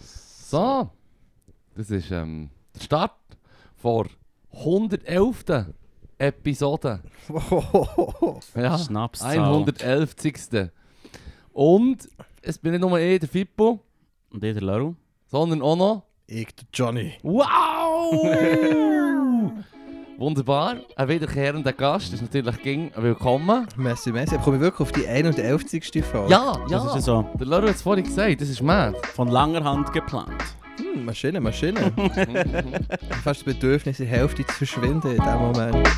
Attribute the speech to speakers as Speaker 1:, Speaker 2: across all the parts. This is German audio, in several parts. Speaker 1: So, das ist ähm, der Start vor 111. Episode. Ja,
Speaker 2: Schnapszahl.
Speaker 1: 111. Und es bin nicht nur ich, der Fippo,
Speaker 2: Und ich, der Laru.
Speaker 1: sondern auch noch.
Speaker 3: Ich, der Johnny.
Speaker 1: Wow! Wunderbar, ein wiederkehrender Gast ist natürlich ging willkommen.
Speaker 3: Messi, Messi. Ich komme wirklich auf die 11. Folge.
Speaker 1: Ja, ja.
Speaker 2: Das ist ja so
Speaker 1: Der Laura hat es vorhin gesagt, das ist mad.
Speaker 2: von langer Hand geplant.
Speaker 3: Hm, Maschine, Maschine. Ich hab Fast das Bedürfnis, die Hälfte zu verschwinden in dem Moment.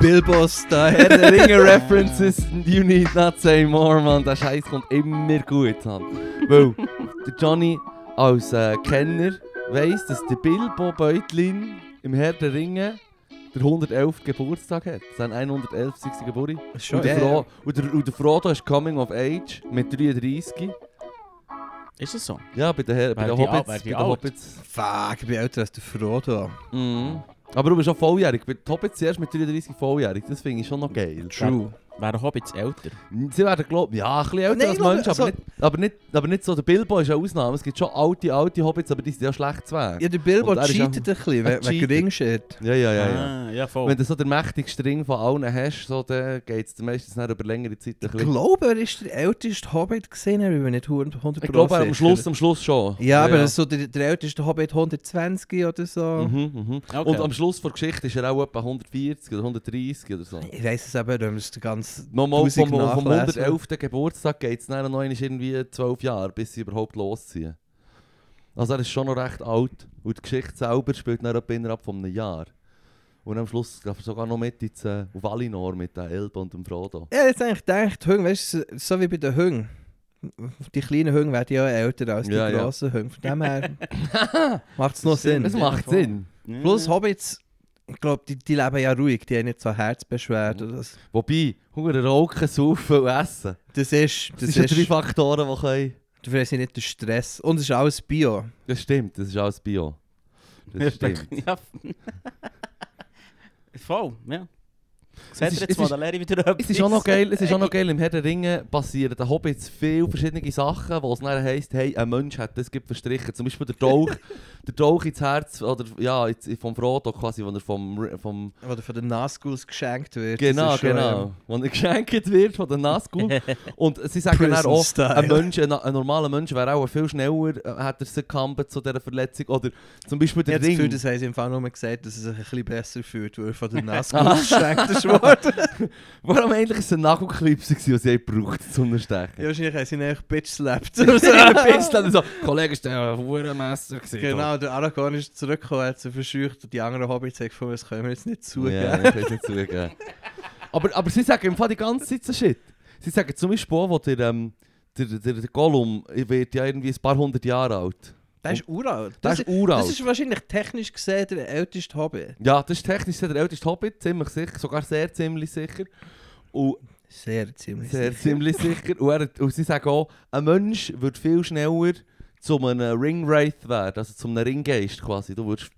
Speaker 3: Bilbos, da
Speaker 1: Herr der Ringe References, you need not say more, man. Der Scheiß kommt immer gut an. Weil der Johnny als äh, Kenner weiss, dass der Bilbo Beutlin im Herr der Ringe den 111. Geburtstag hat. Sein 111. Geburtstag.
Speaker 3: schon
Speaker 1: Und, der Fro und, der, und der Frodo ist Coming of Age mit 33.
Speaker 2: Ist das so?
Speaker 1: Ja, bei den, Herr- bei
Speaker 2: Werd
Speaker 1: den
Speaker 2: die
Speaker 1: Hobbits.
Speaker 2: alt, werd
Speaker 1: Bei
Speaker 2: die
Speaker 1: den
Speaker 2: alt.
Speaker 1: Hobbits.
Speaker 3: Fuck, ich bin älter als der Frodo.
Speaker 1: Mhm. Aber du bist schon volljährig. Bei den Hobbits zuerst mit 33 volljährig. Das finde ich schon noch geil.
Speaker 3: True.
Speaker 2: Wäre Hobbits älter?
Speaker 1: Sie werden glauben, ja, ein bisschen älter
Speaker 3: Nein,
Speaker 1: als
Speaker 3: ich glaube,
Speaker 1: Mensch, aber,
Speaker 3: so-
Speaker 1: nicht, aber, nicht, aber nicht so. Der Bilbo ist eine Ausnahme. Es gibt schon alte, alte Hobbits, aber die sind ja schlecht zu Werk.
Speaker 3: Ja, der Bilbo
Speaker 1: Und er ist
Speaker 3: cheatet
Speaker 1: auch-
Speaker 3: ein bisschen, we-
Speaker 1: er
Speaker 3: wegen
Speaker 1: cheatet.
Speaker 3: Ringshit.
Speaker 1: Ja, ja, ja. ja.
Speaker 2: Ah, ja, voll.
Speaker 1: Wenn du so den mächtigsten Ring von allen hast, so, dann geht es meistens dann über längere Zeit ein
Speaker 3: Ich
Speaker 1: bisschen.
Speaker 3: glaube, er ist der älteste Hobbit gesehen, ich bin mir nicht 100
Speaker 1: Ich glaube, am Schluss, am Schluss schon.
Speaker 3: Ja, aber So der, der älteste Hobbit 120 oder so.
Speaker 1: Mhm, mhm. Und am Schluss der Geschichte ist er auch etwa 140 oder 130 oder so.
Speaker 3: Ich weiß es eben nicht, das ist der ganze...
Speaker 1: Nochmal vom,
Speaker 3: Tausend
Speaker 1: vom
Speaker 3: nachlesen.
Speaker 1: 111. Geburtstag geht es dann noch einmal irgendwie 12 Jahre, bis sie überhaupt losziehen. Also er ist schon noch recht alt und die Geschichte selber spielt dann etwa innerhalb von einem Jahr. Und am Schluss gab es sogar noch mit ins, äh, auf Valinor mit der Elbe und dem Frodo.
Speaker 3: Ja, jetzt eigentlich gedacht, Hüng, weißt du, so wie bei den Hüngen. Die kleinen Hüngen werden ja älter als die
Speaker 1: Ja, ja.
Speaker 3: grossen Hüngen. Von dem her macht es noch Sinn.
Speaker 1: Es macht Sinn.
Speaker 3: Plus Hobbits, ich glaube, die, die leben ja ruhig, die haben nicht so Herzbeschwerden. Das,
Speaker 1: Wobei, Hunger, Rauchen, Saufen und Essen.
Speaker 3: das ist,
Speaker 1: Das,
Speaker 3: das
Speaker 1: sind
Speaker 3: ist,
Speaker 1: ja drei Faktoren, die können...
Speaker 3: du verlierst nicht den Stress. Und es ist alles Bio.
Speaker 1: Das stimmt, das ist alles Bio. Das stimmt.
Speaker 2: Ja. voll, ja.
Speaker 1: Es
Speaker 2: Seht
Speaker 1: ist-
Speaker 2: ihr
Speaker 1: es
Speaker 2: jetzt mal,
Speaker 1: ist-
Speaker 2: da lerne ich wieder etwas.
Speaker 1: Es ist auch noch geil, es ist auch noch
Speaker 2: Äh,
Speaker 1: geil, im Herr der Ringe passieren den Hobbits viele verschiedene Sachen, wo es dann heisst, hey, ein Mensch hat das gibt verstrichen. Zum Beispiel der Dolch, der Dolch ins Herz, oder ja, ins, vom Frodo quasi, wo er vom, R- vom
Speaker 3: Oder von den Nazguls geschenkt wird. Das
Speaker 1: genau,
Speaker 3: ist schon,
Speaker 1: genau,
Speaker 3: ähm,
Speaker 1: wo er geschenkt wird von den Nazgul. Und sie sagen dann
Speaker 3: Prison
Speaker 1: auch,
Speaker 3: Style.
Speaker 1: ein, Mensch, ein, ein normaler Mensch wäre auch viel schneller, äh, hat er succumben zu dieser Verletzung. Oder zum Beispiel
Speaker 3: Ich
Speaker 1: der
Speaker 3: habe das Gefühl,
Speaker 1: Ring.
Speaker 3: das haben sie im Fall nur gesagt, dass es sich ein bisschen besser fühlt, weil er von den Nazguls geschenkt ist worden.
Speaker 1: Warum eigentlich war es ein Nagelklipse, gewesen, den sie haben gebraucht zum Stechen?
Speaker 3: ja,
Speaker 1: Ja.
Speaker 3: wahrscheinlich haben sie ihn einfach bitch slapped.
Speaker 1: so, Kollege, ist der ein Hurenmesser gewesen.
Speaker 3: Genau, der Aragorn ist zurückgekommen, hat sie verscheucht und die anderen Hobbits haben gefunden, das können wir jetzt nicht zugeben.
Speaker 1: Ja, ich kann es nicht zugeben. aber, aber sie sagen im Fall die ganze Zeit so Shit. Sie sagen zum Beispiel auch, wo der, ähm, der, der, der Gollum wird ja irgendwie ein paar hundert Jahre alt.
Speaker 3: Der ist uralt.
Speaker 1: Der
Speaker 3: Das,
Speaker 1: ist
Speaker 3: ist-
Speaker 1: uralt.
Speaker 3: das ist wahrscheinlich technisch gesehen der älteste Hobbit.
Speaker 1: ja, das ist technisch der älteste Hobbit, ziemlich sicher, sogar sehr ziemlich sicher. Und
Speaker 3: Sehr ziemlich.
Speaker 1: sehr
Speaker 3: sicher.
Speaker 1: ziemlich sicher. Und, er, und sie sagen auch, ein Mensch wird viel schneller zu einem Ringwraith werden, also zu einem Ringgeist quasi. Du würdest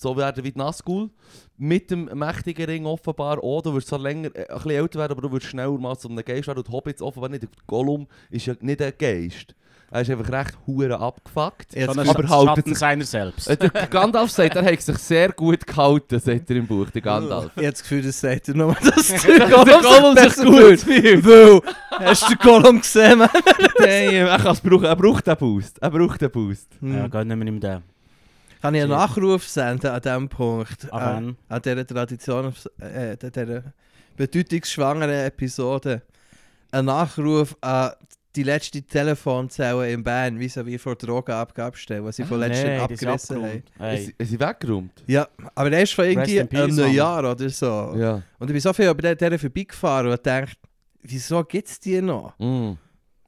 Speaker 1: so werden wie die Nazgul, mit dem mächtigen Ring offenbar auch. Du würdest zwar länger, äh, ein bisschen älter werden, aber du würdest schneller mal zu einem Geist werden. Und die Hobbits offenbar nicht. Der Gollum ist ja nicht ein Geist. Er ist einfach recht hure abgefuckt.
Speaker 3: Ja,
Speaker 2: Schon ein
Speaker 3: Jetzt
Speaker 1: aber
Speaker 2: aber
Speaker 1: haltet
Speaker 2: Schatten
Speaker 1: sich-
Speaker 2: seiner selbst.
Speaker 1: Äh, Der Gandalf sagt, er hat sich sehr gut gehalten, sagt er im Buch, der Gandalf.
Speaker 3: Ich habe das Gefühl, das sagt er nochmal, dass
Speaker 1: Der Gollum sich gut
Speaker 3: fühlt. Weil, hast du den Gollum gesehen, Mann?
Speaker 1: Damn, er, kann's brauchen. er braucht den Boost. Er braucht den Boost.
Speaker 2: Ja, gönnen wir ihm den.
Speaker 3: Hm. Kann ich einen Nachruf senden an diesem Punkt? Ähm,
Speaker 2: An
Speaker 3: An,
Speaker 2: wen?
Speaker 3: an dieser Tradition, äh, an dieser bedeutungsschwangeren Episode. Ein Nachruf an die letzte Telefonzelle in Bern, wie sie wie vor Drogenabgabe stellen, was sie von letztem
Speaker 2: Nein, die sind
Speaker 3: abgerissen haben.
Speaker 2: abgeräumt.
Speaker 1: Ist,
Speaker 2: Hey.
Speaker 1: ist sie weggeräumt?
Speaker 3: Ja, aber der ist von irgendwie
Speaker 2: Rest in peace,
Speaker 3: einem
Speaker 2: Mann.
Speaker 3: Jahr oder so.
Speaker 1: Ja.
Speaker 3: Und ich bin so viel bei der- dieser vorbeigefahren und dachte, wieso gibt es die noch?
Speaker 1: Mm.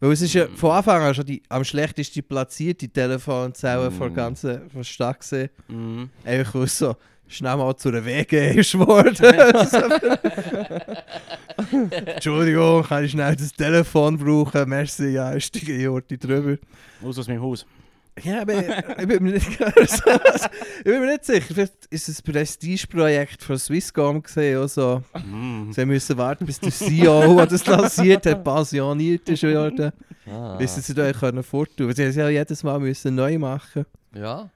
Speaker 3: Weil es ist ja von Anfang an schon die am schlechtesten platzierte Telefonzelle
Speaker 2: Mm.
Speaker 3: von der ganzen von der Stadt gewesen.
Speaker 2: Mhm.
Speaker 3: Einfach weil es so schnell mal zu einer WG ist worden. Entschuldigung, kann ich schnell das Telefon brauchen? Merci, ja, ist die Jorti drüber.
Speaker 2: Aus aus meinem Haus.
Speaker 3: Ja, aber ich bin mir nicht, ich bin mir nicht sicher. Vielleicht ist es ein Prestigeprojekt von Swisscom gesehen oder so.
Speaker 2: Mm.
Speaker 3: Sie müssen warten, bis der CEO, der das lanciert hat, pensioniert ist worden.
Speaker 1: Ah.
Speaker 3: Bis sie es dann können forttun. Sie müssen ja jedes Mal müssen neu machen.
Speaker 1: Ja,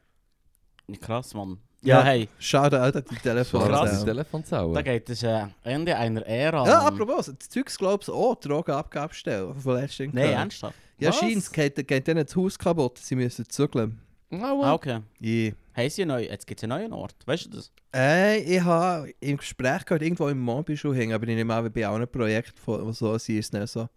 Speaker 2: Krass, Mann. Ja,
Speaker 3: Ja.
Speaker 2: hey,
Speaker 3: Schade, Alter, die Telefon.
Speaker 2: Krass.
Speaker 1: die Telefonzellen.
Speaker 2: da geht es äh, Ende einer Ära.
Speaker 3: Ja,
Speaker 2: Mann.
Speaker 3: apropos, das Zeugs glaubst du auch, Drogenabgabestelle von letztem
Speaker 2: Nein, ernsthaft?
Speaker 3: Ja,
Speaker 1: Was?
Speaker 3: scheint, es geht, geht denen das Haus kaputt, sie müssen zügeln.
Speaker 1: Ah,
Speaker 2: Ah,
Speaker 1: wow.
Speaker 2: okay.
Speaker 3: Yeah.
Speaker 2: Heißt ja neu, jetzt gibt es einen neuen Ort. Weißt du das?
Speaker 3: Äh, ich habe im Gespräch gehört, irgendwo im Mobischul hängen, aber ich nehme an, wie bei allen Projekten, von, wo so sie ist nicht so.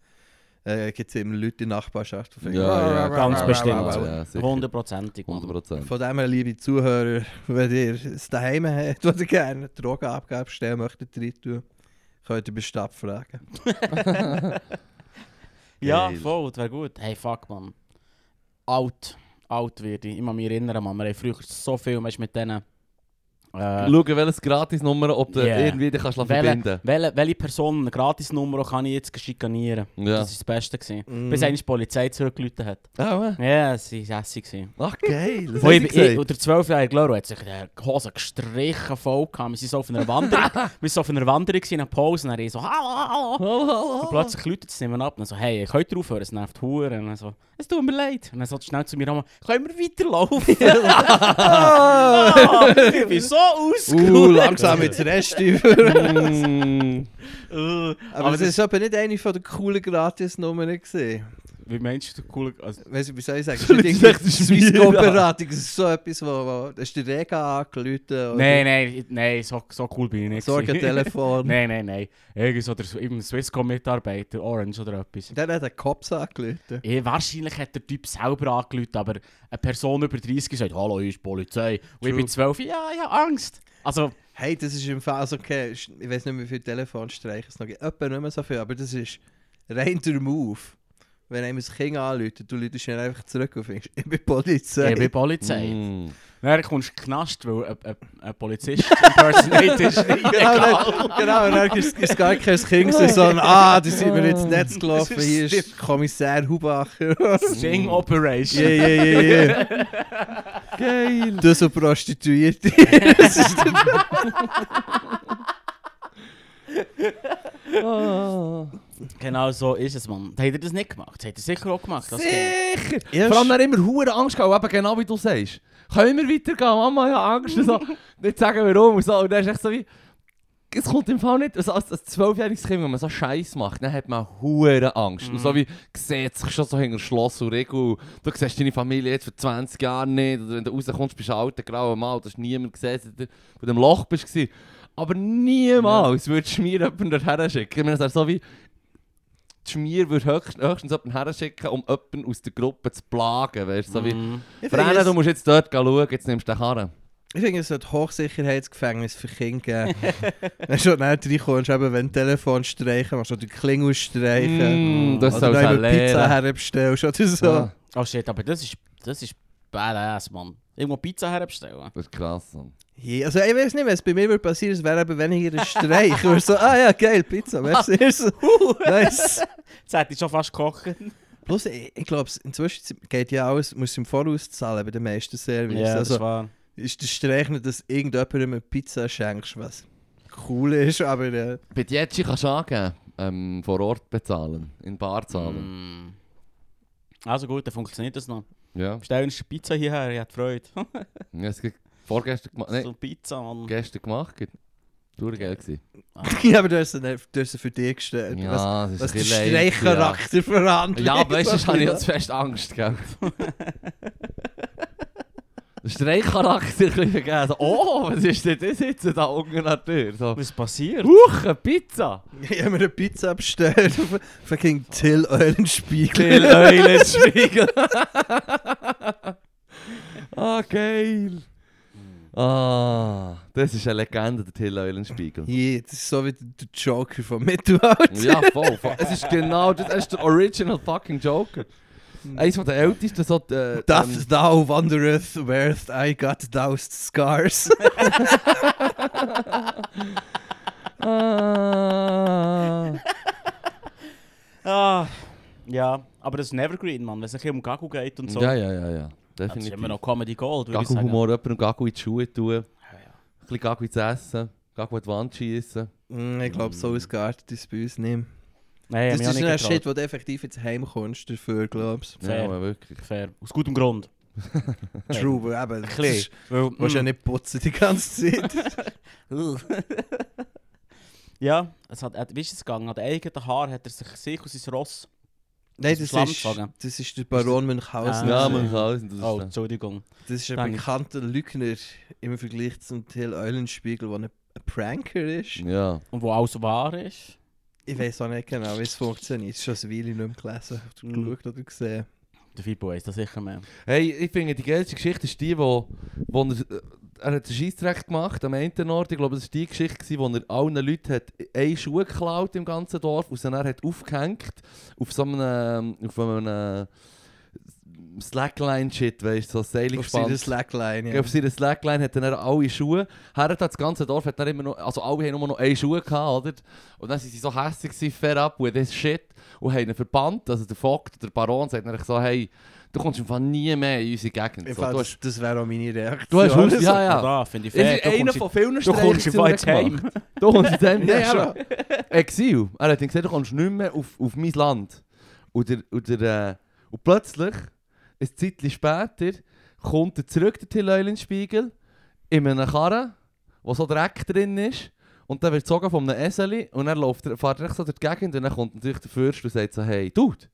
Speaker 3: Äh, gibt es immer Leute in der Nachbarschaft, die finden, "Ah,
Speaker 1: Ja, ja,
Speaker 2: Ganz
Speaker 1: ja,
Speaker 2: bestimmt.
Speaker 1: Ja, sicher.
Speaker 2: Hundertprozentig. Mann.
Speaker 1: 100%.
Speaker 3: Von dem her, liebe Zuhörer, wenn ihr es daheim habt, was ihr gerne Drogenabgabestelle möchtet, rein tun, könnt ihr bei Stab fragen.
Speaker 2: Ja,
Speaker 1: Geil.
Speaker 2: voll, das wäre gut. Hey, fuck, man. Alt. Alt werde ich. Ich muss mich erinnern, man. Wir haben früher so viel weißt, du, mit denen. Äh,
Speaker 1: Schauen, welches Gratisnummer, ob du
Speaker 2: Yeah.
Speaker 1: irgendwie dich kannst
Speaker 2: welche,
Speaker 1: verbinden
Speaker 2: welche, welche Person eine Gratisnummer kann ich jetzt schikanieren?
Speaker 1: Ja.
Speaker 2: Das war das Beste. Gewesen.
Speaker 3: Mhm.
Speaker 2: Bis eigentlich die Polizei zurückgerufen hat.
Speaker 1: Ah,
Speaker 2: Ja, sie war hässlich. gewesen.
Speaker 1: Ach, geil. Das
Speaker 2: Wo
Speaker 1: hätte
Speaker 2: ich,
Speaker 1: ich
Speaker 2: ich,
Speaker 1: gesagt.
Speaker 2: oder 12 Jahre Gloro hat sich der Hose gestrichen voll gehabt. Wir sind so auf einer Wanderung, wir sind so auf einer Wanderung gewesen, in Pause und dann ich so hallo, hallo. Und plötzlich läutet es nicht mehr ab und dann so «Hey, könnt ihr aufhören? Es nervt verdammt.» Und dann so «Es tut mir leid.» Und dann so schnell zu mir nochmal «Können wir weiterlaufen?» Ah, Ich bin so
Speaker 3: Uh,
Speaker 2: ausgeruht.
Speaker 3: langsam jetzt Rest über.
Speaker 1: Mm.
Speaker 2: aber
Speaker 3: Aber, das ist aber nicht eine von der coolen Gratis-Nummern gesehen.
Speaker 2: Wie meinst du, cool? Also,
Speaker 3: Weißt du, wie soll ich sagen?
Speaker 1: Leute
Speaker 3: Das
Speaker 1: sagen, das
Speaker 3: ist
Speaker 1: ist
Speaker 3: Swiss
Speaker 1: mir, ja.
Speaker 3: Beratung, das ist so etwas, wo, wo das ist der Rega angelüht oder
Speaker 2: nein, nein, nein, so, so cool bin ich nicht.
Speaker 3: Sorgentelefon.
Speaker 2: Nein, nein, nein. Irgendwie so der irgendein Swisscom-Mitarbeiter, Orange oder etwas.
Speaker 3: Dann hat er Cops angelüht.
Speaker 2: Ja, Eh, wahrscheinlich hat der Typ selber angelüht, aber eine Person über 30 gesagt, hallo, hier ist die Polizei. Und ich
Speaker 3: True.
Speaker 2: bin 12, ja, ich habe Angst. Also,
Speaker 3: Hey, das ist im Fall, also okay, ist- ich weiß nicht mehr, wie viele Telefonstreiche es noch gibt. Etwa nicht mehr so viel, aber das ist rein der Move. Wenn einem ein Kind anläutet, du läutest ihn einfach zurück und findest, ich bin Polizei.
Speaker 2: ich bin Polizei.
Speaker 1: Mm.
Speaker 2: Dann kommst du in den Knast, weil ein, ein, ein Polizist impersonate ist.
Speaker 3: Genau, dann, genau, und dann ist es gar kein Kind, gewesen, sondern ah, da sind wir jetzt Netz gelaufen,
Speaker 2: Das ist
Speaker 3: hier ist Kommissar Hubacher.
Speaker 2: Sting Operation.
Speaker 3: Yeah, yeah, yeah, yeah.
Speaker 1: Geil.
Speaker 3: Du so Prostituierte.
Speaker 1: Ah.
Speaker 2: Genau so ist es, Mann. Habt ihr das nicht gemacht? Habt ihr sicher auch gemacht? Das Game?
Speaker 1: Sicher!
Speaker 3: Ja,
Speaker 1: Vor allem
Speaker 3: sch-
Speaker 1: dann immer hure Angst gehabt, eben genau wie du sagst. Können wir weitergehen? Mama, ich habe Angst. Und so. Nicht sagen warum. Und, so. und dann ist echt so wie... Es kommt im Fall nicht... Also Dus als als zwölfjähriges Kind, wenn man so Scheiß macht, dann hat man hure Angst. Und so wie, sieht sich schon so hinter Schloss und Regel. Du siehst deine Familie jetzt für 20 Jahre nicht. Oder wenn du rauskommst, bist du ein alter, grauer Mann. Du hast dus niemand gesehen, seit du in dem Loch bist. gewesen. Aber niemals würdest du mir jemanden dorthin schicken. Ich meine, es wäre so wie... die Schmier würde höchst, höchstens jemanden herschicken, um jemanden aus der Gruppe zu plagen. Weißt du, so
Speaker 3: Mhm.
Speaker 1: wie,
Speaker 2: Mm.
Speaker 3: Ich finde,
Speaker 1: Brenner, du
Speaker 3: es-
Speaker 1: musst jetzt dort gehen schauen, jetzt nimmst du den Karren.
Speaker 3: ich finde, es sollte Hochsicherheitsgefängnis für Kinder geben. wenn du schon näher reinkommst, eben, wenn du Telefon streichen, machst du die Klingel streichen.
Speaker 1: Mm, das
Speaker 3: oder
Speaker 1: soll's
Speaker 3: noch
Speaker 1: auch
Speaker 3: eine Also Pizza
Speaker 1: lernen.
Speaker 3: herbestellst oder so.
Speaker 1: Ja,
Speaker 2: Oh shit, aber das ist, das ist badass, Mann. Irgendwo Pizza herbestellen.
Speaker 1: Das ist krass. Mann.
Speaker 3: Ja, Also ich weiß nicht, wenn es bei mir würde passieren, es wäre eben, wenn ich hier streich würde, so, ah ja, geil, Pizza, merci. nice.
Speaker 2: Jetzt hätte ich schon fast gekocht.
Speaker 3: Plus, ich, ich glaube, inzwischen geht ja alles, musst du im Voraus zahlen bei den meisten Services.
Speaker 2: das
Speaker 3: also,
Speaker 2: war...
Speaker 3: ist das Streich nicht, dass irgendjemandem eine Pizza schenkst, was cool ist, aber... Äh,
Speaker 1: Bei Dietschi kannst du angeben, ähm, vor Ort bezahlen, in Bar zahlen.
Speaker 2: Mm. Also gut, dann funktioniert das noch.
Speaker 3: Mhm.
Speaker 1: Ja.
Speaker 2: Bestell uns eine Pizza hierher, ich hätte Freude.
Speaker 1: Ich habe es ge- vorgestern gemacht,
Speaker 2: So
Speaker 1: nein,
Speaker 2: Pizza, Mann.
Speaker 1: gestern gemacht. Durchgeil gewesen.
Speaker 3: ja, aber du hast sie du hast sie für dich gestellt. was
Speaker 1: Ja, das ist
Speaker 3: was der
Speaker 1: ein bisschen lame,
Speaker 3: Streichcharakter
Speaker 1: Ja,
Speaker 3: verhandelt.
Speaker 1: ja aber weißt du, sonst habe ich jetzt fest Angst, gell? Der Streikcharakter ein bisschen vergessen. Oh, was ist denn das jetzt da unten an der Tür? So.
Speaker 2: Was passiert?
Speaker 1: Huch, eine Pizza!
Speaker 3: Ich habe mir eine Pizza bestellt. Fucking Till Eulenspiegel.
Speaker 1: Eulenspiegel. ah, geil. Ah, das ist eine Legende, der Till Eulenspiegel.
Speaker 3: Yeah, das ist so wie der der Joker vom Mittelalter.
Speaker 1: ja, voll, voll. Es ist genau das. Er ist der original fucking Joker. Eines der ältesten, so... Äh,
Speaker 3: Doth
Speaker 2: Ähm,
Speaker 3: thou wandereth whereof I got thou scars.
Speaker 1: ähm, ah.
Speaker 2: Ah, ja, aber das ist ein Evergreen, Mann. Wenn es ein bisschen um Gagu geht und so.
Speaker 1: Ja, ja, ja, ja.
Speaker 2: Das ist
Speaker 1: definitiv.
Speaker 2: immer noch Comedy Gold, würde ich sagen.
Speaker 1: Gagu-Humor, jemandem Gagu in die Schuhe tun, ein
Speaker 2: Ja, ja.
Speaker 1: bisschen Gagu ins Essen, Gagu an die Wand schiessen.
Speaker 3: Mm, Ich glaube, so ist geartet ist es bei uns nicht.
Speaker 2: Nein, das,
Speaker 3: Das, das
Speaker 2: ich
Speaker 3: ist
Speaker 2: ist
Speaker 3: ein
Speaker 2: nicht
Speaker 3: Shit,
Speaker 2: Shit.
Speaker 3: wo du effektiv ins Heim kommst dafür, glaubst
Speaker 1: Ja,
Speaker 2: Fair.
Speaker 1: aber wirklich.
Speaker 2: Fair. Aus gutem Grund.
Speaker 3: du. True, weil eben, das
Speaker 2: Ein Mm.
Speaker 3: ist- Du musst ja nicht putzen die ganze Zeit.
Speaker 2: ja, es hat, hat, wie ist es gegangen? An den eigenen Haar hat er sich sicher und sein Ross.
Speaker 3: Nein,
Speaker 2: Das
Speaker 3: das
Speaker 2: ist
Speaker 3: ist,
Speaker 2: Schlammfragen.
Speaker 3: das ist der Baron Münchhausen.
Speaker 1: Ja,
Speaker 2: Ah.
Speaker 1: man kann alles. Das
Speaker 2: Oh,
Speaker 1: ist
Speaker 2: Entschuldigung.
Speaker 3: Das ist ein
Speaker 2: Danke.
Speaker 3: bekannter Lügner im Vergleich zum Till Eulenspiegel, der ein ein Pranker ist.
Speaker 1: ja.
Speaker 2: Und wo alles wahr ist.
Speaker 3: Ich weiß auch nicht genau, wie es funktioniert. Ich habe schon eine Weile nicht mehr gelesen,
Speaker 2: Mhm.
Speaker 3: geschaut oder gesehen.
Speaker 2: Der Fibo ist das sicher mehr.
Speaker 1: Hey, ich finde, die geilste Geschichte ist die, wo, wo er, äh, er hat einen Scheissdreck gemacht am einen Ort. Ich glaube, das war die Geschichte, gewesen, wo er allen Leuten hat einen Schuh geklaut im ganzen Dorf und sie dann hat aufgehängt auf so einem, auf einem Slackline-Shit, weißt du, so Sailing
Speaker 3: Auf seiner Slackline.
Speaker 1: Ja.
Speaker 3: Ja.
Speaker 1: Auf seiner Slackline hat er dann alle Schuhe. Herr hat das ganze Dorf hat dann immer noch, also alle haben nur noch eine Schuhe gehabt, oder? Und dann sind sie so hässlich gewesen, fair up with this shit. Und haben ihn verbannt. Also der Vogt, der Baron, sagt dann so, hey, du kommst einfach nie mehr in unsere Gegend.
Speaker 3: Ich
Speaker 1: So,
Speaker 3: fand,
Speaker 1: du
Speaker 3: das,
Speaker 1: hast,
Speaker 3: das wäre auch meine Reaktion.
Speaker 1: du hast Haus, ja,
Speaker 2: Ja,
Speaker 1: ja.
Speaker 2: da finde ich
Speaker 1: Es
Speaker 2: fair.
Speaker 1: ist
Speaker 2: Du
Speaker 1: einer
Speaker 2: kommst in-
Speaker 1: von vielen
Speaker 2: Du kommst
Speaker 1: die er
Speaker 2: einfach jetzt
Speaker 1: gemacht
Speaker 2: heim.
Speaker 1: Du kommst jetzt heim.
Speaker 3: Ja,
Speaker 1: Nein,
Speaker 3: schon.
Speaker 1: aber Exil. Er hat ihm gesagt, du kommst nicht mehr auf, auf mein Land. Und, der, und, der, äh, und plötzlich, ein Zeitchen später, kommt er zurück, der Till Eulenspiegel, in einem Karren, wo so Dreck drin ist. Und dann wird gezogen von einem Eseli und dann läuft er, fährt er so durch die Gegend und dann kommt natürlich der Fürst und sagt so, hey, Dude,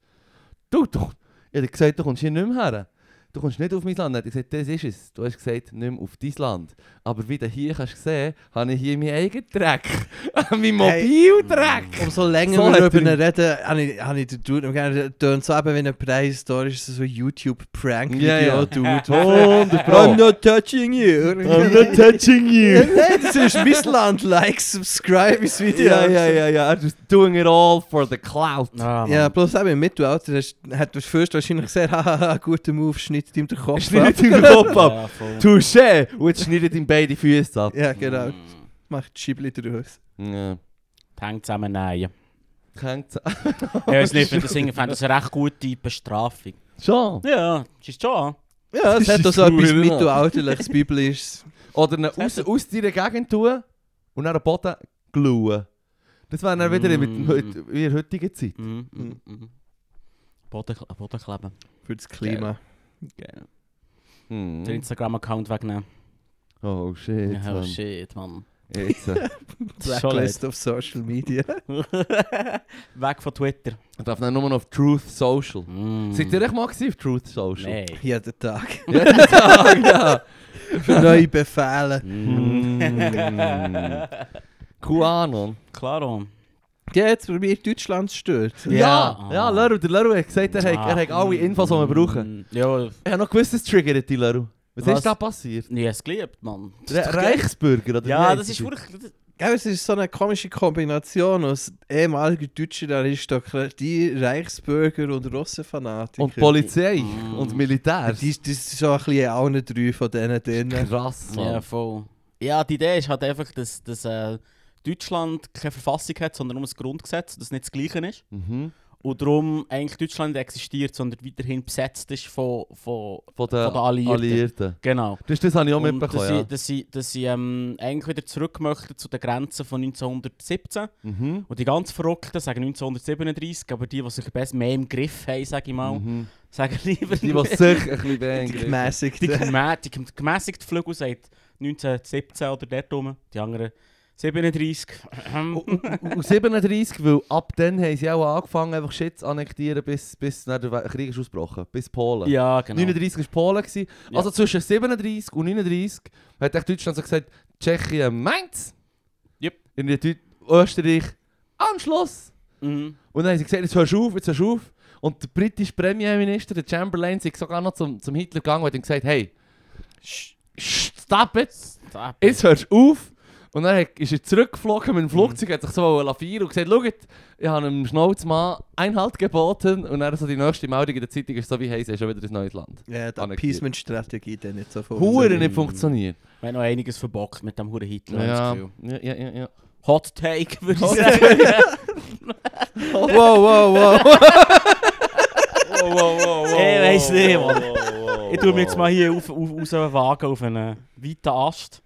Speaker 1: Dude, du, ich habe gesagt, du kommst hier nicht mehr her. Du kommst nicht auf mein Land. Er hat gesagt, das ist es. Du hast gesagt, nicht mehr auf dein Land. Aber wie du hier kannst sehen, habe ich hier meinen eigenen Dreck. meinen Mobildreck.
Speaker 3: Umso länger
Speaker 1: So
Speaker 3: wir
Speaker 1: hat
Speaker 3: darüber
Speaker 1: er-
Speaker 3: reden, habe ich, habe ich den Dude noch gerne. Der tönt so eben wie ein prähistorischer so YouTube-Prank-Video,
Speaker 1: Ja, ja.
Speaker 3: Dude.
Speaker 1: 100
Speaker 3: I'm not touching you.
Speaker 1: not touching you.
Speaker 3: Nein, das ist mein Land. Like, subscribe, mein Video.
Speaker 1: ja, ja, ja, ja. Just doing it all for the clout.
Speaker 2: Ah, Mann.
Speaker 3: Ja, bloß eben im Mittelalter hast- hat der Fürst wahrscheinlich gesagt, haha, guter Move, schneidet ihm den Kopf ab.
Speaker 1: Schneidet ihm den Kopf ab.
Speaker 2: Ja, voll.
Speaker 1: Touché. Und jetzt schneidet ihm beide Füße ab.
Speaker 3: Ja, genau.
Speaker 2: Mm.
Speaker 3: Macht Schiebli draus.
Speaker 1: Ja.
Speaker 2: Hängt zusammen, nein.
Speaker 1: Hängt
Speaker 2: Ja, ich weiß nicht, ich finde das eine recht gute Bestrafung.
Speaker 1: Schon.
Speaker 2: Ja, das ist schon.
Speaker 3: Ja, es
Speaker 1: Das
Speaker 3: hat
Speaker 1: ist
Speaker 3: auch so etwas
Speaker 1: cool, ja.
Speaker 3: mittelalterliches, biblisches.
Speaker 1: Oder ihn aus, aus deiner Gegend tun und dann am Boden glühen. Das wäre dann wieder mit,
Speaker 2: Mm.
Speaker 1: mit, in der heutigen Zeit.
Speaker 2: Mhm, mhm, mhm. Boden, Boden kleben.
Speaker 3: Für das Klima.
Speaker 2: Den Instagram-Account wegnehmen.
Speaker 1: Oh shit.
Speaker 2: Mm. Ja,
Speaker 1: Mann.
Speaker 2: shit, Mann.
Speaker 1: Jetzt, äh,
Speaker 2: Das ist schon
Speaker 3: Blacklist auf Social Media.
Speaker 2: Weg von Twitter.
Speaker 1: ich darf dann nur noch auf Truth Social.
Speaker 2: Mm.
Speaker 1: Seid ihr echt mal gewesen auf Truth Social?
Speaker 2: Nein.
Speaker 3: Jeden Tag.
Speaker 1: Jeden Tag, ja.
Speaker 3: Für neue Befehle.
Speaker 2: Mm.
Speaker 1: Mm. QAnon.
Speaker 2: Klaro.
Speaker 3: Ja, jetzt probiert Deutschland zu stürzen.
Speaker 1: Ja, ja,
Speaker 2: Ah.
Speaker 1: Leru, der Leru hat gesagt, er, hat, er hat alle Infos, die wir brauchen.
Speaker 2: Ja, ich
Speaker 1: Ich habe noch gewusst, es triggert die Leru. Was,
Speaker 2: Mm. Was?
Speaker 1: ist da passiert?
Speaker 2: habe es geliebt, Mann. Das ist
Speaker 1: Re
Speaker 2: doch geil.
Speaker 1: Reichsbürger, oder
Speaker 2: Ja,
Speaker 1: wie
Speaker 2: das ist
Speaker 1: heisst
Speaker 2: wirklich...
Speaker 3: Gell, es ist so eine komische Kombination aus ehemaliger deutscher Aristokratie, Reichsbürger und Russenfanatiker.
Speaker 1: Und Polizei
Speaker 2: Mm.
Speaker 1: und Militär.
Speaker 3: Das ist, das ist so ein bisschen in allen drei von denen drin.
Speaker 1: Krass, Mann.
Speaker 2: Ja, voll. Ja, die Idee ist halt einfach, dass, dass äh, Deutschland keine Verfassung hat, sondern nur ein Grundgesetz, das nicht das Gleiche ist.
Speaker 1: Mhm.
Speaker 2: Und darum eigentlich Deutschland nicht existiert, sondern weiterhin besetzt ist von, von,
Speaker 1: Von den
Speaker 2: Von den Alliierten.
Speaker 1: Alliierten.
Speaker 2: Genau.
Speaker 1: Das, das habe ich auch
Speaker 2: Und dass
Speaker 1: mitbekommen,
Speaker 2: sie,
Speaker 1: ja.
Speaker 2: dass sie, dass sie ähm, eigentlich wieder zurück möchten zu den Grenzen von 1917.
Speaker 1: Mhm.
Speaker 2: Und die ganz Verrückten sagen 1937, aber die, die sich best mehr im Griff haben, sage ich mal,
Speaker 1: Mhm.
Speaker 2: sagen lieber...
Speaker 1: Die, die sich ein bisschen
Speaker 3: Die
Speaker 1: beengriffen.
Speaker 2: Die,
Speaker 3: gemäßigten.
Speaker 2: gemä die gem- gemässigte Flügel sagt 1917 oder dort rum, die anderen Ähm, 37.
Speaker 1: Und-
Speaker 2: Oh,
Speaker 1: und- und- Und 37, weil ab dann haben sie auch angefangen, einfach Shit zu annektieren, bis, bis dann der We- Krieg ist ausgebrochen. Bis Polen.
Speaker 2: ja, genau.
Speaker 1: 39 war Polen. Gewesen.
Speaker 2: Ja.
Speaker 1: Also zwischen 37 und 39 hat echt Deutschland so gesagt, Tschechien meint's.
Speaker 2: Yep.
Speaker 1: In der Deut Österreich Anschluss.
Speaker 2: Mhm.
Speaker 1: Und dann haben sie gesagt, jetzt hörst du auf, jetzt hörst du auf. Und der britische Premierminister, der Chamberlain, ist sogar noch zum, zum Hitler gegangen und hat ihm gesagt, hey, sch- sch- stop it.
Speaker 2: Stop.
Speaker 1: jetzt hörst du auf. Und dann hat- ist er zurückgeflogen mit dem Flugzeug, hat sich so wollen lavieren und gesagt, schaut, ich habe einem Schnauzmann Einhalt geboten. Und dann so die nächste Meldung in der Zeitung ist so, wie heisst, er ist schon wieder ein neues Land.
Speaker 3: Ja, die
Speaker 1: Annektiert.
Speaker 3: Appeasement-Strategie dann nicht so
Speaker 1: Huren
Speaker 3: funktioniert.
Speaker 1: nicht funktioniert.
Speaker 2: Wir haben noch einiges verbockt mit dem Huren Hitler. hab ich das
Speaker 1: Ja,
Speaker 2: Gefühl.
Speaker 1: ja, ja, ja. ja.
Speaker 2: Hot Take würde ich sagen.
Speaker 3: Wow, wow, wow.
Speaker 1: Wow, wow, wow,
Speaker 2: Ich weiß nicht, Mann. Ich tue mich jetzt mal hier auf, auf, raus wagen auf einen äh, weiten Ast.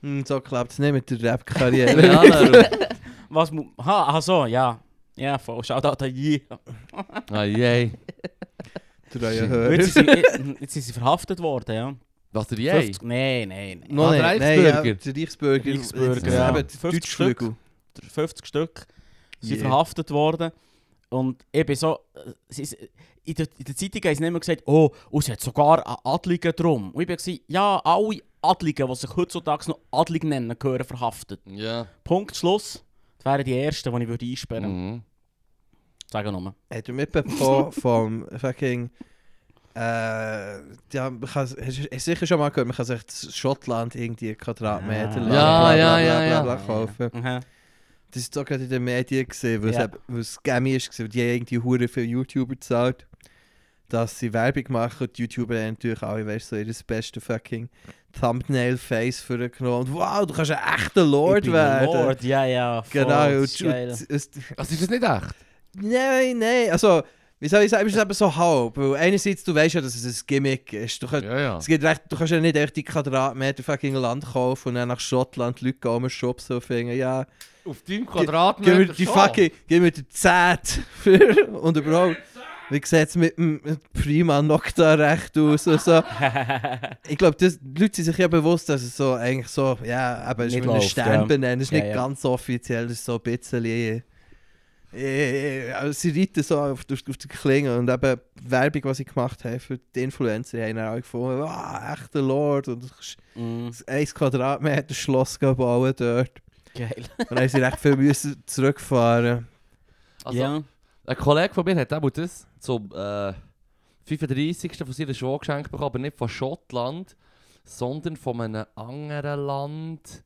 Speaker 3: Hm, so klappt es nicht mit der Rap-Karriere.
Speaker 1: Ja, darum.
Speaker 2: Was mu- Ha, ach so, ja. Ja, voll. Shoutout an je.
Speaker 1: Ah, yay.
Speaker 3: Treue
Speaker 1: Shit.
Speaker 3: Hörer.
Speaker 2: Jetzt sind, sie, jetzt sind sie verhaftet worden, ja.
Speaker 1: Was der
Speaker 2: 50
Speaker 1: yay?
Speaker 2: Nein, nein, nein.
Speaker 3: Noch
Speaker 1: Ah,
Speaker 3: nicht.
Speaker 1: der
Speaker 3: Nein, ja,
Speaker 1: Reichsbürger.
Speaker 3: der Reichsbürger.
Speaker 2: Reichsbürger,
Speaker 3: Das
Speaker 1: ja.
Speaker 3: ist eben
Speaker 2: 50
Speaker 3: Deutschflügel.
Speaker 2: 50 Stück sind
Speaker 3: Yeah.
Speaker 2: verhaftet worden. Und eben so, äh, sie- sie- in der, in der Zeitung haben sie nicht mehr gesagt, oh, und es hat sogar einen Adligen drum. Und ich war, ja, alle Adligen, die sich heutzutage noch Adlig nennen, gehören verhaftet.
Speaker 1: Ja.
Speaker 2: Punkt, Schluss. Das wären die Ersten, die ich würde einsperren würde.
Speaker 1: Mhm.
Speaker 2: Sagen wir mal.
Speaker 3: Hat er mitbekommen vom fucking. Äh, ja, man kann, hast du sicher schon mal gehört, man kann sich in Schottland irgendwie einen
Speaker 2: Ja,
Speaker 3: Quadratmeter lang
Speaker 1: ja, ja, ja.
Speaker 3: kaufen.
Speaker 2: Mhm.
Speaker 3: Das ist doch gerade in den Medien gesehen, weil
Speaker 2: Ja.
Speaker 3: es eben- weil es Scammy ist, gewesen, weil die haben irgendwie hure für YouTuber gezahlt, dass sie Werbung machen und die YouTuber haben natürlich alle, weißt du, so ihr beste fucking Thumbnail-Face für genommen. Und wow, du kannst ein echter
Speaker 2: Ich
Speaker 3: Lord
Speaker 2: bin ein
Speaker 3: werden.
Speaker 2: Lord, ja, ja. voll,
Speaker 3: Genau, und,
Speaker 2: das ist geil.
Speaker 3: und, und
Speaker 1: Also ist das nicht echt?
Speaker 3: Nein, nein. Also, wie soll ich sagen, es ist eben so halb. Weil einerseits, du weißt ja, dass es ein Gimmick ist. Du kannst,
Speaker 1: Ja, ja.
Speaker 3: es gibt recht, du kannst ja nicht echt die Quadratmeter fucking Land kaufen und dann nach Schottland die Leute gehen rumschubsen und finden, ja,
Speaker 1: Auf deinem
Speaker 3: gib
Speaker 1: Quadratmeter
Speaker 3: mir die fucking, gib mir die Zähne. für- und überhaupt, wie sieht es mit dem mit Prima Nocta recht aus und so. Ich glaube, das- die Leute sind sich ja bewusst, dass es so eigentlich so, ja, eben, es ist
Speaker 2: Nicht
Speaker 3: mit einem
Speaker 2: läuft, ja.
Speaker 3: Stern benennen, es ist
Speaker 2: Ja,
Speaker 3: nicht
Speaker 2: ja.
Speaker 3: ganz offiziell, es ist so ein bisschen... Äh, äh, also sie reiten so auf, auf, auf die Klinge und eben die Werbung, die sie gemacht haben für die Influencer, haben dann auch gefunden, ah, echter Lord und du kannst
Speaker 2: Mhm.
Speaker 3: ein Quadratmeter Schloss bauen dort.
Speaker 2: Geil.
Speaker 3: Und dann haben sie recht viel müssen zurückfahren.
Speaker 1: Also,
Speaker 2: ja.
Speaker 1: Ein Kollege von mir hat auch das zum äh, 35. von seiner Schwester geschenkt bekommen, aber nicht von Schottland, sondern von einem anderen Land.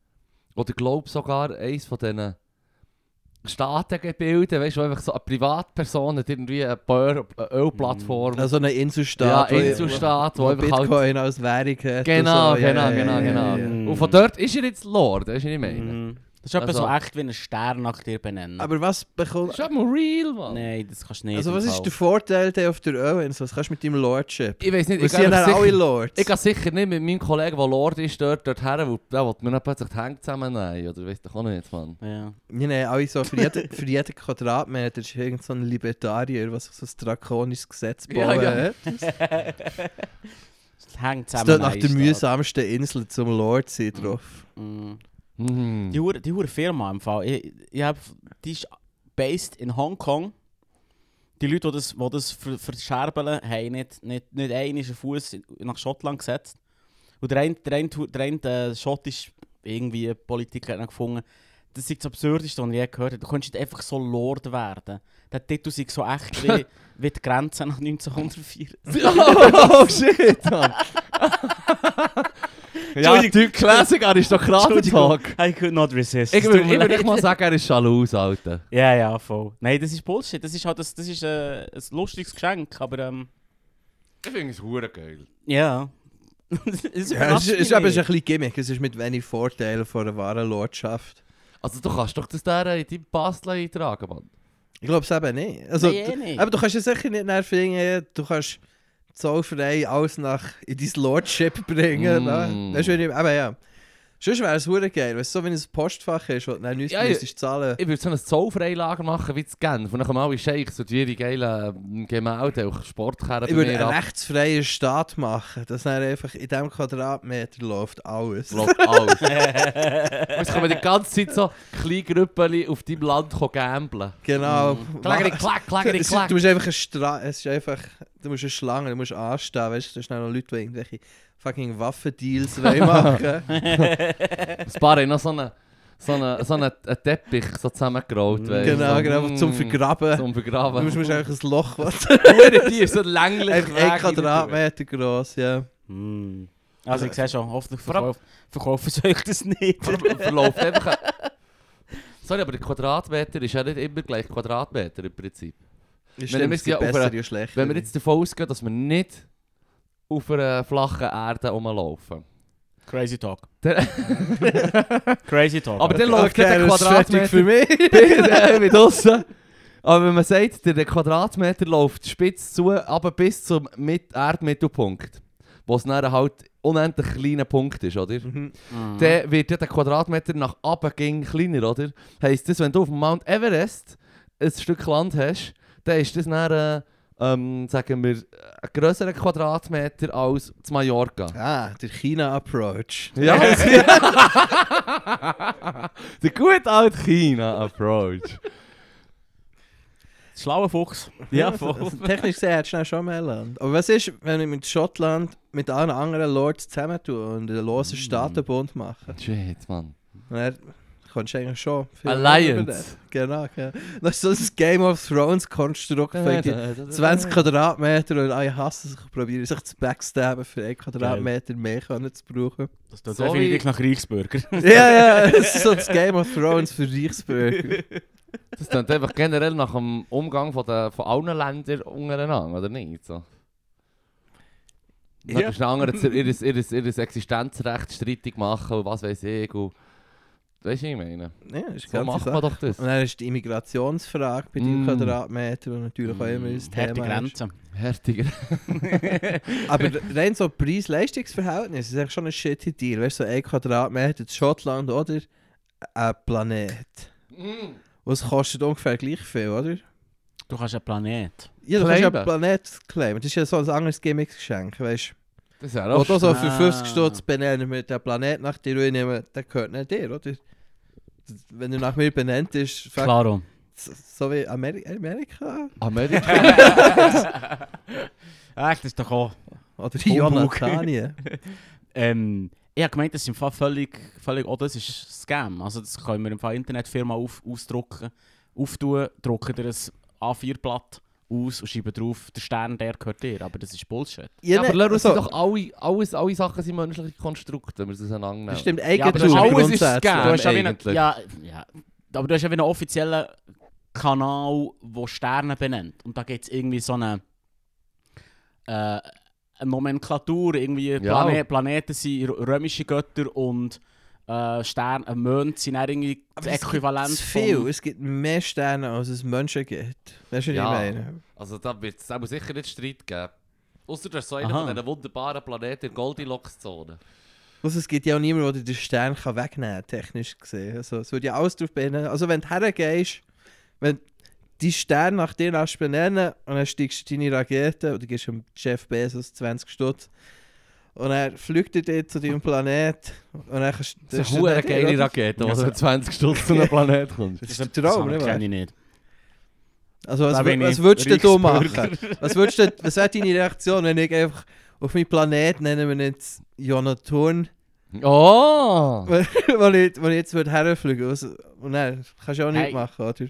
Speaker 1: Oder glaube sogar eines von diesen Staatengebilden, weißt du, wo einfach so eine Privatperson hat irgendwie eine, Bör eine Ölplattform.
Speaker 3: Also eine
Speaker 1: ja,
Speaker 3: Inselstaat. wo-
Speaker 1: Inselstaat,
Speaker 3: Wo
Speaker 1: wo einfach halt...
Speaker 3: Bitcoin als Währung hat.
Speaker 1: Genau,
Speaker 3: und so. Ja,
Speaker 1: genau,
Speaker 3: ja,
Speaker 1: genau,
Speaker 3: ja,
Speaker 1: genau.
Speaker 3: ja, ja.
Speaker 1: Und von dort ist er jetzt Lord, das ist nicht meine.
Speaker 2: Mhm. Das ist etwa
Speaker 1: Also-
Speaker 2: so echt wie ein Stern nach dir benennen.
Speaker 3: Aber was bekommt...
Speaker 1: Das ist mal real, Mann.
Speaker 2: Nein, das kannst du nicht.
Speaker 3: Also
Speaker 2: im
Speaker 3: was
Speaker 2: Fall.
Speaker 3: ist der Vorteil der auf der Owens? Was kannst du mit deinem Lordship?
Speaker 1: Ich weiß nicht,
Speaker 3: Wir
Speaker 1: ich
Speaker 3: sind
Speaker 1: glaube
Speaker 3: ja alle
Speaker 1: sicher...
Speaker 3: Lords.
Speaker 1: Ich gehe sicher nicht mit meinem Kollegen, der Lord ist, dort, dort her, wo der will mir dann plötzlich die Hände zusammennehmen. Oder weißt du auch nicht, Mann.
Speaker 2: Ja.
Speaker 3: Nein, nein, alle so, für, jeden, für jeden Quadratmeter ist irgend so ein Libertarier, was sich so ein drakonisches Gesetz bauen
Speaker 1: Ja, ja.
Speaker 3: hat.
Speaker 2: Es hängt
Speaker 3: Das
Speaker 2: zusammen.
Speaker 3: ist nach
Speaker 2: nein,
Speaker 3: der
Speaker 2: ist das.
Speaker 3: mühsamsten Insel zum Lord sein drauf.
Speaker 2: Mhm.
Speaker 1: Mhm.
Speaker 2: Die hure, die hure Firma im Fall. Ich, ich hab, Eh, die ist based in Hongkong. Die Leute, die das, die das ver- verscherbeln, haben nicht, nicht, nicht einen Fuß nach Schottland gesetzt. Und der eine, der eine, der eine äh, schottische irgendwie Politiker hat noch gefunden, das ist das Absurdeste, was ich je gehört habe. Du könntest nicht einfach so Lord werden. Der Titel sei so echt wie, wie die Grenze nach 1904.
Speaker 3: oh shit! Mann.
Speaker 1: Ja,
Speaker 2: Entschuldigung.
Speaker 1: die Classic Aristokratentalk.
Speaker 2: I could not resist.
Speaker 1: Ich
Speaker 2: Es
Speaker 1: würde
Speaker 2: tut mir
Speaker 1: würd
Speaker 2: leid.
Speaker 1: echt mal sagen, er ist schalus, Alter.
Speaker 2: Ja, ja, voll. Nein, das ist Bullshit. Das ist halt das, das ist, äh, ein lustiges Geschenk, aber ähm,
Speaker 1: Ich finde es hure geil.
Speaker 2: ja. Es
Speaker 3: Ja, es
Speaker 2: überrascht
Speaker 3: ist,
Speaker 2: mich
Speaker 3: es ist aber es ist ein
Speaker 2: nicht.
Speaker 3: bisschen Gimmick, es ist mit wenig Vorteilen von einer wahren Lordschaft.
Speaker 1: Also du kannst doch das der in deinem Bastel eintragen, Mann.
Speaker 3: Ich glaube es eben nicht. Also,
Speaker 2: Nein, eh nicht.
Speaker 3: Aber du kannst ja sicher nicht nerven, du kannst zollfrei alles nach in dein Lordship bringen.
Speaker 1: Mm.
Speaker 3: Ne? Das ist, wenn ich, aber ja. Sonst wäre es hure geil, weil es so wie ein Postfach ist, wo du dann nichts
Speaker 1: Ja, ja.
Speaker 3: müsstest zahlen.
Speaker 1: Ich würde so ein Zollfreilager machen wie zu Genf. Und dann kommen alle Scheichs und ihre geilen ähm, Gemälde und Sportkerren
Speaker 3: Ich
Speaker 1: bei
Speaker 3: würde
Speaker 1: mir
Speaker 3: einen
Speaker 1: ab.
Speaker 3: rechtsfreien Staat machen, dass dann einfach in diesem Quadratmeter läuft alles.
Speaker 1: Läuft alles. Jetzt kommen die ganze Zeit so kleine Gruppen auf deinem Land gamblen.
Speaker 3: Genau.
Speaker 1: Mm. Klageri, klack, klageri,
Speaker 3: Es,
Speaker 1: klack.
Speaker 3: du musst einfach eine Stra es ist einfach, du musst eine Schlange, du musst anstehen, weißt du, da sind auch noch Leute, die irgendwelche fucking Waffendeals wollen machen
Speaker 1: Das Paar hat noch so einen so eine, so eine, einen Teppich so zusammengerollt. weisst du,
Speaker 3: Genau,
Speaker 1: so,
Speaker 3: genau,
Speaker 1: mm,
Speaker 3: zum Vergraben.
Speaker 1: Zum
Speaker 3: Du
Speaker 1: Vergraben.
Speaker 3: musst, musst einfach ein Loch, was
Speaker 1: Hure tief, so länglich.
Speaker 3: Einfach
Speaker 1: Weg
Speaker 3: ein
Speaker 1: rein.
Speaker 3: Quadratmeter gross, ja.
Speaker 2: Hm. Also ich sehe schon, hoffentlich
Speaker 1: Vor allem-
Speaker 2: verkauf, verkaufen sie euch das nicht.
Speaker 1: Ver- ver- Verläuft einfach. ein- Sorry, aber der Quadratmeter ist ja nicht immer gleich Quadratmeter im Prinzip.
Speaker 3: Ist
Speaker 1: Wenn wir
Speaker 3: stimmt, es gibt
Speaker 1: ja auf
Speaker 3: bessere
Speaker 1: einer-
Speaker 3: und schlechtere.
Speaker 1: Wenn wir jetzt davon ausgehen, dass wir nicht auf einer flachen Erde rumlaufen.
Speaker 2: Crazy Talk.
Speaker 1: Der-
Speaker 2: Crazy Talk.
Speaker 1: Aber dann läuft
Speaker 3: okay,
Speaker 1: nicht der
Speaker 3: das ist fertig
Speaker 1: Quadratmeter
Speaker 3: für mich.
Speaker 1: Bitte, mit draussen. Aber wenn man sagt, der Quadratmeter läuft spitz zu, aber bis zum Mit Erdmittelpunkt, wo es dann halt unendlich kleiner Punkt ist, oder?
Speaker 2: Mhm.
Speaker 1: Dann wird ja der Quadratmeter nach oben ging kleiner, oder? Heisst das, wenn du auf dem dus Mount Everest ein Stück Land hast, dann ist das dann, äh, ähm, sagen wir, ein grösserer Quadratmeter als zu Mallorca.
Speaker 3: Ah, der China-Approach.
Speaker 1: Ja, der gute alte China-Approach.
Speaker 2: Schlauer Fuchs.
Speaker 3: Also, technisch gesehen hättest du dann schon mehr Land. Aber was ist, wenn ich mit Schottland mit allen anderen Lords zusammentue und einen
Speaker 1: Mm.
Speaker 3: losen Staatenbund mache?
Speaker 1: Shit, Mann.
Speaker 3: Dann kannst du eigentlich schon. viel
Speaker 4: Alliance.
Speaker 3: über das. Genau, genau. Das ist so ein Game of Thrones-Konstrukt. fängt in 20 Quadratmeter und alle hassen sich und probieren sich zu backstabben, für einen Quadratmeter mehr können zu brauchen.
Speaker 2: Das tut
Speaker 1: Sorry.
Speaker 2: definitiv nach Reichsbürger.
Speaker 3: ja, ja, das ist so das Game of Thrones für Reichsbürger.
Speaker 1: Das klingt einfach generell nach dem Umgang von, der, von allen Ländern untereinander, oder nicht? So. Dann
Speaker 2: Ja.
Speaker 1: kannst du den anderen zu- ihr, ihr, ihr, ihr Existenzrecht streitig machen und was weiß ich. Und, weißt du, was ich meine?
Speaker 3: Ja, ist
Speaker 1: So
Speaker 3: eine ganze
Speaker 1: macht
Speaker 3: Sache.
Speaker 1: man doch das.
Speaker 3: Und dann ist die Immigrationsfrage bei deinem
Speaker 1: Mm.
Speaker 3: Quadratmeter, die natürlich auch immer ein
Speaker 2: Harte
Speaker 3: Thema ist.
Speaker 2: Grenzen.
Speaker 1: Härtiger.
Speaker 3: Aber rein so Preis-Leistungs-Verhältnis ist eigentlich schon ein shitty Deal. Weißt du, so ein Quadratmeter in Schottland oder ein Planet.
Speaker 1: Mm.
Speaker 3: Und es kostet ungefähr gleich viel, oder?
Speaker 2: Du kannst einen Planet.
Speaker 3: Ja, du kannst ja
Speaker 1: Claimen.
Speaker 3: einen Planet claimen. Das ist ja so ein anderes Gimmick-Geschenk, weißt du.
Speaker 1: Das wäre
Speaker 3: Oder
Speaker 1: auch
Speaker 3: so für
Speaker 2: Ah.
Speaker 3: 50 Stutz benennen wir den Planet nach dir und ich nehme, der gehört nicht dir, oder? Wenn er nach mir benannt ist, fuck,
Speaker 2: Klaro.
Speaker 3: so wie Ameri Amerika
Speaker 1: Amerika.
Speaker 2: Echt, das ist doch auch...
Speaker 3: oder
Speaker 2: Humbug.
Speaker 3: Jonathanien.
Speaker 2: Ähm, ich habe gemeint, das ist im Fall völlig, völlig, oh, das ist Scam. Also das können wir im Fall Internetfirma auf, ausdrucken, auftun, drucken dir ein A4-Blatt aus und schreiben drauf, der Stern, der gehört dir. Aber das ist Bullshit.
Speaker 1: ja, aber lass uns
Speaker 3: so.
Speaker 1: doch alle, alles, alle Sachen sind menschliche Konstrukte, wenn wir es auseinandernehmen.
Speaker 3: Das stimmt,
Speaker 2: aber das ist
Speaker 3: eigentlich
Speaker 1: alles ist
Speaker 3: grundsätzlich.
Speaker 1: Scam.
Speaker 2: du hast ja, wie einen,
Speaker 1: eigentlich.
Speaker 2: ja, ja, aber du hast ja wie einen offiziellen Kanal, der Sterne benennt. Und da gibt es irgendwie eh, so eine, äh, eine Nomenklatur, irgendwie Plane Planeten sind r- römische Götter und äh, Sterne, äh, Monde sind dann irgendwie das
Speaker 3: es gibt
Speaker 2: Äquivalent
Speaker 3: Es viel,
Speaker 2: von-
Speaker 3: es gibt mehr Sterne, als es Menschen gibt. Weißt du, was
Speaker 1: Ja.
Speaker 3: ich meine?
Speaker 1: Also da wird es aber sicher nicht Streit geben. Außer du hast so einen
Speaker 2: Aha.
Speaker 1: von diesen wunderbaren Planeten in Goldilocks-Zone.
Speaker 3: Also, es gibt ja auch niemanden, der dir den Stern kann wegnehmen kann, technisch gesehen. Also, es würde ja alles drauf benennen. Also, wenn du hergehst, wenn du die Sterne nach dir lässt benennen und dann steigst du in deine Rakete oder gibst dem Chef Bezos 20 Stutz und er fliegt er dir zu deinem Planet und dann kannst du...
Speaker 1: Das ist eine
Speaker 3: dann dir,
Speaker 1: geile
Speaker 3: oder?
Speaker 1: Rakete, also
Speaker 2: wo
Speaker 1: wo
Speaker 2: du
Speaker 1: du 20 Stunden zu einem Planet kommst.
Speaker 3: Das ist der Traum,
Speaker 2: Das
Speaker 3: nicht wahr?
Speaker 2: kenne ich nicht.
Speaker 3: Also, was,
Speaker 2: Da bin
Speaker 3: wür- was
Speaker 2: ich
Speaker 3: würdest denn du
Speaker 2: Reichsbürger.
Speaker 3: machen? Was, würdest du, was wäre deine Reaktion, wenn ich einfach auf meinen Planet, nennen wir ihn jetzt Jonathan,
Speaker 1: Oh!
Speaker 3: wenn ich, wenn ich jetzt würde herfliegen würde? Und dann kannst du auch nichts
Speaker 2: Hey.
Speaker 3: machen, oder?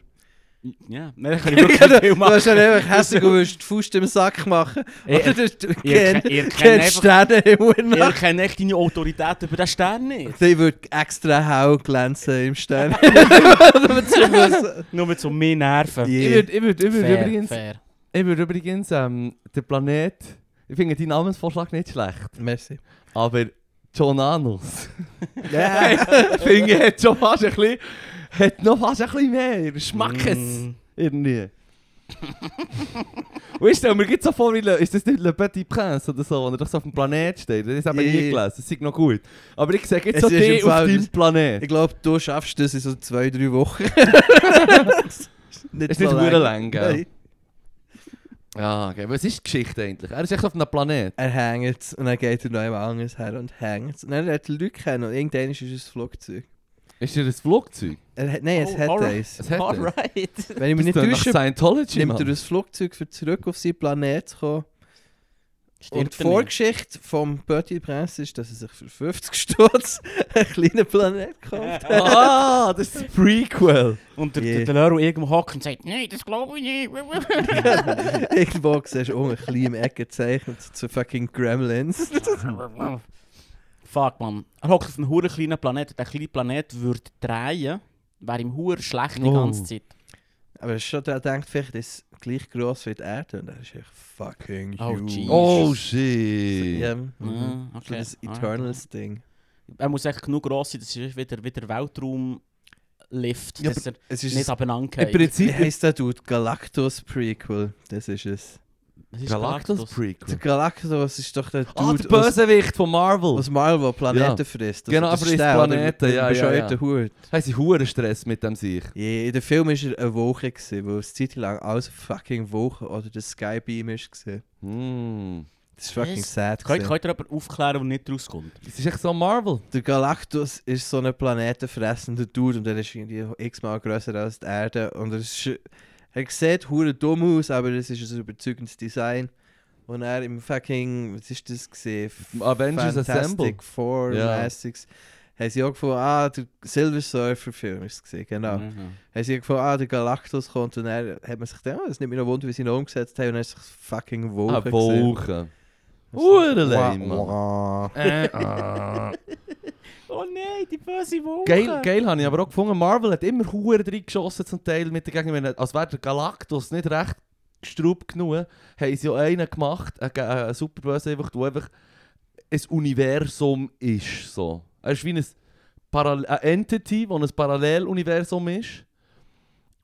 Speaker 2: Ja, nein, das kann ich wirklich nicht viel
Speaker 3: Du hast
Speaker 2: machen.
Speaker 3: dann einfach hässlich und willst die Faust im Sack machen.
Speaker 2: Ihr-
Speaker 3: Oder du
Speaker 2: Ihr
Speaker 3: kennst
Speaker 2: kennt ihr kennt
Speaker 3: kenn
Speaker 2: einfach-
Speaker 3: Sterne im
Speaker 2: ihr
Speaker 3: Nacht.
Speaker 2: kennt echt deine Autorität über den Stern nicht.
Speaker 3: Die würde extra hell glänzen im Stern. Damit sie wissen-
Speaker 2: Nur zum mehr Nerven.
Speaker 1: Ich
Speaker 3: Yeah.
Speaker 1: würde ich würd, ich würd
Speaker 2: Fair,
Speaker 1: übrigens,
Speaker 2: fair.
Speaker 1: ich würd übrigens ähm, den Planet. Ich finde deinen Namensvorschlag nicht schlecht.
Speaker 3: Merci.
Speaker 1: Aber Jonanus.
Speaker 3: Ja.
Speaker 1: finde ich, hat schon fast ein bisschen. Hat noch fast ein bisschen mehr. Schmackes.
Speaker 2: Mm.
Speaker 1: Irgendwie. Und ich stelle mir jetzt so vor, wie Le, ist das nicht Le Petit Prince oder so, wenn er doch so auf dem Planet steht? Das habe ich
Speaker 3: Ja,
Speaker 1: nie
Speaker 3: ja.
Speaker 1: gelesen, das ist noch gut. Aber ich sehe jetzt
Speaker 3: Es
Speaker 1: so
Speaker 3: ist im
Speaker 1: dich auf
Speaker 3: Fall-
Speaker 1: deinem Planet.
Speaker 3: Ich glaube, du schaffst das in so zwei, drei Wochen.
Speaker 1: Ist nicht verdammt lang, gell? Ja, okay. Was ist die Geschichte eigentlich? Er ist echt auf einem Planet.
Speaker 3: Er hängt es und dann geht er noch jemand anderes her und hängt es. Und dann hat er Leute kennen und irgendwann ist es ein Flugzeug.
Speaker 1: Ist er ein Flugzeug?
Speaker 3: Er hat, nein, es
Speaker 2: Oh,
Speaker 3: hat
Speaker 2: alright.
Speaker 3: eins.
Speaker 1: Es hat er.
Speaker 2: Alright.
Speaker 3: Wenn ich mich nicht
Speaker 1: Das ist
Speaker 3: täusche,
Speaker 1: Scientology,
Speaker 3: nimmt er
Speaker 1: Mann.
Speaker 3: ein Flugzeug, für zurück auf seinen Planet zu kommen.
Speaker 2: Stirbt
Speaker 3: Und die
Speaker 2: er nicht?
Speaker 3: Vorgeschichte vom Petit Prince ist, dass er sich für 50 Stutz einen kleinen Planet kauft.
Speaker 1: Ah, das ist das Prequel.
Speaker 2: Und der,
Speaker 3: Yeah.
Speaker 2: der, der Lero irgendwo hockt und sagt, nein, das glaube ich nicht.
Speaker 3: Irgendwo siehst du unten klein im Ecke gezeichnet zu fucking Gremlins.
Speaker 2: Fuck, man. Er hockt auf einem huren kleinen Planeten. Der kleine Planet würde drehen, wäre ihm huren schlecht die
Speaker 1: Oh.
Speaker 2: ganze Zeit.
Speaker 3: Aber es ist schon, der denkt, vielleicht ist es gleich gross wie die Erde und er ist echt fucking
Speaker 2: Oh,
Speaker 3: huge.
Speaker 2: Jesus.
Speaker 1: Oh, shit.
Speaker 3: Ja, mhm.
Speaker 2: Ah,
Speaker 3: So
Speaker 2: okay.
Speaker 3: das
Speaker 2: Alright.
Speaker 3: Eternals-Ding.
Speaker 2: Er muss echt genug gross sein, das ist wieder, wieder Weltraumlift,
Speaker 3: Ja, dus
Speaker 2: dass er
Speaker 3: Es ist
Speaker 2: nicht
Speaker 3: ein,
Speaker 2: abeinander
Speaker 1: Im
Speaker 2: fällt.
Speaker 3: wie
Speaker 1: Prinzip
Speaker 3: heisst der Dude? Galactus Prequel. Das ist es.
Speaker 2: Was ist
Speaker 1: Galactus
Speaker 2: Galactus?
Speaker 3: Der
Speaker 1: Prequel.
Speaker 3: Galactus ist doch der
Speaker 1: Ah,
Speaker 3: Dude
Speaker 1: der Bösewicht von Marvel.
Speaker 3: aus, aus Marvel, Planeten
Speaker 1: Ja.
Speaker 3: frisst. Also
Speaker 1: Genau,
Speaker 3: das
Speaker 1: frisst Planeten, ja, ja, ja.
Speaker 3: Hut.
Speaker 1: Haben sie hohen Stress mit dem sich.
Speaker 3: Je, in dem Film war er eine Woche, gewesen, weil es Zeit lang alles fucking Woche oder der Skybeam war.
Speaker 1: Hm.
Speaker 3: Das ist fucking
Speaker 2: Was?
Speaker 3: sad.
Speaker 2: Könnt
Speaker 3: gewesen.
Speaker 2: könnt ihr jemanden aufklären, der nicht rauskommt?
Speaker 1: Das ist echt so Marvel.
Speaker 3: Der Galactus ist so ein planetenfressender Dude und er ist irgendwie x-mal grösser als die Erde. Und er, ist, er sieht hure dumm aus, aber es ist ein überzeugendes dus Design. Und er im fucking, was ist das gesehen?
Speaker 1: Avengers Assemble.
Speaker 3: Four
Speaker 1: Ja.
Speaker 3: Mäßiges. Haben sie auch gefunden, ah, der Silver Surfer Film ist es gesehen, genau.
Speaker 2: Mhm.
Speaker 3: Haben sie gefunden, ah, der Galactus kommt und dann hat man sich gedacht, oh, es nimmt mich noch Wunder, wie sie ihn umgesetzt haben und dann ist es fucking Woche
Speaker 1: Eine
Speaker 3: gesehen.
Speaker 1: Woche. Hure lame, Mann.
Speaker 3: Wow.
Speaker 1: Äh, ah.
Speaker 2: Oh nein, die böse Woche!
Speaker 1: Geil, geil habe ich aber auch gefunden, Marvel hat immer Huren drin geschossen zum Teil mit der Gegenwart. Als wäre der Galactus nicht recht gestrubt genug, haben sie ja einen gemacht, einen, Ge- einen Superböse, einfach, der einfach ein Universum ist. So. Er ist wie ein Paral eine Entity, die ein Paralleluniversum ist.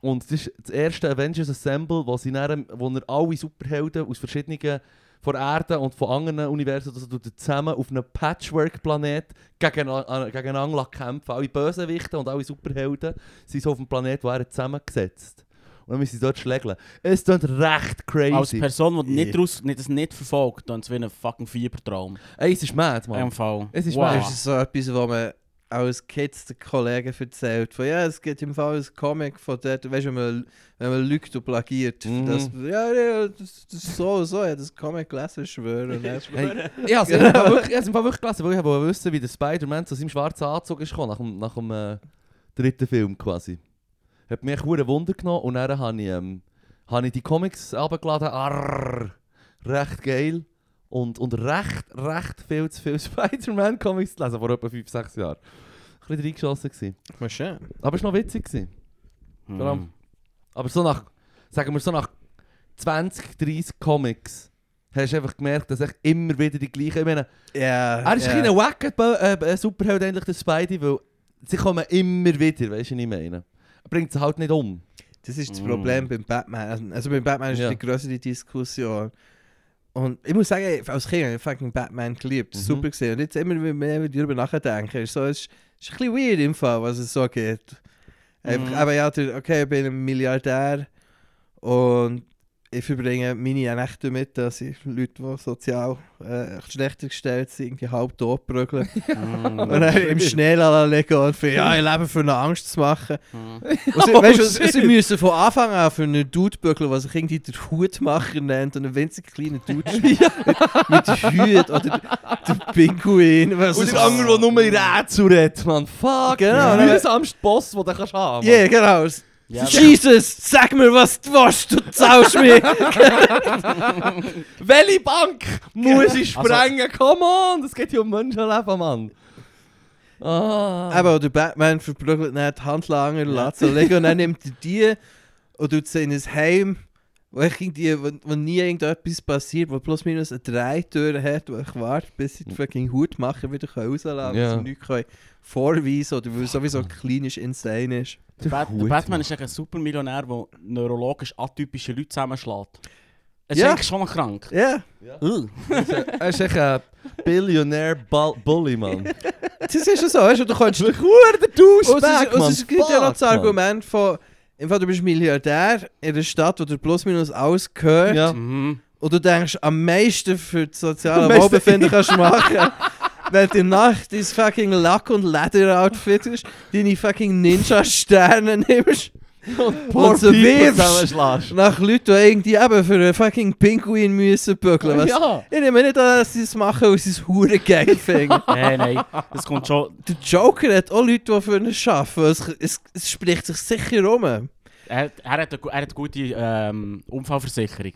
Speaker 1: Und das ist das erste Avengers Assemble, wo, sie dann, wo er alle Superhelden aus verschiedenen von der Erde und von anderen Universen also tut er zusammen auf einem Patchwork-Planet gegen, äh, gegeneinander kämpfen. Alle Bösewichte und alle Superhelden sind so auf dem Planet, wo er hat zusammengesetzt. Und dann müssen sie dort schlägeln. Es klingt recht
Speaker 2: Als
Speaker 1: crazy.
Speaker 2: Person, die nicht
Speaker 3: Ja.
Speaker 2: raus, nicht, das nicht verfolgt, dann ist es wie ein fucking Fiebertraum.
Speaker 1: Ey, es ist mad, Mann.
Speaker 2: Im Fall.
Speaker 1: Es ist
Speaker 3: Das
Speaker 1: wahr.
Speaker 3: ist so etwas, was man als Kids den Kollegen erzählt. Von, ja, es gibt im Fall ein Comic von dort, weißt du, wenn man, wenn man lügt und plagiert.
Speaker 1: Mhm.
Speaker 3: Das, ja, ja, das, das ist so, so, ja, das Comic gelesen, ich schwöre. ne? Und dann-
Speaker 1: Hey, ich habe es wirklich, ich hab's im Fall wirklich gelesen, weil ich wollte wissen, wie der Spider-Man zu seinem schwarzen Anzug ist gekommen, nach dem, nach dem äh, dritten Film quasi. Hat mich hure Wunder genommen und dann habe ich, ähm, habe ich die Comics runtergeladen. Arrrr, recht geil. Und, und recht, recht viel zu viel Spider-Man-Comics zu lesen, vor etwa 5-6 Jahren. Ein bisschen reingeschossen gewesen.
Speaker 3: Mal schön.
Speaker 1: Aber es war noch witzig. Gewesen.
Speaker 2: Mhm.
Speaker 1: Aber so nach, sagen wir so nach 20, 30 Comics, hast du einfach gemerkt, dass ich immer wieder die gleichen... Ich meine,
Speaker 3: Ja.
Speaker 1: Er Ah, ist
Speaker 3: ja.
Speaker 1: yeah. ein wacker äh, Superheld, endlich der Spidey, weil sie kommen immer wieder, weißt du, was ich meine? Er bringt sie halt nicht um.
Speaker 3: Das ist das
Speaker 2: Mm.
Speaker 3: Problem beim Batman. Also- Also beim Batman ist
Speaker 1: Ja.
Speaker 3: die größere Diskussion. Und ich muss sagen, als Kind habe ich fucking Batman geliebt.
Speaker 1: Mhm.
Speaker 3: Super gesehen. Und jetzt immer mehr wenn ich darüber nachdenken. Ist so, es ist, ist ein bisschen weird im Fall, was es so geht. Einfach,
Speaker 2: Mhm.
Speaker 3: Aber ja, der- okay, ich bin ein Milliardär und ich verbringe meine Nächte mit, dass ich Leute, die sozial äh, echt schlechter gestellt sind, irgendwie halb tot prügeln.
Speaker 2: Mhm.
Speaker 3: und dann im Schnee lassen liegen und finde, ja, ich lebe für eine Angst zu machen.
Speaker 2: Mhm.
Speaker 3: Und sie,
Speaker 1: Oh,
Speaker 3: weißt du, sie,
Speaker 1: shit.
Speaker 3: sie müssen von Anfang an für einen Dude bügeln, was ich irgendwie den Hutmacher nennt und einen winzig kleinen Dude spielt. mit Hut oder den Pinguin. Was
Speaker 1: Und
Speaker 3: es-
Speaker 1: der andere, der nur in Rätsel redet, man. Fuck,
Speaker 3: Genau,
Speaker 1: genau,
Speaker 3: ne?
Speaker 1: der mühsamste Boss, den du kannst haben
Speaker 3: Ja, genau.
Speaker 2: Ja,
Speaker 3: Jesus, sag mir, was du willst, du zahlst mir.
Speaker 1: Welche Bank muss ich
Speaker 2: Also-
Speaker 1: sprengen? Come on, das geht hier um Menschenleben, Mann. Ah.
Speaker 3: Aber der Batman verprügelt dann die Handlanger, lässt sie liegen und dann nimmt er die und tut sie in ein Heim, wo, ich irgendwie, wo, wo nie irgendetwas passiert, wo plus minus eine Dreitür hat, wo ich warte, bis sie die fucking Hutmacher wieder rauslassen können, weil
Speaker 1: Ja.
Speaker 3: sie nichts können vorweisen oder weil sowieso klinisch insane ist.
Speaker 2: Der, Bat der
Speaker 1: Hut,
Speaker 2: Batman ist eigentlich ein Supermillionär, der neurologisch atypische Leute zusammenschlägt. Es ist
Speaker 3: Ja.
Speaker 2: eigentlich schon mal krank.
Speaker 3: Ja,
Speaker 2: Ugh.
Speaker 1: er ist echt ein Billionaire Bull eh, Bully, Mann.
Speaker 3: das ist ja so, weißt du, du kannst...
Speaker 1: Wirklich, Huren, der Duschback,
Speaker 3: Und
Speaker 1: Mann.
Speaker 3: es gibt ja noch das
Speaker 1: Fuck, Mann.
Speaker 3: Argument von, im Fall, du bist Milliardär in einer Stadt, wo dir plus minus alles gehört.
Speaker 1: Ja.
Speaker 2: Mhm.
Speaker 3: Und du denkst, am meisten für das
Speaker 1: Am
Speaker 3: soziale
Speaker 1: meisten-
Speaker 3: Wohlbefinden kannst du machen. Wenn die Nacht dein fucking Lack- und Leder-Outfit ist, deine fucking Ninja-Sterne nimmst,
Speaker 1: Und
Speaker 3: Und
Speaker 1: Poor
Speaker 3: so
Speaker 1: People
Speaker 3: wirfst.
Speaker 1: zusammenschlägst.
Speaker 3: nach Leuten, die irgendwie eben für einen fucking Pinguin müssen bügeln. Was?
Speaker 1: Oh, Ja.
Speaker 3: Ich nehme nicht an, dass sie es machen, weil sie es hure geil finden.
Speaker 2: Nein, nein, das kommt schon.
Speaker 3: Der Joker hat auch Leute, die für ihn arbeiten. Es, es, es spricht sich sicher rum.
Speaker 2: Er, er, hat, eine, gu- er hat eine gute ähm, Unfallversicherung.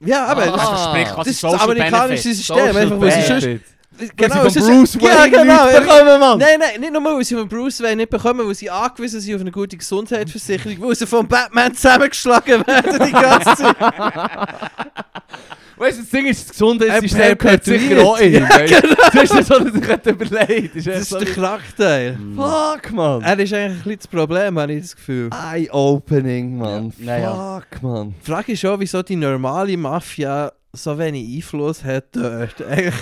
Speaker 3: Ja, aber...
Speaker 1: Ah.
Speaker 2: Also sprich, was
Speaker 3: Das ist
Speaker 2: ist
Speaker 3: das
Speaker 2: Social
Speaker 3: amerikanische
Speaker 2: Benefit?
Speaker 3: System, einfach weil sie sonst...
Speaker 1: Benefit.
Speaker 3: Genau,
Speaker 1: Weil sie
Speaker 3: es
Speaker 1: von
Speaker 3: ist-
Speaker 1: Bruce Wayne
Speaker 3: ja, genau,
Speaker 1: nichts
Speaker 3: einfach-
Speaker 1: bekommen, Mann.
Speaker 3: Nein, nein, nicht nur, weil sie von Bruce Wayne nicht bekommen, weil sie angewiesen sind auf eine gute Gesundheitsversicherung, weil sie von Batman zusammengeschlagen werden die ganze Zeit.
Speaker 1: Weißt du, das Ding ist, das Gesundheitssystem
Speaker 3: Er
Speaker 1: gehört sicher auch in. Das ist nicht so, dass ich hätte überlegt. Das ist
Speaker 3: Das
Speaker 1: echt
Speaker 3: ist
Speaker 1: so
Speaker 3: der Knackteil.
Speaker 2: Mm.
Speaker 1: Fuck, Mann.
Speaker 3: Er ist eigentlich ein bisschen das Problem, habe ich das Gefühl.
Speaker 1: Ah. Eye-opening, Mann.
Speaker 2: Ja. Naja.
Speaker 1: Fuck, Mann.
Speaker 3: Die Frage ist auch, wieso die normale Mafia so wenig Einfluss hat dort. Eigentlich,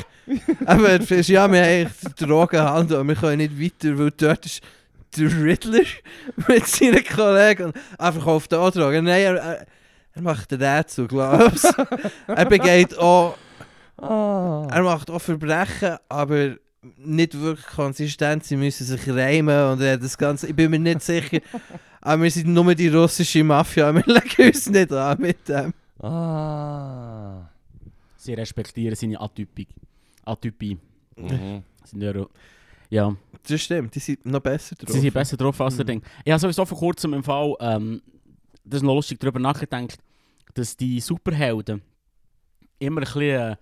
Speaker 3: aber es ist dus, ja, wir haben eigentlich die Drogenhandel und wir können nicht weiter, weil dort ist der Riddler mit seinen Kollegen und er verkauft auch Drogen. Nein, er, er, er macht den Rätsel, glaubst Er begeht auch,
Speaker 1: Ah.
Speaker 2: Ah.
Speaker 3: er macht auch Verbrechen, aber nicht wirklich konsistent. Sie müssen sich reimen und er hat das Ganze, ich bin mir nicht sicher. Aber wir sind nur die russische Mafia, wir legen uns nicht an mit dem.
Speaker 1: Ah.
Speaker 2: Sie respektieren seine Atypik. Atypie.
Speaker 1: Mhm.
Speaker 2: Sind ja, ja.
Speaker 3: Das stimmt, die sind noch besser drauf.
Speaker 2: sie sind besser drauf als der Ding. Ich habe sowieso vor kurzem im Fall, ähm, das ist noch lustig, darüber nachgedacht, dass die Superhelden immer ein bisschen äh,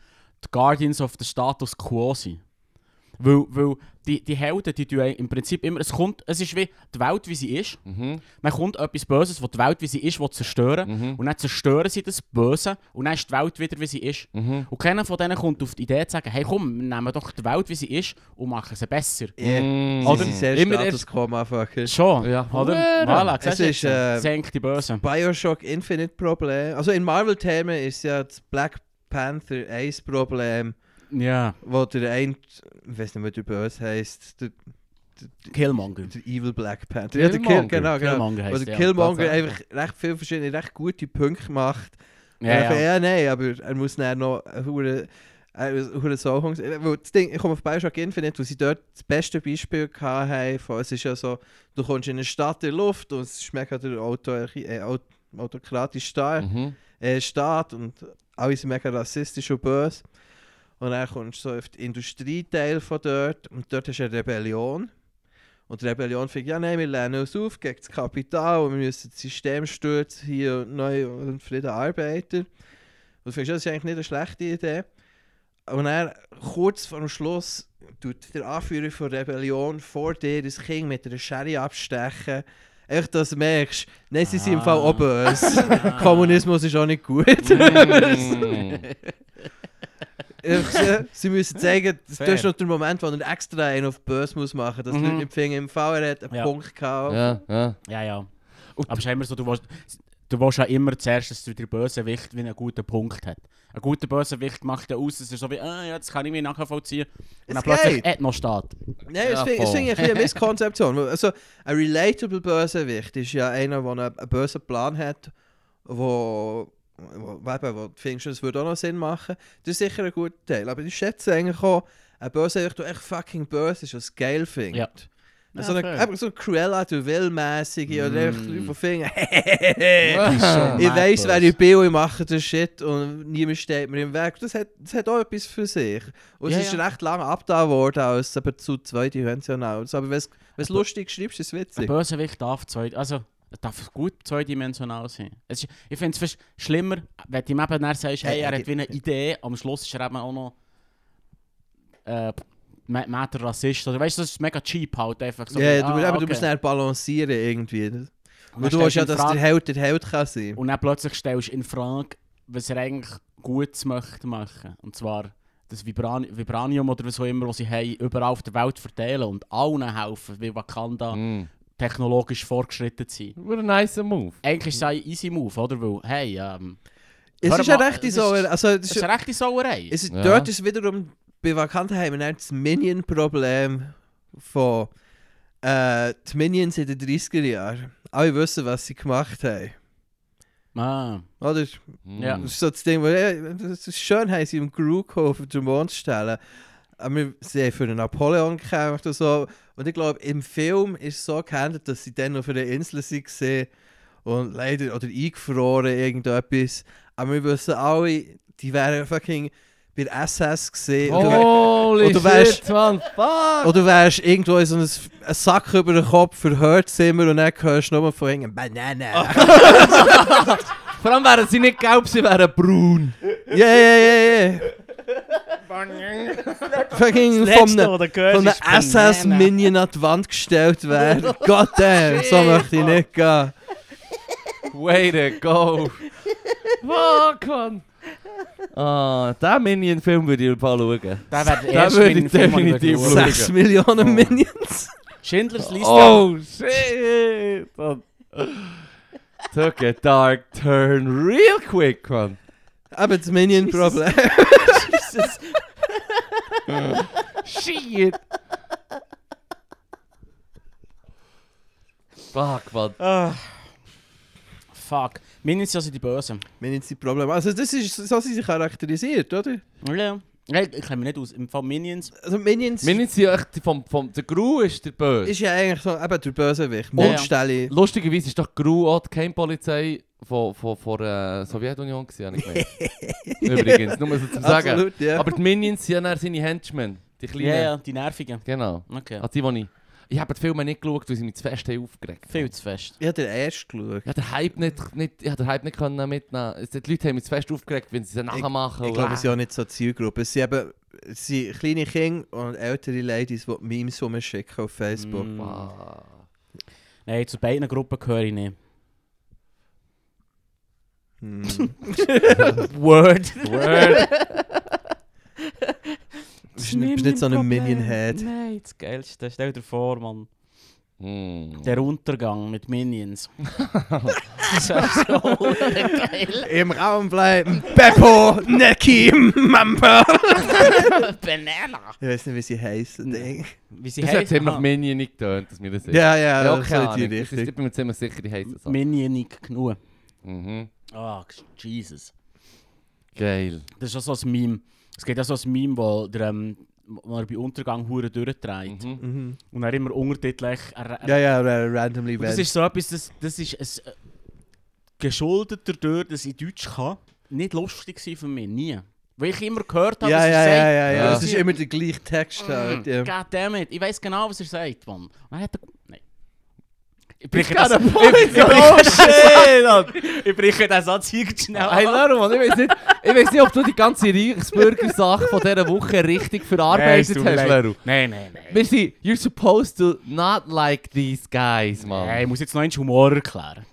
Speaker 2: die Guardians of the Status Quo sind. Weil, weil die, die Helden, die tun im Prinzip immer, es kommt, es ist wie die Welt, wie sie ist.
Speaker 1: Mhm.
Speaker 2: Dann kommt etwas Böses, das die Welt, wie sie ist, will zerstören
Speaker 1: Mhm.
Speaker 2: Und dann zerstören sie das Böse und dann ist die Welt wieder, wie sie ist.
Speaker 1: Mhm.
Speaker 2: Und keiner von denen kommt auf die Idee zu sagen, hey komm, wir nehmen doch die Welt, wie sie ist und machen sie besser.
Speaker 3: Yeah.
Speaker 1: Mhm.
Speaker 3: Sie
Speaker 2: Oder-
Speaker 3: sind sehr
Speaker 2: Mm. immer
Speaker 3: Status Quo, Motherfucker.
Speaker 2: Schon,
Speaker 1: Ja,
Speaker 2: oder?
Speaker 1: hure.
Speaker 2: Voilà,
Speaker 3: Es
Speaker 2: siehst
Speaker 3: ist,
Speaker 2: du
Speaker 3: äh,
Speaker 2: jetzt, senkt die Börse.
Speaker 3: Bioshock Infinite Problem. Also in Marvel-Themen ist ja das Black Panther 1 Problem,
Speaker 2: Ja.
Speaker 3: wo der ein, ich weiß nicht, wie der böse heisst, der,
Speaker 2: Killmonger.
Speaker 3: der Evil Black Panther. Ja, der
Speaker 1: Killmonger.
Speaker 3: Kill, genau, genau.
Speaker 2: Killmonger
Speaker 3: Wo
Speaker 2: heisst
Speaker 3: der
Speaker 2: ja,
Speaker 3: Killmonger
Speaker 2: tatsächlich.
Speaker 3: einfach recht viele verschiedene, recht gute Punkte macht.
Speaker 2: Ja,
Speaker 3: Ja,
Speaker 2: ja.
Speaker 3: ja, nein, aber er muss dann noch hure äh, hure Sauhungs... Weil das Ding, ich komme auf Bioshock Infinite, wo sie dort das beste Beispiel gehabt haben, von, es ist ja so, du kommst in eine Stadt in die Luft und es schmeckt der Auto, äh, aut- autokratische Staat,
Speaker 1: Mhm.
Speaker 3: äh, Staat und alle sind mega rassistisch und böse. Und dann kommst du so auf den Industrieteil von dort und dort ist eine Rebellion. Und die Rebellion fängt, ja nein, wir lernen uns auf gegen das Kapital und wir müssen das System stürzen, hier und neu und Frieden Arbeiter. Und du findest, ja, das ist eigentlich nicht eine schlechte Idee. Und dann, kurz vor dem Schluss, tut der Anführer von der Rebellion vor dir das Kind mit einer Schere abstechen. Echt, dass du merkst, nein, sie sind im
Speaker 2: Ah.
Speaker 3: Fall auch böse. Kommunismus ist auch nicht gut.
Speaker 1: Mhm.
Speaker 3: Äh, sie, sie müssen zeigen, das
Speaker 1: Fair.
Speaker 3: ist noch der Moment, wo er extra einen auf böse muss machen, dass
Speaker 2: Mhm.
Speaker 3: die Leute nicht finden, im Fall er hat einen
Speaker 2: Ja.
Speaker 3: Punkt gehabt.
Speaker 1: ja, ja.
Speaker 2: ja, ja. Aber es ist immer so, du willst, du willst ja immer zuerst, dass du der Bösewicht wie einen guten Punkt hat. Ein guter Bösewicht macht ja aus, es ist so wie, ah, ja, das kann ich mir nachvollziehen. Und dann
Speaker 3: Es
Speaker 2: plötzlich
Speaker 3: geht.
Speaker 2: Ethno steht.
Speaker 3: Nein, das
Speaker 1: Ja,
Speaker 3: finde ich
Speaker 1: voll.
Speaker 3: ein bisschen eine Misskonzeption. weil, Also, ein relatable Bösewicht ist ja einer, der einen, einen bösen Plan hat, wo, wo, wo, eben, wo du findest, das würde auch noch Sinn machen. Das ist sicher ein guter Teil. Aber ich schätze eigentlich auch, ein Bösewicht, der echt fucking böse ist, was es geil findet.
Speaker 2: Ja.
Speaker 3: So eine,
Speaker 2: fair.
Speaker 3: eben so eine Cruella de Vil-mässige, oder einfach Leute, die finden,
Speaker 2: schon-
Speaker 1: Ja.
Speaker 3: Äh, Ich
Speaker 2: Mad
Speaker 3: weiß,
Speaker 2: Bros.
Speaker 3: wer ich bin und ich mache den Shit und niemand steht mir im Weg. Das hat, das hat auch etwas für sich. Und
Speaker 2: Ja,
Speaker 3: es ist
Speaker 2: ja.
Speaker 3: recht lange abgetan worden als aber zu zweidimensional. Also, aber wenn es- wenn es lustig schreibst, ist es
Speaker 2: Ein
Speaker 3: witzig.
Speaker 2: Bösewicht darf zwei, also es darf gut zweidimensional sein. Es ist, ich finde es fast schlimmer, wenn du ihm eben dann sagst,
Speaker 3: Äh,
Speaker 2: hey, er hat wie eine Idee, am Schluss ist er eben auch noch äh, mehr der Rassist. Oder weißt du, das ist mega cheap halt einfach.
Speaker 3: Ja,
Speaker 2: So
Speaker 3: yeah,
Speaker 2: wie,
Speaker 3: du,
Speaker 2: ah,
Speaker 3: aber
Speaker 2: okay.
Speaker 3: du musst dann balancieren irgendwie. Und
Speaker 2: Und dann
Speaker 3: du willst
Speaker 2: stellst
Speaker 3: ja,
Speaker 2: in
Speaker 3: dass
Speaker 2: Frage-
Speaker 3: der Held der Held kann sein.
Speaker 2: Und dann plötzlich stellst du in Frage, was er eigentlich Gutes möchte machen. Und zwar das Vibran Vibranium oder was auch immer, was sie haben, überall auf der Welt verteilen und allen helfen, weil Wakanda
Speaker 1: Mhm.
Speaker 2: technologisch fortgeschritten sind.
Speaker 1: What a nice move.
Speaker 2: Eigentlich ist es ein easy Move, oder? Weil, hey, ähm,
Speaker 3: Es
Speaker 2: Hör
Speaker 3: ist ja
Speaker 2: mal,
Speaker 3: recht
Speaker 2: es
Speaker 3: so.
Speaker 2: ist-
Speaker 3: Also, es
Speaker 2: das
Speaker 3: ist,
Speaker 2: ist eine rechte Sauerei.
Speaker 3: es ist,
Speaker 1: Ja.
Speaker 3: Dort ist wiederum bei Vakantheim das Minion-Problem von äh, die Minions in den 30er Jahren. Alle wissen, was sie gemacht haben.
Speaker 2: Ah,
Speaker 3: Oder?
Speaker 2: Ja.
Speaker 1: Mhm.
Speaker 3: Das ist so das Ding, weil äh, das ist schön, haben sie im Gru auf den Mond zu stellen. Aber wir- sie haben für den Napoleon gekämpft und so. Und ich glaube, im Film ist es so gehandelt, dass sie dann auf einer Insel waren und leider oder eingefroren irgendetwas. Aber wir wissen alle, die wären fucking bei der SS gesehen.
Speaker 1: Oh. Holy
Speaker 3: Und du weißt-
Speaker 1: shit, man. Fuck.
Speaker 3: Oder du wärst irgendwo in so einem einen Sack über den Kopf verhört Zimmer und dann hörst du nur von irgendeinem Banane.
Speaker 1: Vor allem wären sie nicht gelb, sie wären braun.
Speaker 3: Ja, ja, ja, ja. Fucking vom ne-
Speaker 2: oder
Speaker 3: von einem SS-Minion an die Wand gestellt werden. God damn, so möchte ich nicht gehen.
Speaker 1: Way to go. Fuck, man. Ah, diesen Minion-Film würde ich mal schauen.
Speaker 2: Der wäre der
Speaker 1: Da
Speaker 2: erste
Speaker 1: würde ich
Speaker 2: Minion-Film, den ich
Speaker 1: definitiv
Speaker 2: würde schauen.
Speaker 1: schauen.
Speaker 3: Sechs Millionen Minions.
Speaker 2: Schindlers Liste.
Speaker 1: Oh shit! Took a dark turn real quick, man.
Speaker 3: Eben das Minion-Problem.
Speaker 2: Jesus.
Speaker 1: Shit! Fuck, man.
Speaker 2: Ah. Fuck. Minions sind die Bösen.
Speaker 3: Minions sind Problem. Also das ist, so sind sie charakterisiert, oder?
Speaker 2: Ja. Nein, ich kenne mich nicht aus. Im Fall Minions.
Speaker 3: Also Minions
Speaker 1: Wir sind ja echt vom, vom, der Gru ist der Böse.
Speaker 3: ist ja eigentlich so eben der Bösewicht.
Speaker 2: Ja, ja.
Speaker 3: Mundstelle.
Speaker 1: Lustigerweise ist doch Gru auch die Keimpolizei von, von, von der Sowjetunion gewesen, habe ich gemeint. Übrigens, nur so zum Sagen.
Speaker 3: Absolut, ja.
Speaker 1: Aber die Minions sind ja dann seine Henchmen. Die
Speaker 2: Ja,
Speaker 1: kleinen.
Speaker 2: ja, die Nervigen.
Speaker 1: Genau.
Speaker 2: Okay.
Speaker 1: Also die, die ich... Ich habe die Filme nicht geschaut, weil sie mich zu fest haben aufgeregt
Speaker 2: Viel zu fest.
Speaker 3: ich habe den ersten geschaut.
Speaker 1: Ich habe den Hype nicht, nicht, ich habe den Hype nicht können mitnehmen Es- Die Leute haben mich zu fest aufgeregt, wenn sie es nachmachen.
Speaker 3: Ich glaube, es ist auch nicht so die Zielgruppe. Es sind eben es sind kleine Kinder und ältere Ladies, die Memes rumschicken auf Facebook.
Speaker 2: Mm.
Speaker 1: Ah.
Speaker 2: Nein, zu beiden Gruppen gehöre ich nicht.
Speaker 3: Hm.
Speaker 2: Word.
Speaker 1: Word.
Speaker 3: Bist nicht- bist nicht so ein Minion-Head.
Speaker 2: Nein, das Geilste. Stell dir vor, Mann.
Speaker 1: Mm.
Speaker 2: Der Untergang mit Minions. das ist so geil.
Speaker 3: Im Raum bleiben. Beppo, Neki, Mamba.
Speaker 2: Banana.
Speaker 3: Ich weiß nicht, wie sie heißen.
Speaker 2: Nee. Wie sie
Speaker 1: Das hat
Speaker 2: heissen?
Speaker 1: ziemlich
Speaker 2: Ah,
Speaker 1: Minion nicht getönt, dass mir das ist.
Speaker 3: Ja, ja, ja
Speaker 1: keine
Speaker 3: so in die
Speaker 1: Ahnung. Das ist-
Speaker 3: Richtung.
Speaker 1: Ich bin mir ziemlich sicher, die heißen so.
Speaker 2: Minionig genug.
Speaker 1: Mhm.
Speaker 2: Ah, Jesus.
Speaker 1: Geil.
Speaker 2: Das ist auch so ein Meme. Es gibt auch so ein Meme, wo, der, ähm, wo er bei Untergang Huren durchdreht.
Speaker 1: Mhm.
Speaker 3: Mhm.
Speaker 2: Und er immer Untertitel. echt- Er, er,
Speaker 3: Ja, ja, ra- randomly
Speaker 2: Und das
Speaker 3: random.
Speaker 2: ist so etwas, das, das ist ein, äh, geschuldet dadurch, dass ich Deutsch kann, nicht lustig war für mich, nie. Weil ich immer gehört habe,
Speaker 3: Ja,
Speaker 2: was
Speaker 3: ja,
Speaker 2: er
Speaker 3: ja,
Speaker 2: sagt.
Speaker 3: ja, dus ja. Mm.
Speaker 1: Ja.
Speaker 3: Es ist immer der gleiche Text halt. Ja.
Speaker 2: Hmm. God damn it, ich weiß genau, was er sagt, Mann. Und er hat... Nein. Ich breche
Speaker 1: got
Speaker 2: das...
Speaker 1: a
Speaker 2: Ich, ich,
Speaker 1: point.
Speaker 2: breche den Satz- ich breche den Satz hier schnell
Speaker 1: Hey,
Speaker 2: ab.
Speaker 1: Laro, Mann, ich weiß nicht, ich weiss nicht, ob du die ganze Reichsbürgersache von dieser Woche richtig verarbeitet
Speaker 2: Nein, es tut mir
Speaker 1: hast,
Speaker 2: leid.
Speaker 1: Laro.
Speaker 2: Nein, nein, nein.
Speaker 1: Wir sind, you're supposed to not like these guys, Mann.
Speaker 2: Nein, ich muss jetzt noch einen Humor erklären.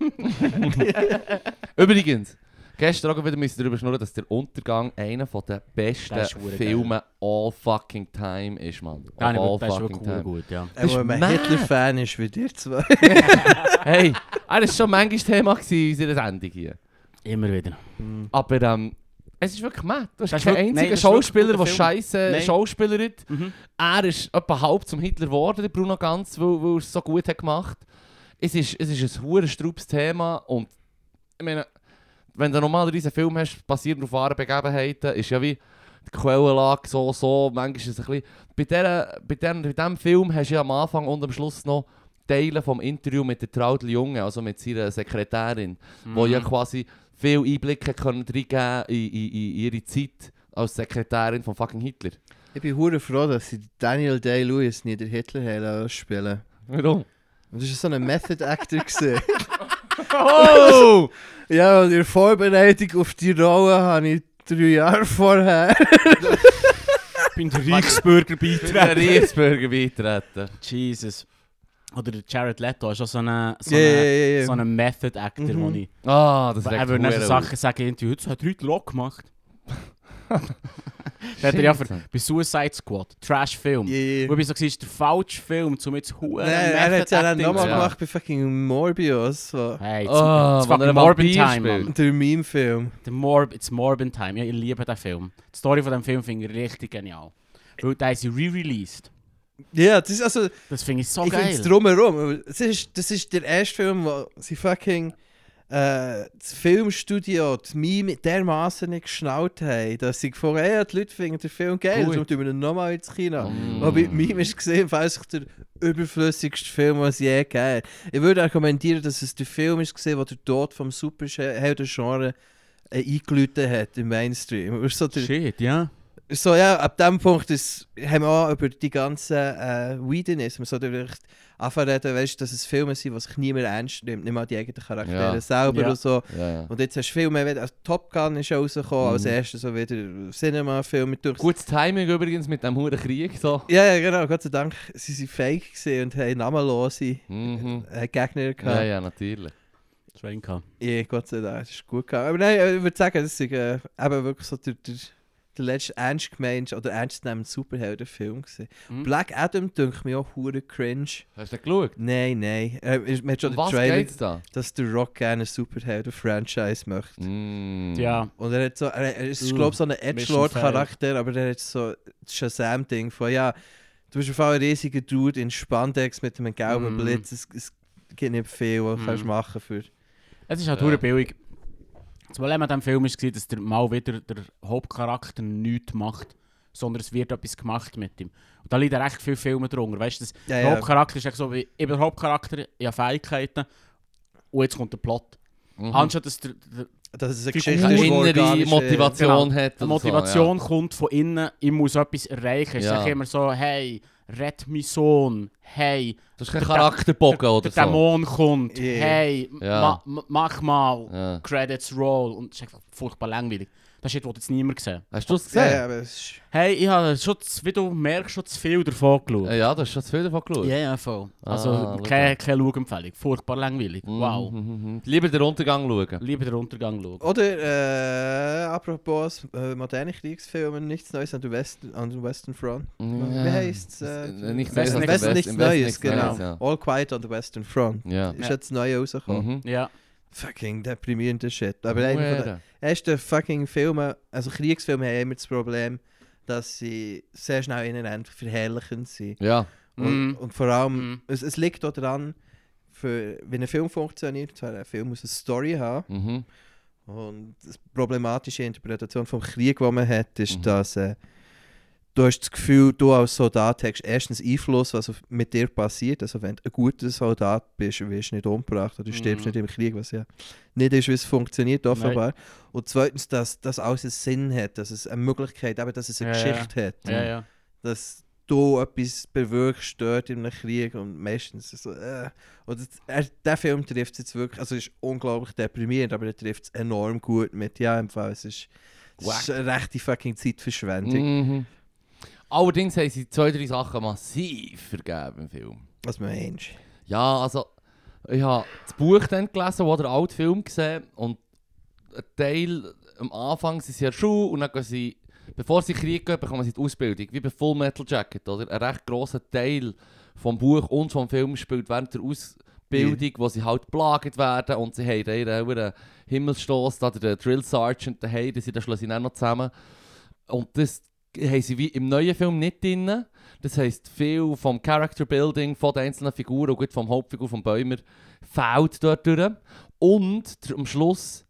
Speaker 1: Übrigens, gestern Abend wieder müssen wir darüber schnurren, dass der Untergang einer von der besten
Speaker 2: Das ist verdammt
Speaker 1: Filme all fucking time ist, Mann. Of
Speaker 2: Nein,
Speaker 1: all
Speaker 2: aber das ist
Speaker 1: fucking
Speaker 2: wirklich cool, gut, ja.
Speaker 1: Das ist
Speaker 3: Aber wenn man
Speaker 1: mad.
Speaker 3: Hitler-Fan ist wie dir zwei.
Speaker 1: Hey, er war schon manchmal Thema gewesen in unserer Sendung hier.
Speaker 2: Immer wieder.
Speaker 1: Aber ähm, es ist wirklich mad. Du hast
Speaker 2: Mhm. Das ist
Speaker 1: keinen
Speaker 2: wirklich- nein,
Speaker 1: einzigen
Speaker 2: das ist wirklich
Speaker 1: Schauspieler,
Speaker 2: guter
Speaker 1: der
Speaker 2: Film.
Speaker 1: scheiße
Speaker 2: Nein.
Speaker 1: Schauspieler ist.
Speaker 2: Mhm.
Speaker 1: Er ist etwa halb zum Hitler geworden, der Bruno Ganz, weil, weil er es so gut hat gemacht es ist, es ist ein hohes straubes Thema und ich meine, wenn du normalerweise einen Film hast, basierend auf wahren Begebenheiten, ist ja wie die Quellenlage so, so, manchmal ist es ein bisschen... Bei, dieser, bei, dieser, bei diesem Film hast du ja am Anfang und am Schluss noch Teile vom Interview mit der Traudl Junge, also mit seiner Sekretärin, wo
Speaker 2: Mhm.
Speaker 1: ja quasi viel Einblicke können reingeben in, in, in ihre Zeit als Sekretärin von fucking Hitler.
Speaker 3: Ich bin hure froh, dass sie Daniel Day-Lewis nie den Hitler haben lassen spielen.
Speaker 1: Warum?
Speaker 3: Und das war so ein Method-Actor. gewesen.
Speaker 1: Oh!
Speaker 3: ja, und in der Vorbereitung auf die Rolle habe ich drei Jahre vorher.
Speaker 2: Ich bin der Reichsbürger
Speaker 1: Ich bin ein Reichsbürger beitreten.
Speaker 2: Jesus. Oder der Jared Leto eh, ist auch so ein so
Speaker 3: Ja, ja, ja, ja.
Speaker 2: so ein Method Actor,
Speaker 3: Mhm.
Speaker 2: wo ich.
Speaker 1: Ah, das
Speaker 2: Er
Speaker 1: regt
Speaker 2: würde dann
Speaker 1: verdammt
Speaker 2: so Sachen sagen, irgendwie, heute hat Leute Lock gemacht.
Speaker 1: auf.
Speaker 2: Das hat er ja für,
Speaker 1: Scheisse.
Speaker 2: bei Suicide Squad, Trash-Film.
Speaker 3: Ja, ja.
Speaker 2: Wo ich so war, ist der falsche Film, um jetzt Huren.
Speaker 3: Nein, er hat es ja dann nochmal
Speaker 1: Ja.
Speaker 3: gemacht Oh, bei fucking Morbius. So.
Speaker 2: Hey, it's,
Speaker 1: Ah,
Speaker 2: it's
Speaker 1: wenn er
Speaker 2: fucking
Speaker 1: einen
Speaker 2: Morbin
Speaker 1: Vampir
Speaker 2: Time,
Speaker 1: spielt.
Speaker 2: Mann.
Speaker 3: Der Meme-Film.
Speaker 2: Der Morb, it's Morbin Time. Ja, ich liebe den Film. Die Story von dem Film finde ich richtig genial. Weil der ist re-released.
Speaker 3: Ja, das ist also.
Speaker 2: Das finde ich so
Speaker 3: ich finde
Speaker 2: geil.
Speaker 3: es drumherum. Das ist, das ist der erste Film, wo sie fucking äh, das Filmstudio, die Meme dermaßen nicht geschnallt haben, dass sie gefunden haben, ja, die Leute finden den Film geil,
Speaker 1: Gut.
Speaker 3: darum tun wir ihn nochmal ins Kino.
Speaker 1: Mm.
Speaker 3: Wobei die Meme ist gesehen, falls ich der überflüssigste Film, was je gegeben hat. Ich würde argumentieren, dass es der Film ist gesehen, der den Tod vom Superhelden-Genre äh, eingeläutet hat im Mainstream. Es ist So, der,
Speaker 2: Shit, ja.
Speaker 3: so ja, ab dem Punkt ist, haben wir auch über die ganzen äh, Weidenismen so durch anfangen reden, weißt, dass es Filme sind, die sich niemand ernst nimmt, nicht mal die eigenen Charaktere
Speaker 1: Ja.
Speaker 3: selber
Speaker 2: Ja.
Speaker 3: und so.
Speaker 1: Ja, ja.
Speaker 3: Und jetzt hast du viel mehr, also Top Gun ist ja rausgekommen, als
Speaker 1: Mhm.
Speaker 3: erster so wieder Cinema-Film mit durch.
Speaker 1: Gutes Timing übrigens mit dem Huren Krieg. So.
Speaker 3: Ja, ja, genau, Gott sei Dank, sie sind fake gewesen und haben namenlose
Speaker 1: Mhm.
Speaker 3: äh, Gegner gehabt.
Speaker 1: Ja, ja, natürlich.
Speaker 2: Das war ein
Speaker 3: äh, Ja, Gott sei Dank, das ist gut gegangen. Aber nein, ich würde sagen, das ist äh, eben wirklich so der, der, der letzte ernst gemeinte oder ernst nehmende Superheldenfilm. gewesen.
Speaker 2: Mhm.
Speaker 3: Black Adam dünkt mir auch hure cringe.
Speaker 1: Hast du den geschaut?
Speaker 3: Nein, nein. Äh, ist- man hat schon
Speaker 1: Um
Speaker 3: den
Speaker 1: was
Speaker 3: Trailer,
Speaker 1: geht's da?
Speaker 3: dass der Rock gerne ein Superhelden-Franchise möchte.
Speaker 1: Mm.
Speaker 2: Ja.
Speaker 3: Und er hat so, er, er ist,
Speaker 2: Uh,
Speaker 3: glaube ich, so ein Edgelord-Charakter, aber er hat so das Shazam-Ding von, ja, du bist auf einmal ein riesiger Dude in Spandex mit einem gelben
Speaker 2: Mm.
Speaker 3: Blitz, es, es gibt nicht viel, was du
Speaker 2: Mm.
Speaker 3: kannst machen für...
Speaker 2: Es ist halt
Speaker 1: Ja.
Speaker 2: ja. billig. Das Problem an diesem Film war, dass der mal wieder der Hauptcharakter nichts macht, sondern es wird etwas gemacht mit ihm. Und da liegen recht viele Filme drunter. Weißt du, das-
Speaker 3: Ja,
Speaker 1: Äh,
Speaker 2: der
Speaker 3: ja.
Speaker 2: Hauptcharakter ist echt so wie, ich bin der Hauptcharakter, ich habe Fähigkeiten und jetzt kommt der Plot.
Speaker 1: Mhm.
Speaker 2: Anstatt dass der, der,
Speaker 3: Das ist eine
Speaker 2: Die
Speaker 3: Geschichte,
Speaker 1: Eine
Speaker 3: die
Speaker 1: innere
Speaker 3: organisch eh, ist.
Speaker 1: Motivation hat.
Speaker 2: die
Speaker 1: oder so,
Speaker 2: Motivation kommt von innen, ich muss etwas erreichen. Es ist
Speaker 1: Ja.
Speaker 2: echt immer so, hey, rett meinen Sohn, hey,
Speaker 1: ja. Das ist kein
Speaker 2: Der-
Speaker 1: Charakterbogen
Speaker 2: der,
Speaker 1: oder
Speaker 2: der
Speaker 1: so.
Speaker 2: Dämon kommt,
Speaker 3: Ja.
Speaker 2: hey, m-
Speaker 1: Ja.
Speaker 2: ma, ma- mach mal.
Speaker 1: Ja.
Speaker 2: Credits Roll und es ist einfach furchtbar langweilig. Das Shit, was jetzt niemand gesehen.
Speaker 1: Hast du das
Speaker 3: Ja,
Speaker 1: gesehen?
Speaker 3: ja, aber es ist...
Speaker 2: Hey, ich habe schon, zu- wie du merkst, schon zu viel davon
Speaker 1: Ja,
Speaker 2: geschaut.
Speaker 1: ja das ist schon zu viel davon
Speaker 2: Ja,
Speaker 1: geschaut.
Speaker 2: ja, voll. Also,
Speaker 1: Äh, Ah,
Speaker 2: keine, keine Schauempfehlung. Furchtbar langweilig.
Speaker 1: Mhm,
Speaker 2: Wow.
Speaker 1: mhm, mhm. Lieber den Untergang schauen.
Speaker 2: Lieber den Untergang schauen.
Speaker 3: Oder, äh, apropos äh, moderne Kriegsfilme, nichts Neues an der Western, an der Western Front. Wie heisst's? Äh,
Speaker 1: Äh, nichts
Speaker 2: Westen-
Speaker 1: Neues,
Speaker 2: Westen
Speaker 1: im
Speaker 3: nichts
Speaker 1: im
Speaker 3: Neues,
Speaker 1: nichts
Speaker 3: genau.
Speaker 1: Neues,
Speaker 3: All Quiet on the Western Front.
Speaker 1: Ja.
Speaker 3: Ist
Speaker 2: Ja.
Speaker 3: jetzt neu rausgekommen.
Speaker 1: Mhm.
Speaker 2: Ja.
Speaker 3: Fucking deprimierender Shit. Aber einer von den
Speaker 1: Huere.
Speaker 3: ersten fucking Filmen, also Kriegsfilme haben immer das Problem, dass sie sehr schnell ineinander verherrlichend sind.
Speaker 1: Ja.
Speaker 3: Und,
Speaker 2: Mm.
Speaker 3: und vor allem,
Speaker 2: Mm.
Speaker 3: es, es liegt auch daran, für, wenn ein Film funktioniert, zwar ein Film muss eine Story haben.
Speaker 1: Mhm.
Speaker 3: Und die problematische Interpretation vom Krieg, die man hat, ist,
Speaker 1: Mhm.
Speaker 3: dass äh, du hast das Gefühl, du als Soldat hast erstens Einfluss, was auf- mit dir passiert. Also wenn du ein guter Soldat bist, wirst du nicht umgebracht oder du stirbst
Speaker 2: Mhm.
Speaker 3: nicht im Krieg, was ja nicht ist, wie es funktioniert offenbar. Und zweitens, dass das alles einen Sinn hat, dass es eine Möglichkeit, aber dass es eine
Speaker 2: Ja, ja.
Speaker 3: Geschichte hat.
Speaker 2: Ja, ja.
Speaker 3: Dass du etwas bewirkst dort in einem Krieg und meistens so, äh. Und das- er, der Film trifft es jetzt wirklich, also es ist unglaublich deprimierend, aber er trifft es enorm gut mit, ja, im Fall, es ist, es ist eine rechte fucking Zeitverschwendung.
Speaker 1: Mhm. Allerdings haben sie zwei, drei Sachen massiv vergeben im Film.
Speaker 3: Was meinst
Speaker 1: Ja, also ich habe das Buch dann gelesen, wo der alte Film gesehen und ein Teil am Anfang sind sie in der Schule und dann gehen sie, bevor sie in den Krieg gehen, bekommen sie die Ausbildung, wie bei Full Metal Jacket, oder? Ein recht grosser Teil vom Buch und vom Film spielt während der Ausbildung, wo sie halt plagt werden und sie haben dann auch einen Himmelsstoß, da der Drill Sergeant daheim, die sind dann schließlich auch noch zusammen. Und das haben sie wie im neuen Film nicht drin. Das heisst, viel vom Character Building von den einzelnen Figuren und gut vom Hauptfigur von Bäumer fehlt dort durch. Und dr- am Schluss,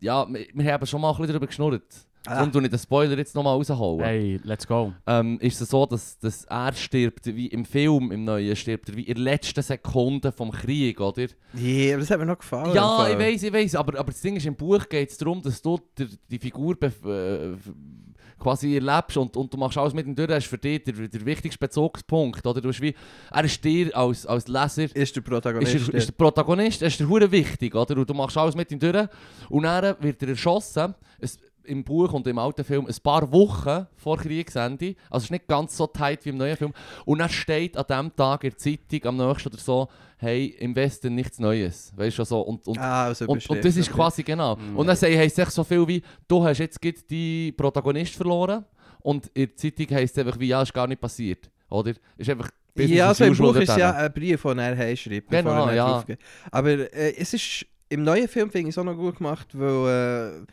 Speaker 1: ja, wir, wir haben schon mal ein bisschen darüber geschnurrt.
Speaker 3: Ah.
Speaker 1: Darum tue ich den Spoiler jetzt nochmal rausholen.
Speaker 2: Hey, let's go.
Speaker 1: Ähm, ist es so, dass, dass er stirbt, wie im Film, im neuen stirbt er, wie in der letzten Sekunde vom Krieg, oder?
Speaker 3: du? Ja, aber das hat mir noch gefallen. im
Speaker 1: Ja,
Speaker 3: Fall.
Speaker 1: ich weiß, ich weiß, aber, aber das Ding ist, im Buch geht es darum, dass du der, die Figur bef- äh, f- quasi erlebst und, und du machst alles mit ihm durch, das ist für dich der, der wichtigste Bezugspunkt, oder? Du bist wie, er ist dir als, als Leser,
Speaker 3: Ist der Protagonist.
Speaker 1: ist, er, ist
Speaker 3: dort.
Speaker 1: der Protagonist, er ist der Hure wichtig, oder? Und du machst alles mit ihm durch und dann wird er erschossen, es, im Buch und im alten Film, ein paar Wochen vor Kriegsende, also es ist nicht ganz so tight wie im neuen Film, und dann steht an dem Tag in der Zeitung, am nächsten oder so, hey, im Westen nichts Neues, weißt du, so, und, und
Speaker 3: ah, also
Speaker 1: und, und das ist quasi genau.
Speaker 3: Mhm.
Speaker 1: Und dann sagen- heisst es echt so viel wie, du hast jetzt gerade deinen Protagonist verloren und in der Zeitung heisst es einfach wie, ja, ist gar nicht passiert. Oder? Ist einfach Business
Speaker 3: Ja,
Speaker 1: as
Speaker 3: also im
Speaker 1: usual
Speaker 3: Buch ist
Speaker 1: dort
Speaker 3: ja
Speaker 1: hin.
Speaker 3: ein Brief, den er heimschreibt.
Speaker 1: Genau,
Speaker 3: bevor er
Speaker 1: ja.
Speaker 3: draufgeht. Aber äh, es ist im neuen Film finde ich es auch noch gut gemacht, weil äh,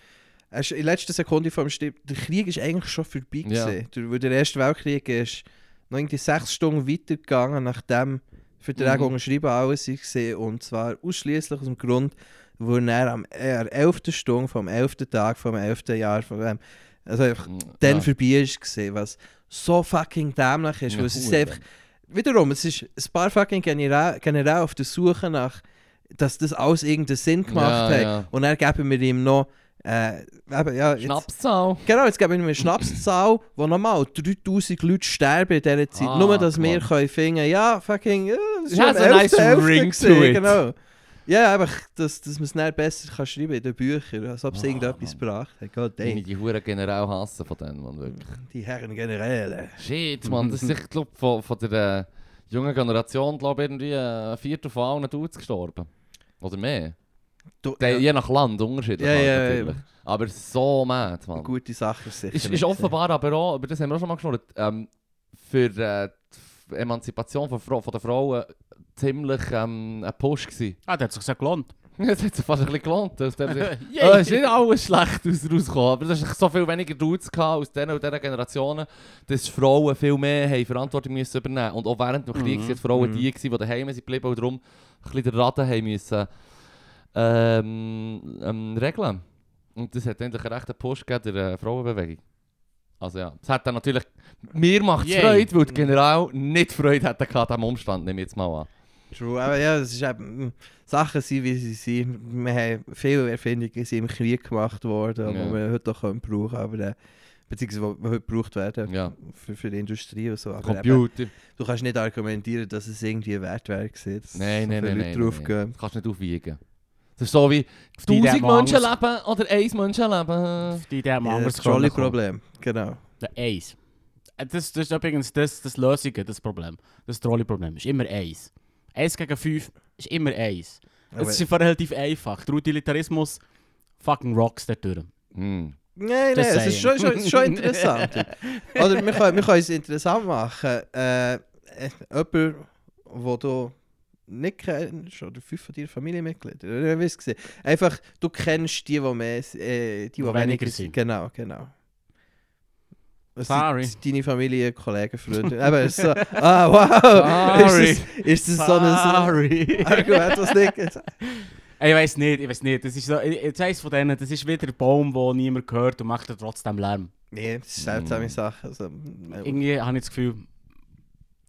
Speaker 3: er ist in letzter Sekunde vor dem Stirb, der Krieg ist eigentlich schon vorbei
Speaker 1: Ja.
Speaker 3: gewesen. Der, weil der Erste Weltkrieg ist noch irgendwie sechs Stunden weitergegangen, nachdem Verträge
Speaker 1: Mhm.
Speaker 3: unterschrieben alles waren. Und zwar ausschließlich aus dem Grund, wo er am äh, an der 11. Stunde vom 11. Tag vom 11. Jahr von dem, also einfach dann
Speaker 1: Mm, Ja.
Speaker 3: vorbei ist gesehen, was so fucking dämlich ist,
Speaker 1: Ja,
Speaker 3: weil es ist
Speaker 1: cool,
Speaker 3: einfach wiederum, es ist ein paar fucking generell, generell auf der Suche nach, dass das alles irgendeinen Sinn gemacht
Speaker 1: Ja,
Speaker 3: hat
Speaker 1: ja.
Speaker 3: und dann geben wir ihm noch äh, eben, ja, jetzt-
Speaker 1: Schnapszahl.
Speaker 3: Genau, jetzt geben wir ihm eine Schnapszahl, wo nochmal 3000 Leute sterben in dieser Zeit.
Speaker 1: Ah,
Speaker 3: Nur, dass
Speaker 1: Mann.
Speaker 3: wir können finden, ja, fucking, ja, es ist
Speaker 1: It
Speaker 3: ja
Speaker 1: has
Speaker 3: am
Speaker 1: a nice
Speaker 3: 11.11.
Speaker 1: ring to
Speaker 3: gewesen,
Speaker 1: it.
Speaker 3: Genau. Ja, einfach, dass, dass man es dann besser kann schreiben in den Büchern, als
Speaker 1: Ah,
Speaker 3: ob es irgendetwas gebracht hat. God damn.
Speaker 1: Die Huren generell hassen von denen, man wirklich.
Speaker 3: Die Herren Generäle.
Speaker 1: Shit, man, das ist ich glaub, von, von der äh, jungen Generation, glaube ich, irgendwie äh, ein Viertel von allen Dudes gestorben. Oder mehr.
Speaker 3: Du,
Speaker 1: Der-
Speaker 3: ja,
Speaker 1: Je nach Land unterschiedlich.
Speaker 3: Ja,
Speaker 1: halt
Speaker 3: ja, ja.
Speaker 1: natürlich. Aber so mad, Mann.
Speaker 3: Gute Sachen sicher.
Speaker 1: Ist, ist
Speaker 3: nicht.
Speaker 1: offenbar aber auch, über das haben wir auch schon mal geschnurrt, ähm, für äh, die Emanzipation von, Frau, von der Frauen eh, ziemlich ähm, ein Push gewesen.
Speaker 2: Ah, der hat sich so gelohnt.
Speaker 1: Es hat sich fast ein bisschen gelohnt. Aus
Speaker 3: Also,
Speaker 1: dem Sicht-
Speaker 2: Yay.
Speaker 3: oh,
Speaker 1: äh, es ist nicht alles schlecht aus- rausgekommen, aber es war so viel weniger Dudes gehabt aus diesen und diesen Generationen, dass Frauen viel mehr haben Verantwortung müssen übernehmen Und auch während dem Krieg
Speaker 2: Mhm.
Speaker 1: waren die Frauen
Speaker 3: Mhm.
Speaker 1: die, gewesen, die daheim sind geblieben und darum ein bisschen den Raden haben müssen ähm, ähm, regeln. Und das hat endlich einen rechten Push gegeben der äh, Frauenbewegung. Also ja, es hat dann natürlich... Mir macht es
Speaker 2: Yay.
Speaker 1: Freude, weil die General nicht Freude hatte an diesem Umstand, nehme ich jetzt mal an.
Speaker 3: True, aber ja, es ist eben, mm, Sachen sind, wie sie sind. Wir haben viele Erfindungen sind im Krieg gemacht worden,
Speaker 1: Ja.
Speaker 3: die wir heute noch können brauchen aber äh, beziehungsweise die heute gebraucht werden
Speaker 1: Ja.
Speaker 3: für, für die Industrie und so. Aber eben,
Speaker 1: Computer.
Speaker 3: du kannst nicht argumentieren, dass es irgendwie wert wäre, gewesen, dass
Speaker 1: Nein, nein,
Speaker 3: viele
Speaker 1: nein,
Speaker 3: Leute
Speaker 1: nein.
Speaker 3: drauf
Speaker 1: nein.
Speaker 3: gehen.
Speaker 1: Das kannst du nicht aufwiegen. Das ist so wie
Speaker 2: Die
Speaker 1: 1000
Speaker 2: dem Angst-
Speaker 1: Menschenleben oder 1 Menschenleben.
Speaker 2: Die der
Speaker 3: Ja,
Speaker 2: mal
Speaker 3: das
Speaker 2: anders
Speaker 3: Trolley-Problem, genau.
Speaker 2: Der Eis. Äh, Das, das ist übrigens das, das Lösige, das Problem. Das Trolley-Problem ist immer Eis. Eins gegen fünf ist immer Eis.
Speaker 3: Aber-
Speaker 2: Es ist einfach relativ einfach. Der Utilitarismus fucking rocks da durch.
Speaker 1: Hm.
Speaker 3: Nein, nein,
Speaker 2: Just
Speaker 3: es ist schon,
Speaker 2: saying.
Speaker 3: schon, schon interessant. Oder wir können, wir können es interessant machen. Äh, äh, jemand, wo du nicht kennst, oder fünf von deinen Familienmitgliedern, oder wie es gesehen Einfach, du kennst die, die mehr, s- äh, die, die weniger, sind. Genau, genau. Es sind
Speaker 2: Sorry.
Speaker 3: Deine Familie, Kollegen, Freunde. Eben, es ist so, ah, wow!
Speaker 2: Sorry.
Speaker 3: Ist das, ist das so ein Ah, so ein Argument, was nicht...
Speaker 2: Ich weiß nicht, ich weiß nicht. Das ist so, jetzt eins von denen, das ist wieder ein Baum, der niemand hört und macht dann trotzdem Lärm.
Speaker 3: Nee, das ist seltsame
Speaker 1: Mm.
Speaker 3: Sache. Also, äh,
Speaker 2: Irgendwie habe ich das Gefühl,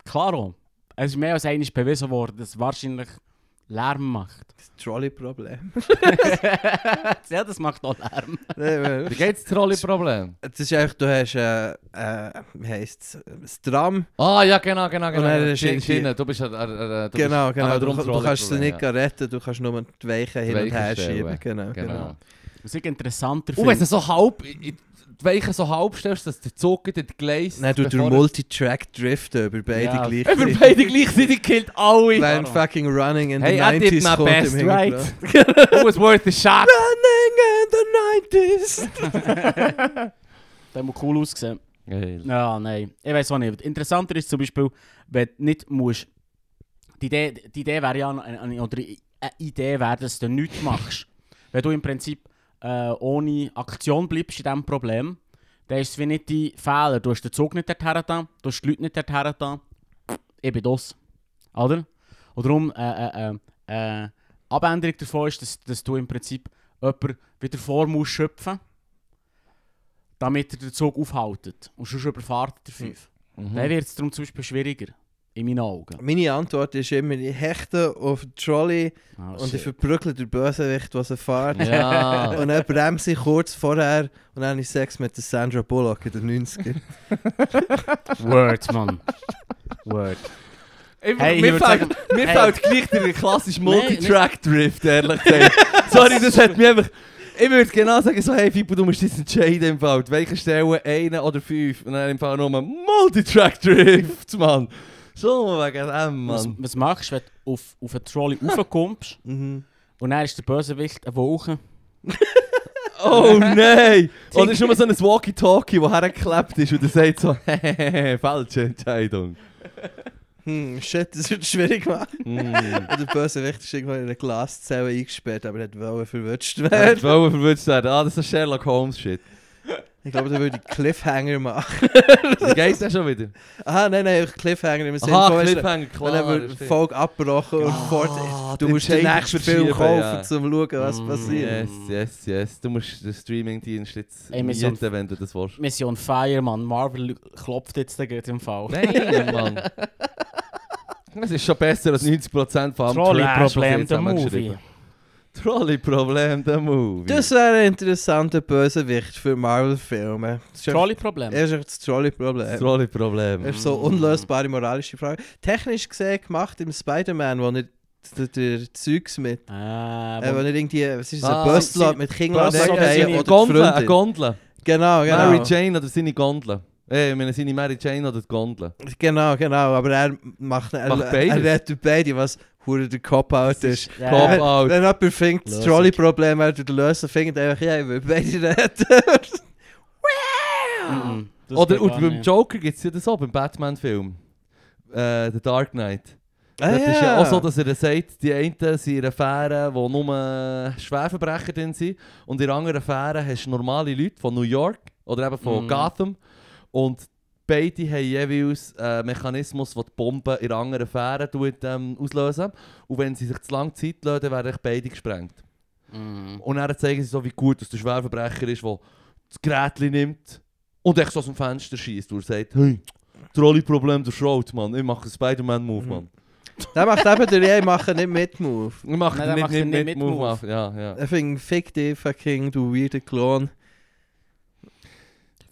Speaker 2: klaro, es ist mehr als einmal bewiesen worden, dass es wahrscheinlich Lärm macht.
Speaker 3: das Trolley-Problem.
Speaker 2: ja, das macht auch Lärm.
Speaker 3: Nein, weil-
Speaker 1: Da geht das Trolley-Problem.
Speaker 3: Het is echt, du hast, äh, äh, wie heisst es, Tram.
Speaker 1: Ah, ja, genau, genau, genau.
Speaker 3: dann ist
Speaker 1: Schi-
Speaker 3: irgendwie-
Speaker 1: Schiene, du bist ein- ein- ein- ein- du bist-
Speaker 3: Genau,
Speaker 1: Ah,
Speaker 3: genau. Du,
Speaker 1: darum
Speaker 3: du kannst sie
Speaker 1: Trolley-Problem,
Speaker 3: nicht retten, du kannst nur die Weichen hin und
Speaker 1: Weichen
Speaker 3: her
Speaker 1: stellen.
Speaker 3: schieben. Genau,
Speaker 1: Genau.
Speaker 3: genau.
Speaker 2: Was ich interessanter
Speaker 1: Und
Speaker 2: finde.
Speaker 1: wenn du so halb, in- in- die Weichen so halb stellst, dass der Zug in den Gleis...
Speaker 3: Nein, du durch
Speaker 1: bevor-
Speaker 3: Multitrack driften über beide
Speaker 2: Ja.
Speaker 3: gleich.
Speaker 1: Über beide gleichzeitig killt alle.
Speaker 3: When fucking running in
Speaker 1: Hey, I
Speaker 3: the
Speaker 1: did
Speaker 3: 90s
Speaker 1: my
Speaker 3: kommt im
Speaker 1: best, right?
Speaker 3: Hintergrund.
Speaker 1: It was worth a shot.
Speaker 3: Running in the 90s!
Speaker 2: Das muss cool ausgesehen.
Speaker 1: Geil.
Speaker 2: Ja, nein. Ich weiß auch nicht. Interessanter ist zum Beispiel, wenn du nicht musst. Die Idee, die Idee wäre ja, eine- eine- oder eine Idee wäre, dass du nichts machst. wenn du im Prinzip äh, ohne Aktion bleibst in diesem Problem, dann ist es wie nicht dein Fehler. Du hast den Zug nicht dorthin da, du hast die Leute nicht dorthin da. Ich bin das. Oder? Und darum, äh, äh, äh, äh, Abänderung davon ist, dass, dass du im Prinzip jemanden wieder vor musst schöpfen damit er den Zug aufhaltet. Und sonst überfahrt er fünf.
Speaker 1: Hm.
Speaker 2: Dann wird es darum zum Beispiel schwieriger. In meinen Augen.
Speaker 3: Meine Antwort ist immer, ich hechte auf den Trolley
Speaker 2: Ah,
Speaker 3: und
Speaker 2: shit.
Speaker 3: ich verbrückle den Bösewicht, was er fährt.
Speaker 1: Oh, Ja.
Speaker 3: Und dann bremse ich kurz vorher und dann habe ich Sex mit der Sandra Bullock in den 90ern.
Speaker 2: Word, Mann. Word. Hey, ich
Speaker 1: mir
Speaker 2: würd
Speaker 1: fällt,
Speaker 2: sagen-
Speaker 1: mir
Speaker 2: Hey.
Speaker 1: fällt gleich der klassische
Speaker 2: Nein, nicht-
Speaker 1: Multitrack-Drift, ehrlich gesagt. Sorry, dus das hat mich einfach... Ich würde genau sagen, so, hey Fippo, du musst jetzt entscheiden im Fall. Welche Stellen, einen oder fünf? Und dann im Fall nur Multitrack-Drift, Mann. So wegen dem,
Speaker 2: Was,
Speaker 1: Mann.
Speaker 2: was machst du, wenn du auf, auf einen Trolley raufkommst
Speaker 3: Mhm.
Speaker 2: und dann ist der Bösewicht eine Woche?
Speaker 1: Oh nein! Und es ist nur so ein Walkie-Talkie, der hergeklebt ist und der sagt so, hehehe, falsche Entscheidung.
Speaker 3: Hm, shit, das wird schwierig machen.
Speaker 1: Mm.
Speaker 3: Und der Bösewicht ist irgendwo in einer Glaszelle eingesperrt, aber nicht wollen verwutscht werden.
Speaker 1: Ich wollte verwirrt werden. Ah, das ist ein Sherlock Holmes-Shit.
Speaker 3: Ich glaube, da würde ich Cliffhanger Ah, machen.
Speaker 1: Wie geht's denn schon wieder?
Speaker 3: Aha, nein, nein, Cliffhanger im Sinne
Speaker 1: Aha,
Speaker 3: von, weisst du,
Speaker 1: Cliffhanger, dus
Speaker 3: wenn er
Speaker 1: klar.
Speaker 3: würde
Speaker 1: stimmt.
Speaker 3: Folge abgebrochen und
Speaker 1: Ah,
Speaker 3: fort. Du
Speaker 1: den
Speaker 3: musst den
Speaker 1: Shape
Speaker 3: nächsten Film
Speaker 1: verschieben,
Speaker 3: kaufen,
Speaker 1: ja.
Speaker 3: um zu schauen, was
Speaker 2: Mm.
Speaker 3: passiert.
Speaker 1: Yes, yes, yes. Du musst den Streaming-Dienst jetzt
Speaker 2: Ey, wir sind-
Speaker 1: mieten, wenn du das willst.
Speaker 2: Mission Fire, Mann. Marvel klopft jetzt dagegen im Fall.
Speaker 1: Nein, Mann. Das ist schon besser als 90% von allem Trash, was sie
Speaker 2: Trolley-Problem,
Speaker 1: jetzt
Speaker 2: der
Speaker 1: zusammengeschrieben
Speaker 2: Movie. Dus-
Speaker 1: haben. Trolley-Problem, der Movie.
Speaker 3: Das wäre ein interessanter Bösewicht für Marvel-Filme. Das ist einfach-
Speaker 2: Trolley-Problem.
Speaker 3: Er ist echt das Trolley-Problem.
Speaker 1: Das Trolley-Problem.
Speaker 3: Das ist so unlösbare moralische Frage. Technisch gesehen gemacht im Spider-Man, wo nicht der, der Zeugs mit.
Speaker 2: Ah,
Speaker 3: Äh, wenn er irgendwie, was ist das,
Speaker 1: Ah,
Speaker 3: ein Böstler
Speaker 1: sie-
Speaker 3: mit Kindern
Speaker 1: Plus,
Speaker 2: Böstler
Speaker 1: oder
Speaker 2: oder seine
Speaker 1: eine
Speaker 3: oder
Speaker 1: Gondel, eine
Speaker 3: Freunde.
Speaker 1: Gondel.
Speaker 3: Genau, genau.
Speaker 1: Mary Jane oder seine Gondel. Ey, ich meine, seine Mary Jane oder die Gondel.
Speaker 3: Genau, genau. Aber er macht, er,
Speaker 1: Macht
Speaker 3: er
Speaker 1: beides.
Speaker 3: rettet beide, was hure der Cop-Out ist.
Speaker 2: Ja.
Speaker 1: Cop out.
Speaker 3: Wenn jemand fängt, das
Speaker 2: Lösung.
Speaker 3: Trolley-Problem hat oder lösen, fängt einfach, ja, ich will beide reden.
Speaker 2: Mhm. Das
Speaker 1: Oder
Speaker 2: geht
Speaker 1: und
Speaker 2: gar
Speaker 1: beim
Speaker 2: nicht.
Speaker 1: Joker gibt es ja das auch, beim Batman-Film. Äh, The Dark Knight.
Speaker 3: Ah,
Speaker 1: das ist ja auch so, dass er sagt, die einen sind in einer Fähre, wo nur Schwerverbrecher drin sind. Und eh, in der anderen Fähre hast du normale Leute von New York oder eben von
Speaker 2: Mhm.
Speaker 1: Gotham. Und beide haben jeweils einen eh, Mechanismus, der die Bomben in der anderen Fähre tut, ähm, auslösen. Und wenn sie sich zu lange Zeit lassen, werden eigentlich beide gesprengt.
Speaker 2: Mhm.
Speaker 1: Und dann zeigen sie so, wie dus gut dass der Schwerverbrecher ist, der das Gerät nimmt und echt so aus dem Fenster schießt und sagt, hey, Trolley-Problem, der Schraut, Mann. Ich mache einen Spider-Man-Move,
Speaker 3: Mhm.
Speaker 1: Mann.
Speaker 3: Der macht eben den «Ja, ich mache nicht mit» Move.
Speaker 1: Ich mache den
Speaker 2: Nein, der
Speaker 1: nicht,
Speaker 2: macht
Speaker 1: nicht,
Speaker 2: den
Speaker 1: nicht
Speaker 2: nicht
Speaker 1: mit
Speaker 2: mit
Speaker 1: Move.
Speaker 2: Move.
Speaker 1: auf. Ja, ja.
Speaker 3: Ich finde, fick dich, fucking, du weirder Klon.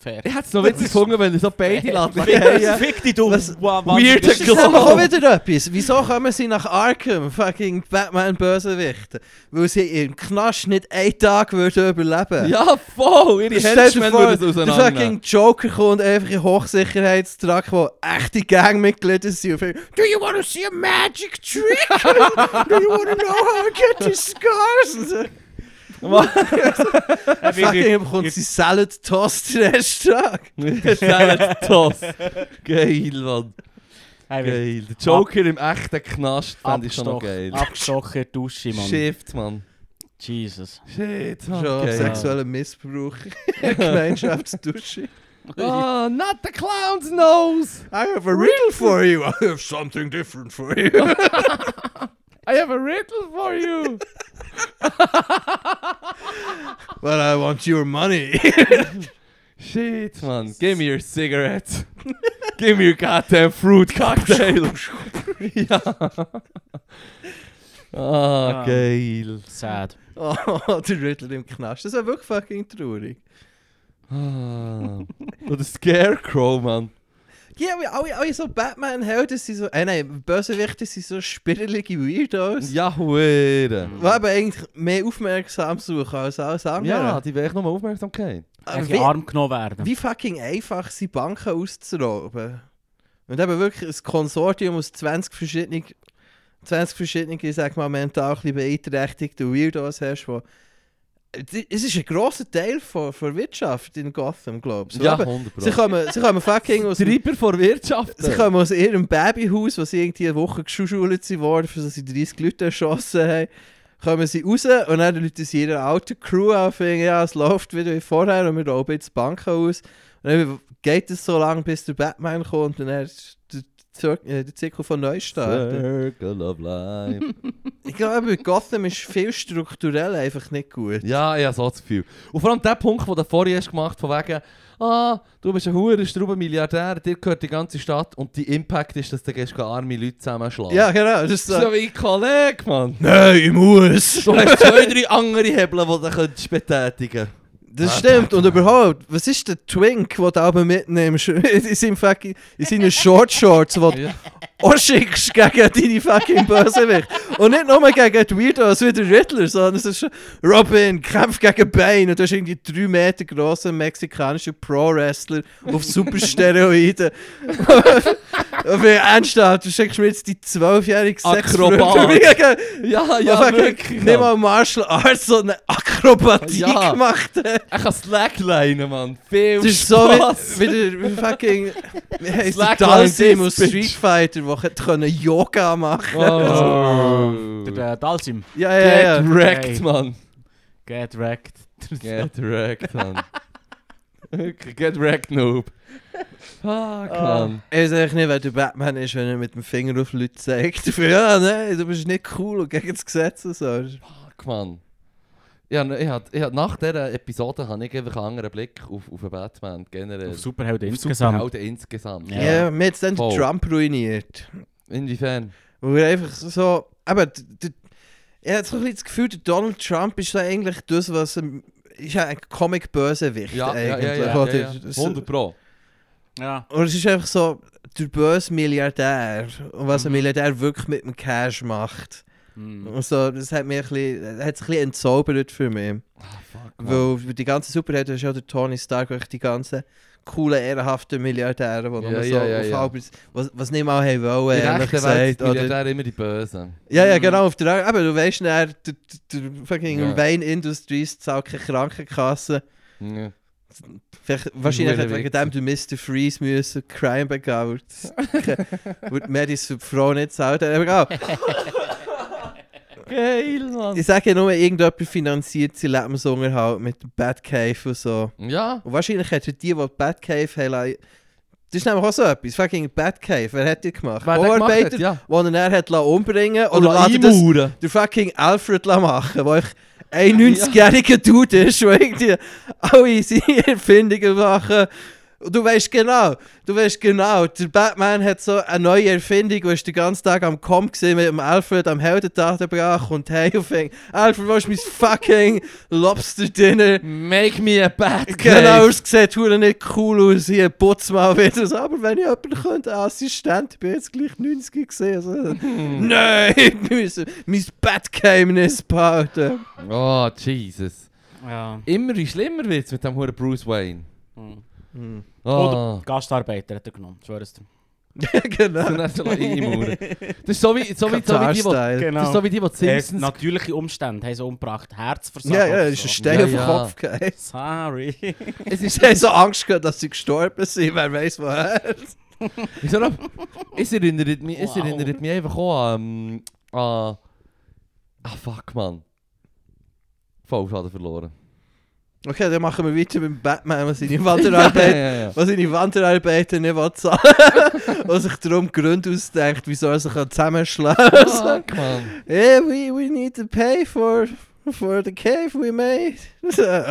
Speaker 2: Fair.
Speaker 1: Ich hätte es noch witzig gefunden, wenn ich so beide lasse.
Speaker 2: Fick- Fick dich, du
Speaker 3: Was-
Speaker 2: wa-
Speaker 1: Weirder
Speaker 2: wahnsinniger
Speaker 1: Klon.
Speaker 3: Das ist
Speaker 2: Sau.
Speaker 1: Genau.
Speaker 3: aber auch wieder etwas. Wieso kommen sie nach Arkham, fucking Batman-Bösewichten? Weil sie im Knast nicht einen Tag würden überleben
Speaker 1: Ja, voll! Ihre
Speaker 3: Stell dir
Speaker 1: Henchmen
Speaker 3: vor,
Speaker 1: würden es
Speaker 3: der
Speaker 1: auseinandernehmen.
Speaker 3: fucking Joker kommt einfach in Hochsicherheitstruck, wo echte Gangmitglieder sind und fragen, Do you wanna see a magic trick? Do you wanna know how I get these scars? Und so,
Speaker 2: Ja, wie-
Speaker 3: fucking
Speaker 2: wie-
Speaker 3: bekommt sie Salad Toast den ersten Tag.
Speaker 1: Salad Toss. Geil, Mann.
Speaker 2: Ja, wie-
Speaker 1: Geil. Der Joker im echten Knast fand ich schon noch geil.
Speaker 2: Abgestochen. Abgestochen, Dusche, Mann.
Speaker 1: Shift, Mann.
Speaker 2: Jesus.
Speaker 1: Shit, Mann.
Speaker 3: Schon
Speaker 1: geil.
Speaker 3: sexueller Missbrauch in Gemeinschaftsdusche.
Speaker 1: Oh, not the clown's nose!
Speaker 3: I have a riddle for you. I have something different for you.
Speaker 1: I have a riddle for you!
Speaker 3: But I want your money.
Speaker 1: Shit, man. Give me your cigarette. Give me your goddamn fruit cocktail. ja. Ah,
Speaker 2: Ah.
Speaker 1: geil.
Speaker 2: Sad.
Speaker 3: oh, der Riddle im Knast. Das ist ja wirklich fucking traurig.
Speaker 1: Ah. Oder Scarecrow, man.
Speaker 3: Ja, aber alle, alle so Batman-Helden sind so. Äh, nein, Bösewichte sind so spirrelige Weirdos.
Speaker 1: Ja, huere.
Speaker 3: Die aber eigentlich mehr aufmerksam suchen als alles andere.
Speaker 1: Ja, die wäre ich nochmal Aufmerksamkeit.
Speaker 3: Aber
Speaker 2: Eigentlich
Speaker 3: wie,
Speaker 2: arm genommen werden.
Speaker 3: wie fucking einfach sind Banken auszurauben. Und eben wirklich ein Konsortium aus 20 verschiedenen, 20 verschiedenen ich sag mal, mental ein bisschen beeinträchtigten Weirdos hast, wo Die- es ist ein grosser Teil von, von Wirtschaft in Gotham, glaube ich. So
Speaker 1: Ja,
Speaker 3: eben,
Speaker 1: 100
Speaker 3: sie, kommen, sie kommen fucking aus dem
Speaker 1: Treiber vor Wirtschaft.
Speaker 3: Sie kommen aus ihrem Babyhaus, wo sie irgendwie eine Woche geschult worden, für das sie 30 Leute erschossen haben, kommen sie raus und dann Leute sie ihre alte Crew an und finden, ja, es läuft wieder wie vorher und wir rauben jetzt die Banken aus. Und dann geht es so lange, bis der Batman kommt und dann ist der, Zir- äh, der Zirkel von neu startet.
Speaker 1: Circle of Life.
Speaker 3: Ich glaube, Gotham ist viel strukturell einfach nicht gut.
Speaker 1: Ja, ich habe so das Gefühl. Und vor allem der Punkt, den du vorhin hast gemacht von wegen, ah, du bist ein Huren, Struben Milliardär, dir gehört die ganze Stadt und die Impact ist, dass du gehst, arme Leute zusammenschlagen.
Speaker 3: Ja, dus, eh, genau. Das ist
Speaker 1: So
Speaker 3: so.
Speaker 1: wie ein Kollege, Mann.
Speaker 3: Nein, ich muss!
Speaker 1: Du hast zwei, drei andere Hebel, die du könntest betätigen Ah,
Speaker 3: Das stimmt. Und überhaupt, was ist der Twink, den du aber mitnimmst? In seinem fucking, in seinen Short Shorts, die du auch schickst gegen deine fucking Bösewicht. Und nicht nur gegen die Weirdos wie der Riddler, sondern es ist schon Robin, kämpft gegen Bane. Und du hast irgendwie drei Meter grossen mexikanischen Pro-Wrestler auf Supersteroiden. Und wenn ernsthaft, du schickst mir jetzt die zwölfjährige
Speaker 1: Akrobat.
Speaker 3: Sexflöte
Speaker 1: kann. Ja,
Speaker 3: ja, wirklich. Nicht mal Martial Arts, sondern Akrobatie
Speaker 1: Ja.
Speaker 3: gemacht hat.
Speaker 1: Ich kann Slacklinen, Mann. Viel
Speaker 3: Das ist so
Speaker 1: Spaß.
Speaker 3: wie, wie der fucking. Wie heisst der
Speaker 1: Slackline
Speaker 3: Dalsim aus
Speaker 1: this bitch.
Speaker 3: Street Fighter, der hat können Yoga machen
Speaker 1: Oh.
Speaker 2: Der äh, Dalsim.
Speaker 3: Ja, ja,
Speaker 1: Get
Speaker 3: ja.
Speaker 1: wrecked,
Speaker 2: Hey.
Speaker 1: Mann.
Speaker 2: Get wrecked.
Speaker 1: Get wrecked, Mann. Get wrecked, Noob. Fuck,
Speaker 3: Ah.
Speaker 1: Mann.
Speaker 3: Ich weiß eigentlich nicht, wer der Batman ist, wenn er mit dem Finger auf Leute zeigt. Für, ja, nein, du bist nicht cool und gegen das Gesetz und so.
Speaker 1: Fuck, Mann. Ja, ich hat, ich hat, nach dieser Episode habe ich einfach einen anderen Blick auf, auf den Batman generell.
Speaker 3: Eh,
Speaker 2: Auf Superhelden
Speaker 1: Auf
Speaker 2: insgesamt.
Speaker 1: Superhelden insgesamt.
Speaker 3: Ja,
Speaker 2: Ja.
Speaker 3: ja mir hat es dann
Speaker 1: Voll.
Speaker 3: Trump ruiniert.
Speaker 1: Inwiefern?
Speaker 3: Wo wir einfach so. Aber d- d- ich habe so ein bisschen das Gefühl, der Donald Trump ist so eigentlich das, was. ähm, Ist ja ein Comic-Bösewicht
Speaker 1: Ja, ja,
Speaker 3: eigentlich. Äh,
Speaker 1: ja, ja,
Speaker 3: oder?
Speaker 1: ja, ja. 100 Pro.
Speaker 2: Ja.
Speaker 3: Und es ist einfach so, der böse Milliardär. Und was ein
Speaker 2: Mhm.
Speaker 3: Milliardär wirklich mit dem Cash macht.
Speaker 1: Mhm.
Speaker 2: Mm.
Speaker 3: Also, das hat mich ein bisschen, hat es ein bisschen entzaubert für mich.
Speaker 1: fuck.
Speaker 3: Weil die ganzen Superhelden ist ja der Tony Stark, wirklich die ganzen coolen, ehrenhaften Milliardäre, die
Speaker 1: Ja,
Speaker 3: nur so
Speaker 1: ja, ja,
Speaker 3: auf
Speaker 1: ja.
Speaker 3: halber, was, was nicht mal haben wollen,
Speaker 1: Die
Speaker 3: ehrlich
Speaker 1: rechte Welt
Speaker 3: gesagt.
Speaker 1: sind
Speaker 3: Oder,
Speaker 1: ja immer die Bösen.
Speaker 3: ja, ja, genau, auf der Aber du weißt ja, der, der, der fucking
Speaker 1: Ja.
Speaker 3: Wayne Industries zahlt keine Krankenkasse.
Speaker 1: Ja.
Speaker 3: Vielleicht, wahrscheinlich
Speaker 1: Hure
Speaker 3: hat wegen
Speaker 1: Witz.
Speaker 3: dem du Mr. Freeze müssen, Crime begehen, weil die Medis für die Frau nicht zahlt. Aber egal.
Speaker 1: Geil, Mann.
Speaker 3: Ich sage ja nur, irgendjemand finanziert seinen Lebensunterhalt mit dem Batcave und so.
Speaker 1: Ja,
Speaker 3: Und wahrscheinlich hätten die, die die Batcave haben, lassen- das ist nämlich auch so etwas. Fucking Batcave, wer hat die gemacht?
Speaker 1: wer das gemacht hat,
Speaker 3: Bauarbeiter,
Speaker 1: ja.
Speaker 3: die er dann hat lassen umbringen lassen. Oder
Speaker 1: Oder
Speaker 3: lässt er das
Speaker 1: einmauern.
Speaker 3: der fucking Alfred lassen machen, wo ich 91-jähriger Dude ist, der irgendwie alle seine Erfindungen machen. Und du weißt genau, du weißt genau, der Batman hat so eine neue Erfindung, wo ist den ganzen Tag am Com gesehen mit dem Alfred am Heldentag gebracht und hey, und fing, Alfred, wo ist mein fucking Lobster Dinner?
Speaker 1: Make me a bad guy.
Speaker 3: Genau, es sieht hure nicht cool aus, hier putz mal wieder. So, aber wenn ich jemanden könnte, einen Assistent, ich bin jetzt gleich 90 gesehen. Also, Nein, wir müssen mein Bettgeheimnis behalten.
Speaker 1: Oh, Jesus.
Speaker 2: Ja.
Speaker 1: Immer wie schlimmer wird's mit dem Huren Bruce Wayne.
Speaker 2: Mhm.
Speaker 1: Oh.
Speaker 2: Oder Gastarbeiter hat er genommen, schwörst
Speaker 3: Eh,
Speaker 2: du.
Speaker 1: Und
Speaker 3: genau.
Speaker 1: dann soll er einmauern. Das ist so wie, so wie, so wie die, die,
Speaker 3: Style.
Speaker 1: das ist so wie die, die die
Speaker 2: Äh,
Speaker 1: Simpsons
Speaker 2: natürliche Umstände haben sie umgebracht. Herzversagen.
Speaker 3: Ja, ja,
Speaker 2: oder
Speaker 3: das ist
Speaker 2: so.
Speaker 3: ein Stein
Speaker 1: Ja,
Speaker 3: auf den
Speaker 1: ja.
Speaker 3: Kopf gegangen.
Speaker 2: Sorry.
Speaker 1: Es ist
Speaker 3: Sie haben so Angst gehabt, dass sie gestorben sind, wer weiß woher.
Speaker 1: Wieso noch? Es erinnert mich, es
Speaker 2: Wow.
Speaker 1: erinnert mich einfach auch an, ähm, an... Ah, fuck, man. Voll schade verloren.
Speaker 3: Okay, dann machen wir weiter mit dem Batman, was seine Wanderarbeit,
Speaker 1: ja, ja.
Speaker 3: was seine Wanderarbeiten nicht will zahlen Und sich darum Gründe ausdenkt, wieso er sich zusammenschlagen kann.
Speaker 1: Fuck, man.
Speaker 3: Yeah, we, we need to pay for for the cave we made. uh,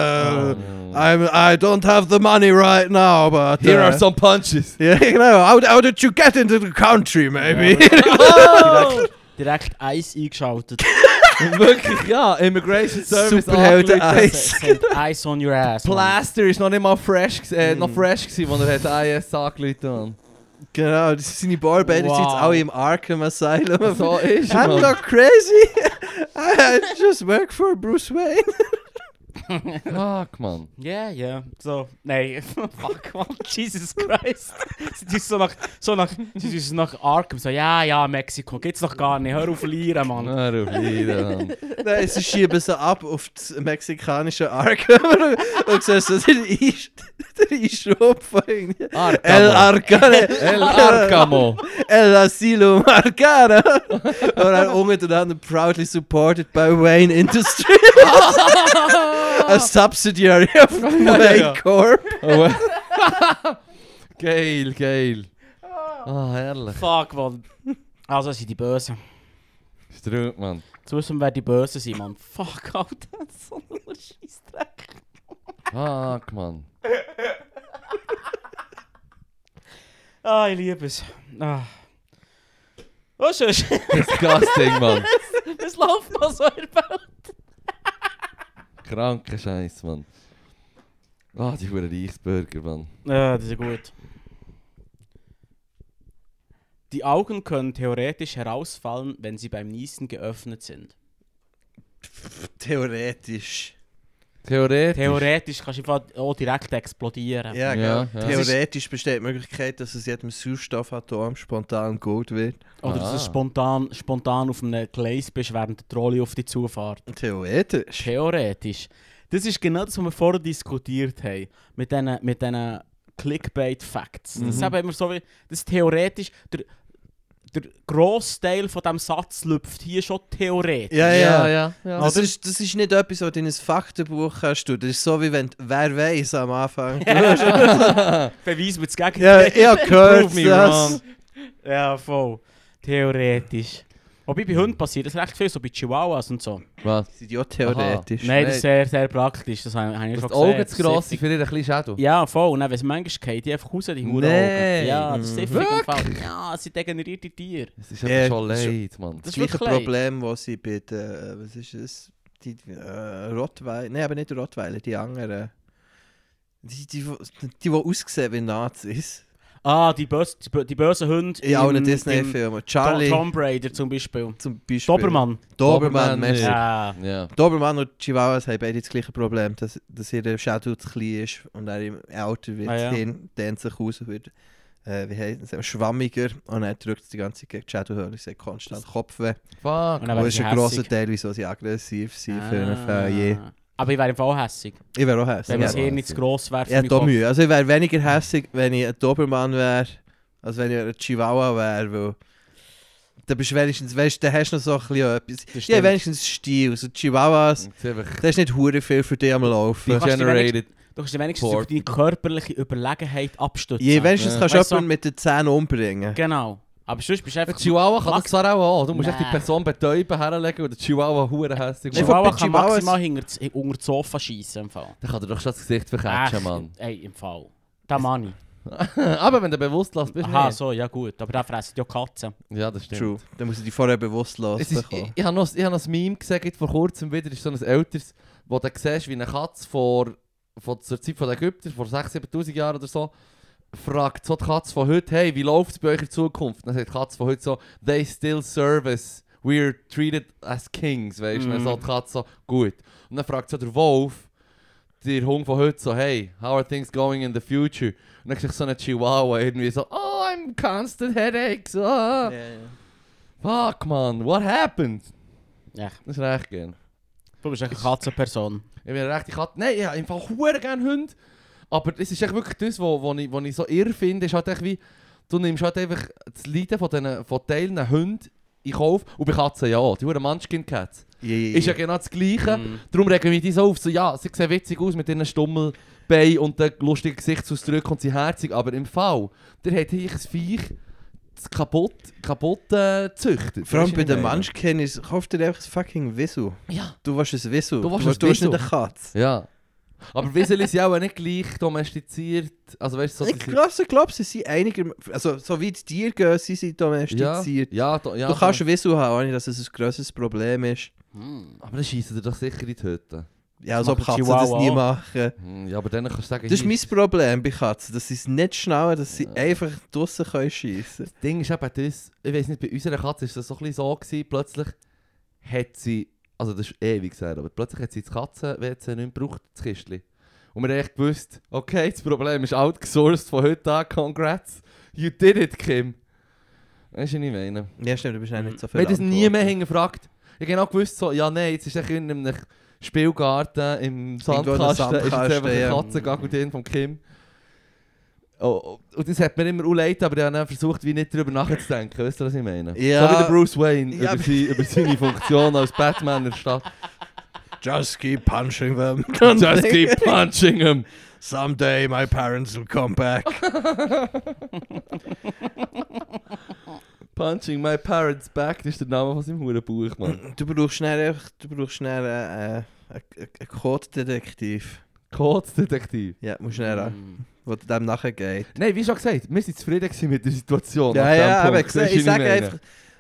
Speaker 1: Ah.
Speaker 3: I'm I don't have the money right now, but
Speaker 1: Oh, Here
Speaker 3: uh,
Speaker 1: are some punches.
Speaker 3: Yeah, you know, how, how did you get into the country, maybe?
Speaker 2: Direkt,
Speaker 3: Oh.
Speaker 2: direkt Eis eingeschaltet.
Speaker 1: Wirklich, ja. Immigration Service
Speaker 3: Superhelden
Speaker 1: angelegt.
Speaker 3: Eis.
Speaker 2: Set Eis on your ass. Mann.
Speaker 1: Plaster ist noch nicht mal fresh, gse- äh, noch
Speaker 3: Mm.
Speaker 1: fresh gewesen, als er hat IS angelegt hat.
Speaker 3: genau, das sind die Barbeiter, wow. sind jetzt
Speaker 2: Wow.
Speaker 3: alle im Arkham Asylum.
Speaker 1: So ist
Speaker 3: I'm
Speaker 1: man.
Speaker 3: not crazy. I I just work for Bruce Wayne.
Speaker 1: Fuck, man.
Speaker 2: Ja, ja. So, nein. Fuck, man. Jesus Christ. Sie tun so nach, so nach, sie tun so nach Arkham. So, ja, ja, Mexiko. Geht's noch gar nicht. Hör auf verlieren, Mann.
Speaker 1: Na, du Friede, Mann.
Speaker 3: Nein, sie schieben sie ab auf das mexikanische Arkham und sehen so den Einsch-
Speaker 1: E-,
Speaker 3: den Einschub von irgendwie. El
Speaker 1: Arcamo.
Speaker 3: Arcane.
Speaker 1: El Arcamo.
Speaker 3: El Asilo Marcana. Und dann untereinander proudly supported by Wayne Industries. A subsidiary of
Speaker 1: ja.
Speaker 3: Wayne Corp.
Speaker 1: Oh, äh. geil, geil. Ah, herrlich.
Speaker 2: Fuck, Mann. Also, es sind die Bösen.
Speaker 1: Strömt, man.
Speaker 2: Jetzt wissen wir, wer die Bösen sind, Mann. Fuck, Alter. So ein Scheissdreck.
Speaker 1: Fuck, man.
Speaker 2: Ah, ich liebe es. Ah. Was ist das?
Speaker 1: Disgusting, man.
Speaker 2: Das läuft mal so in der Welt.
Speaker 1: Kranke Scheiß, man. Ah, die huren Reichsbürger, man.
Speaker 2: Ja, das ist gut. Die Augen können theoretisch herausfallen, wenn sie beim Niesen geöffnet sind.
Speaker 3: Theoretisch.
Speaker 1: Theoretisch.
Speaker 2: Theoretisch kannst du einfach auch direkt explodieren.
Speaker 3: Ja,
Speaker 1: Ja,
Speaker 3: ja,
Speaker 1: ja.
Speaker 3: Theoretisch besteht die Möglichkeit, dass es jedem Sauerstoffatom spontan gut wird.
Speaker 2: Oder dass
Speaker 1: Ah.
Speaker 2: du spontan, spontan auf einem Gleis bist, während der Trolley auf dich zufährt.
Speaker 3: Theoretisch.
Speaker 2: Theoretisch. Das ist genau das, was wir vorher diskutiert haben. Mit diesen mit diesen Clickbait-Facts. Das ist eben immer so wie, das theoretisch, der, der Großteil von diesem Satz läuft hier schon theoretisch.
Speaker 3: Ja, ja.
Speaker 1: ja,
Speaker 3: dus-
Speaker 1: ja. ja.
Speaker 3: Das ist, das ist nicht etwas, was du in ein Faktenbuch kannst. Du. Das ist so, wie wenn du «Wer weiß» am Anfang.
Speaker 2: Beweis mir das
Speaker 3: ja,
Speaker 2: Gegenteil.
Speaker 3: ich habe gehört,
Speaker 1: Prove me
Speaker 3: das.
Speaker 2: Ja. voll. Theoretisch. Wobei bei Hunden passiert das recht viel, so bei Chihuahuas und so.
Speaker 1: Was?
Speaker 3: sind ja theoretisch.
Speaker 2: Nein,
Speaker 1: nein.
Speaker 2: das ist sehr, sehr praktisch. Das habe habe ich
Speaker 1: Dass
Speaker 2: schon
Speaker 1: die Augen
Speaker 2: gesehen.
Speaker 1: zu gross sind
Speaker 2: Siffig.
Speaker 1: für ihren kleinen Schädel.
Speaker 2: Ja, voll. Und dann, wenn es manchmal geht, die einfach raus, die Huren
Speaker 1: Nein.
Speaker 2: Augen. Ja, das ist
Speaker 3: Mhm.
Speaker 2: siffig im Fall. Ja, sie degenerierte Tiere.
Speaker 1: Es ist
Speaker 3: Ja,
Speaker 1: einfach schon
Speaker 3: das ist-
Speaker 1: leid, man.
Speaker 2: Das ist
Speaker 3: gleiche
Speaker 2: wirklich leid.
Speaker 3: Problem, das sie bei den, äh, was ist es, die äh, Rottweiler, nein, aber nicht die Rottweiler, die anderen. Die, die, die, die, die aussehen wie Nazis.
Speaker 2: Ah, die, böse, die, bö- die bösen Hunde.
Speaker 3: In allen
Speaker 2: im-
Speaker 3: Disney-Filmen.
Speaker 2: im Tom,
Speaker 3: Charlie
Speaker 2: Tomb Raider zum Beispiel.
Speaker 3: zum Beispiel.
Speaker 2: Dobermann.
Speaker 3: Dobermann,
Speaker 1: Dobermann,
Speaker 3: merci.
Speaker 1: ja.
Speaker 2: Ja.
Speaker 1: Ja.
Speaker 3: Dobermann und Chihuahuas haben beide das gleiche Problem, dass, dass ihr Shadow zu klein ist und er im Alter wird,
Speaker 2: Ah, ja.
Speaker 3: den, dehnt sich aus und wird, äh, wie heißt es, schwammiger und er drückt es die ganze Zeit gegen die Shadowhöhle, sie hat konstant
Speaker 1: Fuck.
Speaker 3: Kopfweh.
Speaker 2: Und
Speaker 3: Und
Speaker 2: dann
Speaker 3: das
Speaker 2: wäre
Speaker 3: ist
Speaker 2: ich
Speaker 3: ein grosser
Speaker 2: hässig.
Speaker 3: Teil, wieso sie aggressiv sind für einen
Speaker 2: Ah.
Speaker 3: Fall. je.
Speaker 2: Aber ich wäre im Fall hässig,
Speaker 3: Ich wäre auch hässlich.
Speaker 2: wenn
Speaker 1: Ja.
Speaker 2: mein Hirn nicht zu gross wäre für
Speaker 3: Ja,
Speaker 2: meinen
Speaker 3: da
Speaker 2: Kopf.
Speaker 3: Mühe. Also ich wäre weniger hässig, wenn ich ein Dobermann wäre, als wenn ich ein Chihuahua wäre, weil dann bist du wenigstens, weißt du, dann hast du noch so ein bisschen etwas. Ja,
Speaker 2: stimmt.
Speaker 3: wenigstens Stil. So Chihuahuas,
Speaker 1: Das ist einfach
Speaker 3: das ist nicht hure viel für dich am Laufen.
Speaker 2: kannst dich
Speaker 1: degenerated.
Speaker 2: Du kannst dich wenigstens
Speaker 1: Pork.
Speaker 2: über deine körperliche Überlegenheit abstützen.
Speaker 3: Je wenigstens
Speaker 1: Ja.
Speaker 3: kannst du
Speaker 2: Weißt du,
Speaker 3: jemanden mit den Zähnen umbringen.
Speaker 2: Genau. Aber sonst bist du
Speaker 1: Ein
Speaker 2: einfach...
Speaker 1: Chihuahua kann
Speaker 2: Mach-
Speaker 1: das zwar auch, auch. du musst echt die
Speaker 2: Nein.
Speaker 1: Person betäuben, herlegen und der Chihuahua hure hässlich
Speaker 3: Nein,
Speaker 1: macht.
Speaker 2: Chihuahua
Speaker 3: bei
Speaker 2: kann
Speaker 3: Chihuahuas-
Speaker 2: maximal hinter, das- unter das Sofa schiessen im Fall.
Speaker 1: Dann kann er doch schon das Gesicht
Speaker 2: Echt,
Speaker 1: verketschen, Mann.
Speaker 2: Ey, im Fall. Da Manni.
Speaker 1: Aber wenn du bewusst lässt, bist du
Speaker 2: Aha,
Speaker 1: nicht.
Speaker 2: so, ja gut. Aber da fressen ja Katzen.
Speaker 1: Ja, das stimmt.
Speaker 3: True. Dann muss ich die vorher bewusst
Speaker 1: Es
Speaker 3: lassen.
Speaker 1: ist, ich, ich habe noch, ich hab noch ein Meme gesehen, jetzt vor kurzem wieder, ist so ein älteres, wo du siehst, wie eine Katze vor, vor zur Zeit von Ägypter, vor 6'000, 7'000 Jahren oder so, fragt so die Katze von heute, hey, wie läuft es bei euch in Zukunft? Dann sagt die Katze von heute so, they still serve us, we're treated as kings, weißt du?
Speaker 2: Mhm.
Speaker 1: Dann so die Katze so, gut. Und dann fragt so der Wolf, der Hund von heute so, hey, how are things going in the future? Und dann sagt so eine Chihuahua irgendwie so, oh, I'm constant headaches, ah. fuck man, what happened?
Speaker 2: Ja.
Speaker 1: Das ist recht gern.
Speaker 2: Du bist echt eine Katzenperson.
Speaker 1: Ich bin eine rechte Katze. Nein, ich habe einfach sehr gerne Hunde. Aber es ist echt wirklich dus das, was wo, ich, wo ich so irre finde, ist halt echt wie, du nimmst halt einfach das Leiden von, diesen, von Teilen Hunden in Kauf. Und bei Katzen ja auch. Die huren Munchkin Cats. Ist ja genau das Gleiche.
Speaker 2: Mhm.
Speaker 1: Darum regen mich die so auf, so ja, sie sehen witzig aus mit ihren Stummelbeinen und den lustigen Gesichtsausdrücken und sie herzig, aber im Fall, der hat hier ein Viech das kaputt, kaputt äh, züchtet.
Speaker 3: Vor allem
Speaker 1: Weisst du, was
Speaker 3: bei den
Speaker 1: ich meine?
Speaker 3: Manschken ist, kauft dir einfach ein fucking Wieso.
Speaker 1: Ja.
Speaker 3: Du willst ein Wieso.
Speaker 1: Du willst ein
Speaker 3: du willst
Speaker 1: Wieso.
Speaker 3: nicht eine Katze.
Speaker 1: Ja. Aber Wiesel ist ja auch nicht gleich domestiziert. Also weißt du, so
Speaker 3: Ich glaube, sie glaub, sie sind einiger, also so wie die Tiere gehen, sie sind
Speaker 1: ja,
Speaker 3: domestiziert.
Speaker 1: ja, do, ja,
Speaker 3: du kannst ein Wieso haben, ohne dass es ein grosses Problem ist.
Speaker 2: Hm.
Speaker 1: Aber dann schießen dir doch sicher in die Hütte.
Speaker 3: Ja, als ob
Speaker 2: machen
Speaker 3: Katzen das
Speaker 2: Chihuahua
Speaker 3: nie
Speaker 2: auch.
Speaker 3: machen.
Speaker 1: Hm, Ja, aber dann kannst du sagen,
Speaker 3: Das ist
Speaker 1: hier,
Speaker 3: mein Problem bei Katzen, dass sie es nicht schnallen, dass sie
Speaker 1: Ja.
Speaker 3: einfach draussen können schiessen können.
Speaker 1: das Ding ist eben das, ich weiß nicht, bei unserer Katze ist das so ein bisschen so gewesen, plötzlich hat sie, also das ist ewig gesagt, aber plötzlich hat sie das Katzen-WC nicht mehr gebraucht, das Kistchen. Und wir haben echt gewusst, okay, das Problem ist outgesourced von heute an, congrats, you did it, Kim. Weißt du, was ich meine?
Speaker 3: Ja, stimmt, du bist auch nicht so viel.
Speaker 1: Wir haben das nie mehr hingefragt. Ich habe genau gewusst, so, ja, nein, jetzt ist echt in einem Spielgarten, im
Speaker 3: Irgendwo in einem
Speaker 1: Sandkasten, ist jetzt einfach
Speaker 3: Sandkasten,
Speaker 1: eine
Speaker 3: ja.
Speaker 1: Katzengagudin von Kim. Oh, oh, und das hat mir immer auch leid, aber ich habe dann versucht, wie nicht darüber nachzudenken. Weißt du, was ich meine?
Speaker 3: Ja.
Speaker 1: So wie der Bruce Wayne
Speaker 3: Ja, aber-
Speaker 1: über, sein, über seine Funktion als Batman in der Stadt.
Speaker 3: Just keep punching them.
Speaker 1: Just keep punching him!
Speaker 3: Someday my parents will come back.
Speaker 1: Punching my parents back, das ist der Name von seinem Hurenbuch, Mann.
Speaker 3: Du brauchst schnell, einfach- du brauchst schnell äh, äh, einen einen Code-Detektiv.
Speaker 1: Kotzdetektiv.
Speaker 3: Ja, musst schnell
Speaker 1: Mhm.
Speaker 3: ran,
Speaker 2: Hm.
Speaker 3: wo du dem nachgeht.
Speaker 1: Nein, wie schon gesagt, wir sind zufrieden gewesen mit der Situation.
Speaker 3: Ja,
Speaker 1: ab dem
Speaker 3: ja, aber
Speaker 1: Punkt. Weisst
Speaker 3: ich,
Speaker 1: du,
Speaker 3: ich
Speaker 1: was
Speaker 3: sage
Speaker 1: meine?
Speaker 3: einfach,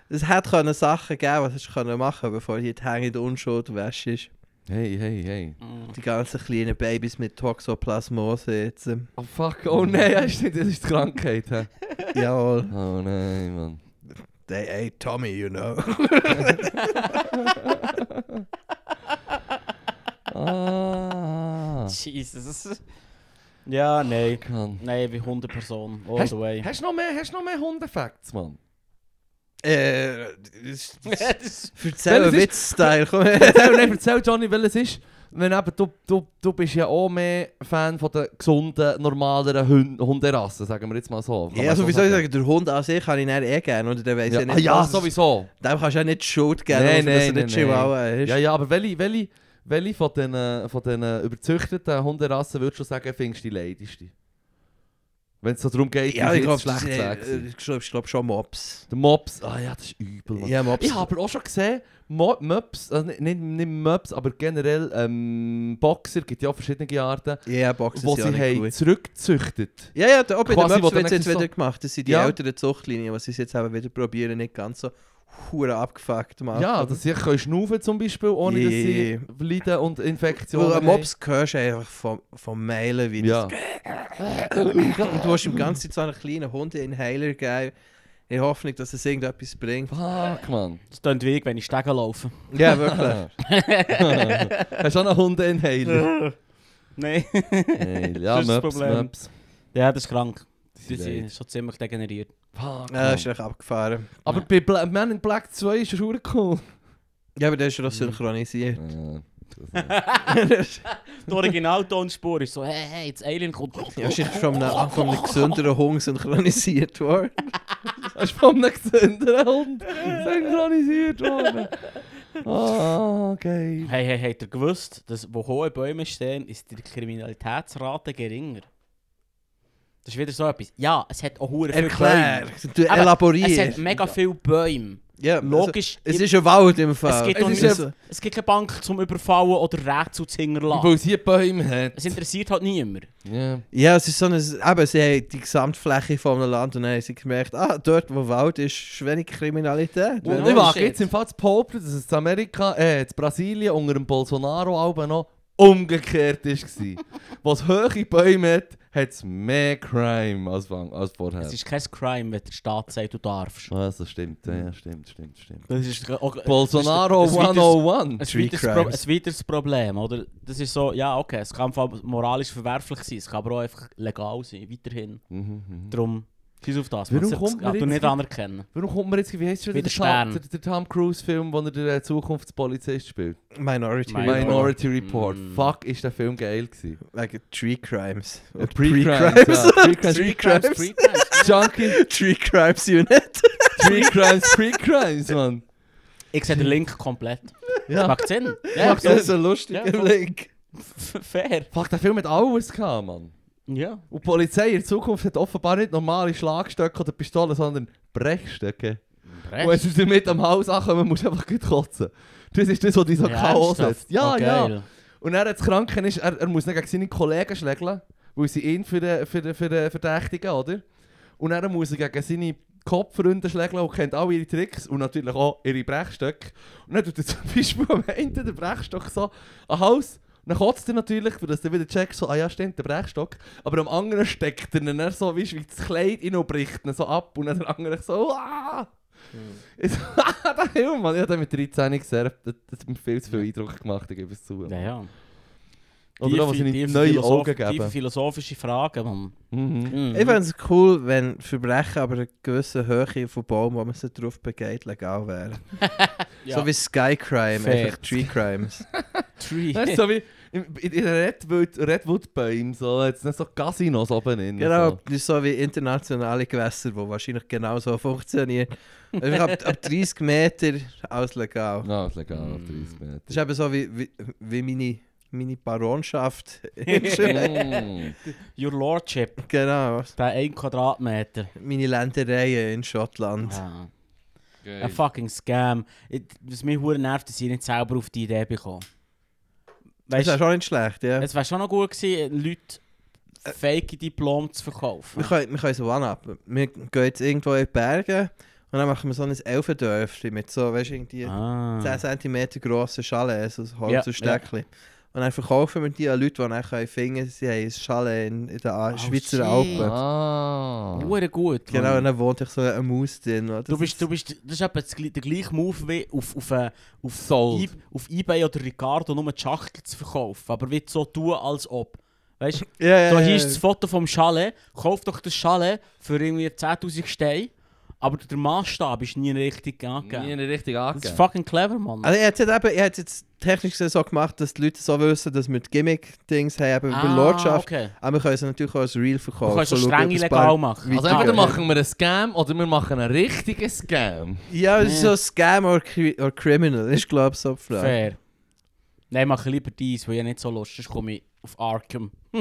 Speaker 3: es hätte können Sachen geben was hättest du können machen bevor hier die hängende Unschuld wäschst.
Speaker 1: Hey, hey, hey.
Speaker 2: Hm.
Speaker 3: Die ganzen kleinen Babys mit Toxoplasmose jetzt. ähm,
Speaker 1: Oh fuck, oh nein, das ist, nicht, das ist die Krankheit. hä?
Speaker 3: Jawohl.
Speaker 1: Oh nein, Mann.
Speaker 3: They ate Tommy, you know.
Speaker 1: Ah,
Speaker 2: Jesus. Ja, nein.
Speaker 1: kann.
Speaker 2: Nein, wie Hundeperson. All
Speaker 1: Hast
Speaker 2: the way.
Speaker 1: hast du noch mehr, hast du noch mehr Hundefacts, Mann?
Speaker 3: äh, das- das-
Speaker 2: Das-
Speaker 3: Erzähl einen
Speaker 1: Welches ist-
Speaker 3: Witz-Style, komm her.
Speaker 1: Erzähl, nein, erzähl Johnny, weil es ist, wenn eben, du, du, du bist ja auch mehr Fan von der gesunden, normaleren Hund Hunderassen, sagen wir jetzt mal so. Kann man
Speaker 3: Ja, also
Speaker 1: so
Speaker 3: wie soll ich sagen, der Hund an sich kann ich nicht eh gerne, oder? Der weiss ja,
Speaker 1: Ja,
Speaker 3: nicht,
Speaker 1: ah, ja
Speaker 3: was es-
Speaker 1: sowieso.
Speaker 3: Dem kannst du auch nicht die Schuld geben,
Speaker 1: Nein,
Speaker 3: nee, nee, dass er
Speaker 1: nein,
Speaker 3: nicht
Speaker 1: nein,
Speaker 3: Chihuahua ist.
Speaker 1: Ja, ja, aber welche, welche, welche von diesen von den eh, überzüchteten Hunderassen würdest du sagen, findest du die leidigste? Wenn es so darum geht,
Speaker 3: Ja,
Speaker 1: wie sie
Speaker 3: ich glaube,
Speaker 1: jetzt schlecht sagen. sind.
Speaker 3: ich glaube glaub schon Mops.
Speaker 1: Der Mops, ah ja, das ist übel. Mann.
Speaker 3: Ja, Mops.
Speaker 1: Ich habe aber auch schon gesehen, Mo Mops, also nicht, nicht- nicht Mops, aber generell ähm, Boxer, gibt ja auch verschiedene Arten,
Speaker 3: Ja, Boxen
Speaker 1: wo
Speaker 3: sind auch
Speaker 1: sie
Speaker 3: nicht
Speaker 1: haben
Speaker 3: gut.
Speaker 1: zurückgezüchtet.
Speaker 3: Ja, ja, da, auch bei den
Speaker 1: Quasi, wo
Speaker 3: Möpsen
Speaker 1: du
Speaker 3: wird es
Speaker 1: dann
Speaker 3: jetzt
Speaker 1: so-
Speaker 3: wieder gemacht. Das sind die
Speaker 1: Ja.
Speaker 3: älteren Zuchtlinien, was sie jetzt eben wieder probieren, nicht ganz so hure abgefuckt machen.
Speaker 1: Ja, dass sie können schnaufen zum Beispiel, ohne dass
Speaker 3: Yeah.
Speaker 1: sie Leiden und Infektionen
Speaker 3: Weil am Mops hörst du einfach vom, vom Meilen wie
Speaker 1: Ja.
Speaker 3: das- Und du hast ihm ganze Zeit so einen kleinen Hund in Heiler gegeben, in der Hoffnung, dass es irgendetwas bringt.
Speaker 1: Fuck, Mann.
Speaker 2: Das klingt wie ich, wenn ich Stegen laufe.
Speaker 3: Ja, wirklich.
Speaker 1: Hast du auch einen Hund in Heiler?
Speaker 2: Nein.
Speaker 1: Heil. Ja,
Speaker 2: Das ist
Speaker 1: Möps,
Speaker 2: das Problem.
Speaker 1: Möps.
Speaker 2: ja, das ist krank.
Speaker 1: Die Leute.
Speaker 2: Die sind schon ziemlich degeneriert.
Speaker 1: Fuck,
Speaker 3: ja,
Speaker 1: Mann.
Speaker 3: ist echt abgefahren.
Speaker 1: Aber bei Bla Man in Black 2 ist er schon cool.
Speaker 3: Ja, aber der ist doch synchronisiert.
Speaker 1: Ja,
Speaker 2: Die Originaltonspur ist so, hey, hey, das Alien kommt.
Speaker 3: Ja, ist jetzt von einem, von einem gesünderen Hund synchronisiert worden.
Speaker 1: Hast du von einem gesünderen Hund synchronisiert worden? Ah, geil.
Speaker 2: Hey, hey, habt ihr gewusst, dass wo hohe Bäume stehen, ist die Kriminalitätsrate geringer? Das ist wieder so etwas. Ja, es hat auch hure viele
Speaker 3: Erklär,
Speaker 2: Bäume.
Speaker 3: du
Speaker 2: Aber Es
Speaker 3: elaborierst.
Speaker 2: hat mega viele Bäume.
Speaker 3: ja, also,
Speaker 2: Logisch,
Speaker 3: es ist ein Wald im Fall.
Speaker 2: Es gibt
Speaker 1: Es
Speaker 2: auch
Speaker 1: ist
Speaker 2: nicht-
Speaker 3: ein-
Speaker 2: es gibt keine Bank zum Überfallen oder Rätsel zu hinterlassen.
Speaker 1: Weil es hier Bäume hat.
Speaker 2: Es interessiert halt niemand.
Speaker 1: Ja.
Speaker 3: Ja, es ist so ein, eben, sie haben die Gesamtfläche von einem Land und dann haben sie gemerkt, ah, dort wo Wald ist, ist wenig Kriminalität.
Speaker 1: Und
Speaker 2: no
Speaker 1: ich wage
Speaker 2: shit.
Speaker 1: jetzt im Fall zu behaupten, dass es in Amerika, äh, in Brasilien unter dem Bolsonaro aber noch umgekehrt war. Was hohe Bäume hat, hat es mehr Crime als, van- als vorher.
Speaker 2: Es ist kein Crime, wenn der Staat sagt, du darfst.
Speaker 1: Ah, das stimmt, ja, stimmt, stimmt, stimmt.
Speaker 2: Das ist auch,
Speaker 1: Bolsonaro
Speaker 2: das Äh, ist- das ist-
Speaker 1: 101.
Speaker 2: Ein
Speaker 3: Tree
Speaker 2: weiteres, Pro
Speaker 3: Crimes.
Speaker 2: ein weiteres Problem, oder? Das ist so, ja, okay, es kann vor allem moralisch verwerflich sein, es kann aber auch einfach legal sein, weiterhin.
Speaker 1: Mhm, mhm.
Speaker 2: Darum, schieß auf das,
Speaker 1: Warum
Speaker 2: was ich-
Speaker 1: kommt man
Speaker 2: ja, du
Speaker 1: jetzt
Speaker 2: nicht
Speaker 1: mit-
Speaker 2: anerkennen.
Speaker 1: Warum kommt man jetzt, wie heißt schon
Speaker 2: Wie
Speaker 1: der,
Speaker 2: der
Speaker 1: Tom-
Speaker 2: Stern.
Speaker 1: der, der Tom Cruise-Film, wo er der äh, Zukunftspolizist spielt?
Speaker 3: Minority
Speaker 2: Mein-
Speaker 3: Report.
Speaker 1: Minority Report.
Speaker 2: Mm.
Speaker 1: Fuck, ist der Film geil gewesen.
Speaker 3: Wegen Tree Crimes.
Speaker 1: Äh,
Speaker 3: Pre-Crimes.
Speaker 1: ja. Pre-Crimes.
Speaker 3: Tree Crimes.
Speaker 2: Tree Crimes.
Speaker 1: Junkie,
Speaker 3: Tree Crimes Unit.
Speaker 1: Pre-Crimes, Pre-Crimes, Mann.
Speaker 2: Ich sehe den Link komplett.
Speaker 1: Ja.
Speaker 2: Macht Sinn. Ja,
Speaker 1: Macht
Speaker 3: Das ist ein
Speaker 2: Ja,
Speaker 3: lustiger
Speaker 2: voll.
Speaker 3: Link.
Speaker 2: fair.
Speaker 1: Fuck, der Film hat alles gehabt, Mann.
Speaker 2: Ja.
Speaker 1: Und die Polizei in Zukunft hat offenbar nicht normale Schlagstöcke oder Pistolen, sondern Brechstöcke. Und wenn
Speaker 2: Recht.
Speaker 1: sie damit am Haus ankommen, musst du einfach gut kotzen. Das ist das, was dich so
Speaker 2: Ja,
Speaker 1: K.O.
Speaker 2: ernsthaft?
Speaker 1: setzt. Ja,
Speaker 2: Oh,
Speaker 1: ja.
Speaker 2: geil.
Speaker 1: Und er das Kranken ist, er, er muss nicht gegen seine Kollegen schlägeln, weil sie ihn für den, für den, für den Verdächtigen, oder? Und er muss er gegen seine Kopffreunde schlägeln und kennt alle ihre Tricks und natürlich auch ihre Brechstöcke. Und dann tut er zum Beispiel am Ende den Brechstock so an den Hals. Und dann kotzt er natürlich, weil das dann wieder checkt, so, ah ja, stimmt, der Brechstock. Aber am anderen steckt er ihn dann so, weißt, du, wie das Kleid ihn und bricht ihn so ab. Und dann der andere so, ah!
Speaker 2: Hm.
Speaker 1: Ich so, ah, der Film, Mann, ich habe den mit 13 gesehen, das das hat mir viel zu viel Eindruck gemacht, ich gebe es zu.
Speaker 2: Ja, ja.
Speaker 1: Oder auch, Oh, was
Speaker 2: Tiefe-
Speaker 1: ihnen
Speaker 2: tiefe
Speaker 1: neue
Speaker 2: philosoph-
Speaker 1: Augen geben.
Speaker 2: Tiefe philosophische Fragen, Mann.
Speaker 1: Mhm.
Speaker 2: Mhm.
Speaker 3: Ich fände es cool, wenn Verbrechen aber eine gewisse Höhe von Baum, wo man sie drauf begeht, legal wäre.
Speaker 2: Ja.
Speaker 3: So wie Sky Crime,
Speaker 2: Fair.
Speaker 3: einfach Tree Crimes.
Speaker 2: Tree.
Speaker 1: Das ist so wie in, in in Redwood, Redwood Bäumen, so, jetzt nicht so Casinos oben drin.
Speaker 3: Genau,
Speaker 2: Also.
Speaker 1: So.
Speaker 3: das ist so wie internationale Gewässer, die wahrscheinlich genauso funktionieren. Einfach ab, ab 30 Meter alles legal.
Speaker 1: Ja, ist legal, auf
Speaker 2: Mm.
Speaker 1: 30 Meter.
Speaker 3: Das ist eben so wie, wie, wie meine, meine Baronschaft.
Speaker 1: Mm.
Speaker 2: Your Lordship.
Speaker 3: genau,
Speaker 2: Der 1 Quadratmeter.
Speaker 3: meine Ländereien in Schottland.
Speaker 2: Ja. Ein fucking Scam. Ich- Was mich hure nervt, dass ich nicht selber auf die Idee bekomme.
Speaker 3: Das
Speaker 2: Weißt
Speaker 3: ist auch
Speaker 2: du,
Speaker 3: schon nicht schlecht, ja.
Speaker 2: es wäre schon noch gut gewesen, Leute fake Diplom zu verkaufen.
Speaker 3: Wir können, wir können so one-up. Wir gehen jetzt irgendwo in die Berge und dann machen wir so ein Elfendörfchen mit so, weißt du, irgendwie
Speaker 2: Ah.
Speaker 3: 10 cm grossen Chalets aus Holz
Speaker 2: Ja,
Speaker 3: und Stöckchen. Und dann verkaufen wir die an Leute, die dann können finden, sie haben ein Chalet in, in den A-
Speaker 2: Oh, shit.
Speaker 3: Schweizer Alpen.
Speaker 1: Ah.
Speaker 2: Hure gut.
Speaker 3: Genau, und
Speaker 2: Mann.
Speaker 3: dann wohnt ich so eine Maus drin. oder?
Speaker 2: Du
Speaker 3: Das
Speaker 2: bist,
Speaker 3: ist-
Speaker 2: du bist, das ist etwa das gli- der gleiche Move wie auf, auf, äh, auf,
Speaker 1: Sold.
Speaker 2: E- auf Ebay oder Ricardo nur die Schachtel zu verkaufen. Aber wie so tun, als ob. Weißt du,
Speaker 3: Ja, ja,
Speaker 2: so
Speaker 3: ja,
Speaker 2: hier
Speaker 3: ja.
Speaker 2: ist das Foto vom Chalet, kauf doch das Chalet für irgendwie 10.000 Steine, aber der Maßstab ist nie richtig angegeben.
Speaker 1: Nie in die Richtung
Speaker 2: Das ist
Speaker 1: angegeben.
Speaker 2: fucking clever, Mann.
Speaker 3: Also ich hätte jetzt, eben- ich hätte jetzt technisch gesehen so gemacht, dass die Leute so wissen, dass wir die Gimmick-Dings haben, eben über Lordschaft.
Speaker 2: Ah, Okay.
Speaker 3: Aber wir können sie natürlich auch als Real verkaufen.
Speaker 2: Man kann so
Speaker 3: schauen,
Speaker 2: streng
Speaker 3: ob es
Speaker 2: illegal
Speaker 3: paar-
Speaker 2: machen.
Speaker 1: Also entweder machen wir einen Scam oder wir machen einen richtigen Scam.
Speaker 3: Ja, es ist
Speaker 2: Nee.
Speaker 3: so Scam or, cri or Criminal, ist glaube ich so die Frage.
Speaker 2: Fair. Nein, mach lieber dies, weil ich nicht so Lust sonst komme ich auf Arkham.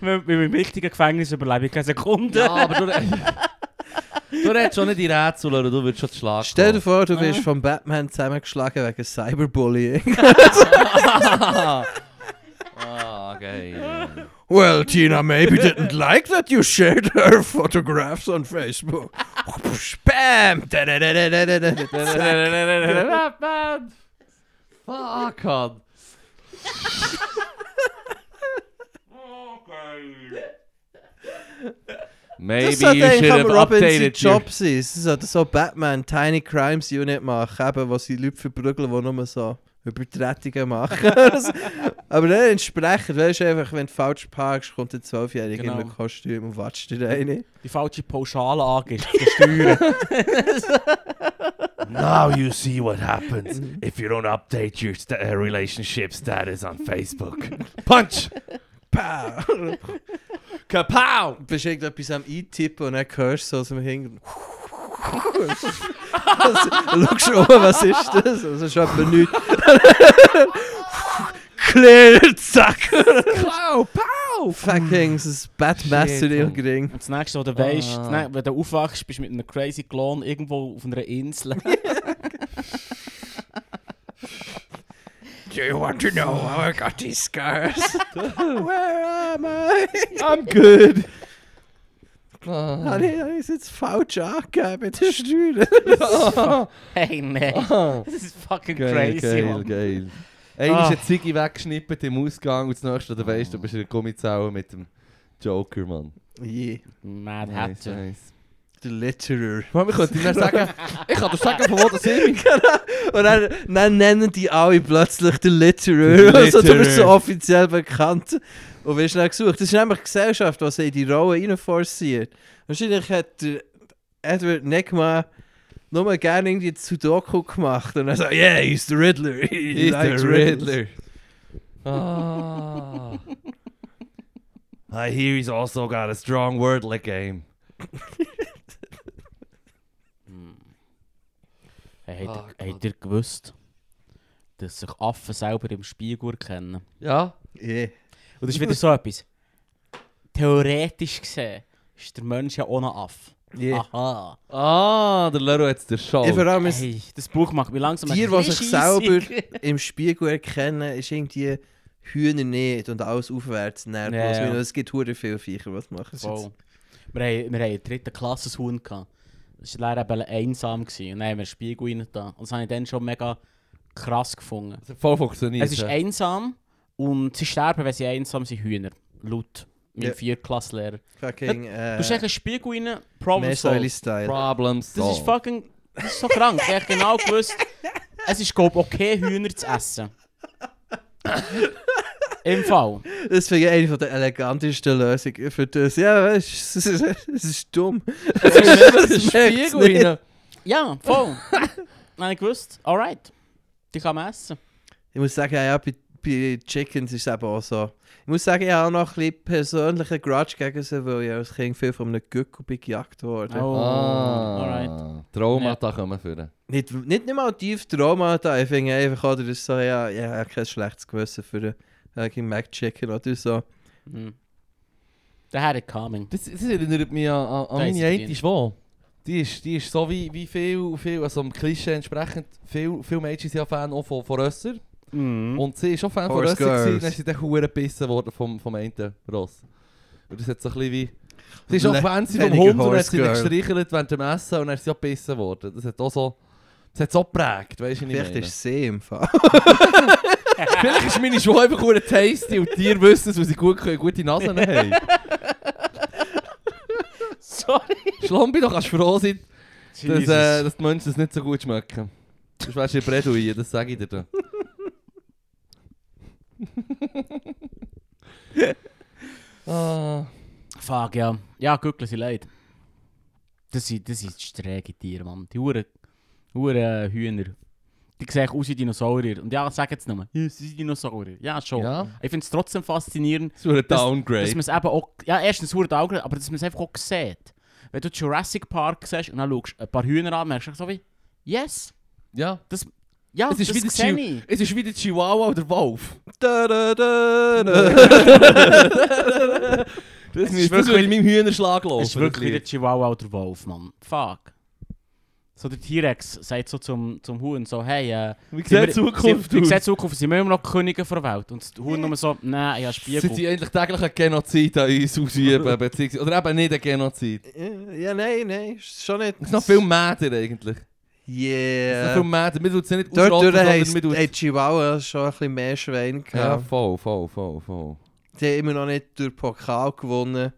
Speaker 2: Wenn wir im richtigen Gefängnis überlebe ich keine Sekunde.
Speaker 1: Ja, aber du... du redest schon nicht die Rätsel, oder du würdest schon den Schlag
Speaker 3: Stell dir vor, du wirst von Batman zusammengeschlagen wegen Cyberbullying.
Speaker 1: Ah, geil.
Speaker 3: Well, Tina maybe didn't like that you shared her photographs on Facebook. Spam!
Speaker 1: Rap Band! Fuck, Mann. Maybe
Speaker 3: Das
Speaker 1: you should
Speaker 3: sollte eigentlich am
Speaker 1: have
Speaker 3: Robin sein
Speaker 1: updated your...
Speaker 3: Job sein. Sie sollten so Batman Tiny Crimes Unit machen, eben, wo sie Leute verprügeln, die nur so Übertretungen machen. Das- Aber dann entsprechend, weißt du, einfach, wenn du falsch parkst, kommt der 12-Jährige
Speaker 2: Genau.
Speaker 3: in einem Kostüm und watscht dir rein.
Speaker 2: Die falsche Pauschale angibst, zu steuern.
Speaker 1: Now you see what happens if you don't update your sta- uh, relationship status on Facebook. Punch!
Speaker 3: Pow!
Speaker 1: Kapow!
Speaker 3: Bist irgendetwas am Eintippen und dann hörst du so aus dem Hintergrund. Schaust du um, was ist das? Das ist etwa nichts. Clear, zack!
Speaker 1: Pow! Pow!
Speaker 3: Fucking, das ist Batman
Speaker 1: Shit,
Speaker 3: zu dir
Speaker 1: Mann.
Speaker 3: gering.
Speaker 2: Und das nächste, was du
Speaker 1: Ah.
Speaker 2: weißt, das nä- wenn du aufwachst, bist du mit einem crazy Clown irgendwo auf einer Insel.
Speaker 3: Do you want to know how I got these scars? Where am I?
Speaker 1: I'm good!
Speaker 3: Ah, nee, das ist jetzt falsch angegeben, bitte steuern.
Speaker 2: hey,
Speaker 3: Oh.
Speaker 2: nein.
Speaker 1: Ah.
Speaker 2: Das ist fucking
Speaker 1: Geil,
Speaker 2: crazy,
Speaker 1: geil,
Speaker 2: Mann.
Speaker 1: geil. Einmal
Speaker 2: Ah.
Speaker 1: ist ein Ziggy weggeschnippt im Ausgang und das nächste, du weißt, du bist in der Gummizelle mit dem Joker, Mann.
Speaker 3: Yeah,
Speaker 2: Mad
Speaker 1: Nice,
Speaker 2: Hatter.
Speaker 1: nice.
Speaker 3: the letterer.
Speaker 1: Mann, wir könnten ihm dann sagen, ich kann dir sagen, von wo das ist.
Speaker 3: Und dann, dann nennen die alle plötzlich den Litterer.
Speaker 1: Der
Speaker 3: Also du bist so
Speaker 1: Letterer.
Speaker 3: offiziell bekannt. Und wirst dann gesucht. Das ist nämlich die Gesellschaft, die sie in die Rolle reinforciert. Wahrscheinlich hat der Edward Neckmann nur gerne irgendwie zu Doku gemacht. Und dann so, yeah, he's the Riddler. He's
Speaker 1: Ist der Riddler. Ah. I hear he's also got a strong wordle game.
Speaker 2: Hm. Hey,
Speaker 1: Ah,
Speaker 2: habt ihr-
Speaker 1: Gott.
Speaker 2: habt ihr gewusst, dass sich Affen selber im Spiegel erkennen?
Speaker 1: Ja?
Speaker 3: Yeah.
Speaker 2: Und das ist wieder so etwas. Theoretisch gesehen ist der Mensch ja ohne Affe.
Speaker 3: Yeah.
Speaker 2: Aha.
Speaker 1: Ah, der Lero hat es dir schon.
Speaker 3: Ich vor allem ist
Speaker 2: Hey, das Buch macht mich langsam
Speaker 3: Tier, was ich selber
Speaker 2: Scheissig.
Speaker 3: im Spiegel erkenne, ist irgendwie Hühner nicht und alles aufwärts nervt. Also,
Speaker 2: Ja, ja.
Speaker 3: Es gibt hure viele Viecher, was machen sie jetzt?
Speaker 2: Voll. Wir haben, wir haben einen dritten Klassenhuhn gehabt. Das war leider eben einsam gewesen. und dann haben wir einen Spiegel rein da. Und das habe ich dann schon mega krass gefunden.
Speaker 1: Es hat voll funktioniert.
Speaker 2: Es ist
Speaker 1: ja.
Speaker 2: einsam und sie sterben, wenn sie einsam sind, Hühner. Laut mein
Speaker 3: Ja.
Speaker 2: Viertklasslehrer.
Speaker 3: Fucking
Speaker 2: Du hast
Speaker 3: äh,
Speaker 2: einen Spiegel rein, Problem solved.
Speaker 3: Mesoli-Style.
Speaker 1: Problem
Speaker 2: Das ist
Speaker 1: solved.
Speaker 2: fucking. Das ist so krank. Ich hab genau gewusst, es ist, glaub okay, Hühner zu essen. Im Fall.
Speaker 3: Das finde ich eine von der elegantesten Lösungen für das. Ja, weißt du, es ist, es ist dumm.
Speaker 1: Das
Speaker 3: merkt's
Speaker 1: Spiegel rein.
Speaker 2: Ja, voll. Nein, ich gewusst, alright. Die kann man essen.
Speaker 3: Ich muss sagen, ja, bei, bei Chickens ist es eben auch so. Ich muss sagen, ich habe auch noch ein bisschen persönlichen Grudge gegen sie, weil ich als Kind viel von einem Gückel bin gejagt wurde.
Speaker 2: Oh,
Speaker 1: Ah,
Speaker 2: alright.
Speaker 1: Traumata kommen führen.
Speaker 3: Nicht, nicht, nicht mal tief Traumata, ich finde einfach, oder das ist so, ja, ja, ich habe kein schlechtes Gewissen für den äh, McChicken oder so.
Speaker 2: Hm. Der hat it coming.
Speaker 1: Das, das erinnert mich an, an, an
Speaker 2: Da
Speaker 1: meine
Speaker 2: ist sie drin.
Speaker 1: Auntie Schwan. Die ist, die ist so wie, wie viel, viel, also dem Klischee entsprechend, viel, viel Mädchen sind ja Fan auch von, von Rösser.
Speaker 3: Hm?
Speaker 2: Mhm.
Speaker 1: Und sie ist auch Fan von
Speaker 3: Horse
Speaker 1: Rösser gewesen,
Speaker 3: Girls.
Speaker 1: dann ist sie dann verdammt gebissen worden vom, vom einen Ross. Und das hat so ein bisschen wie... Sie ist auch
Speaker 3: Le-
Speaker 1: Fan gewesen vom
Speaker 3: weniger
Speaker 1: Hund und hat
Speaker 3: Horse
Speaker 1: sie dann
Speaker 3: Girl.
Speaker 1: gestreichelt während dem Essen und dann ist sie auch gebissen worden. Das hat auch so... Das hat so geprägt, weißt du, wie ich
Speaker 3: Vielleicht
Speaker 1: meine?
Speaker 3: ist sie im Fall.
Speaker 1: Vielleicht ist meine Schwan einfach nur tasty und die Tiere wissen es, weil sie gut, können, gute Nasen haben.
Speaker 2: Sorry.
Speaker 1: Schlampi, du kannst froh sein, dass,
Speaker 2: Jesus.
Speaker 1: äh, dass die Menschen es nicht so gut schmecken. Das wärst du in Bredouille, das sage ich dir. da. ah,
Speaker 2: Fuck, ja. Ja, Gückler sind leid. Das sind, das sind schräge Tiere, Mann. Die Huren, Huren äh, Hühner. Die sehen aus wie Dinosaurier. Und ja, sag jetzt nochmal, ja, sie sind Dinosaurier. Ja, schon.
Speaker 1: ja,
Speaker 2: Ich finde es trotzdem faszinierend,
Speaker 1: das ist ein
Speaker 2: Das-
Speaker 1: Downgrade.
Speaker 2: dass man es eben auch. Ja, erstens hure Augen, aber dass man es einfach auch sieht. Wenn du Jurassic Park siehst und dann schaust ein paar Hühner an, merkst du so wie, yes,
Speaker 1: ja.
Speaker 2: ja,
Speaker 1: Es ist
Speaker 2: das
Speaker 1: wie der
Speaker 2: sehe
Speaker 1: Chi-
Speaker 2: ich.
Speaker 1: Es ist wie der Chihuahua oder der Wolf.
Speaker 3: Da, da, da,
Speaker 1: Das,
Speaker 2: ist
Speaker 1: ist
Speaker 2: wirklich-
Speaker 1: wirklich in meinem Hühnerschlag laufen.
Speaker 2: Es ist wirklich
Speaker 1: das
Speaker 2: wie der
Speaker 1: Lied.
Speaker 2: Chihuahua oder Wolf, Mann. Fuck. So der T-Rex sagt so zum, zum Huhn so, hey, äh,
Speaker 1: Wie
Speaker 2: sind
Speaker 1: sieht
Speaker 2: wir-
Speaker 1: die Zukunft
Speaker 2: sind, Wie
Speaker 1: aus?
Speaker 2: sieht die Zukunft? Sind wir immer noch Könige der Welt? Und das Huhn nur so, nein, ich habe
Speaker 1: Sind
Speaker 2: Spiegel.
Speaker 1: die eigentlich täglich einen Genozid an uns ausüben? beziehungsweise- Oder eben nicht einen Genozid.
Speaker 3: Ja, nein, nein, ist schon nicht.
Speaker 1: Es ist noch viel Mäder eigentlich. Es ist noch
Speaker 3: Yeah.
Speaker 1: viel Mäder. Wir tun es nicht
Speaker 3: Dort
Speaker 1: ausrotten,
Speaker 3: durch
Speaker 1: sondern
Speaker 3: heisst,
Speaker 1: wir tun
Speaker 3: hat Chihuahua schon ein bisschen mehr Schwein
Speaker 1: Ja,
Speaker 3: gehabt.
Speaker 1: voll, voll, voll, voll.
Speaker 3: Die haben immer noch nicht durch Pokal gewonnen.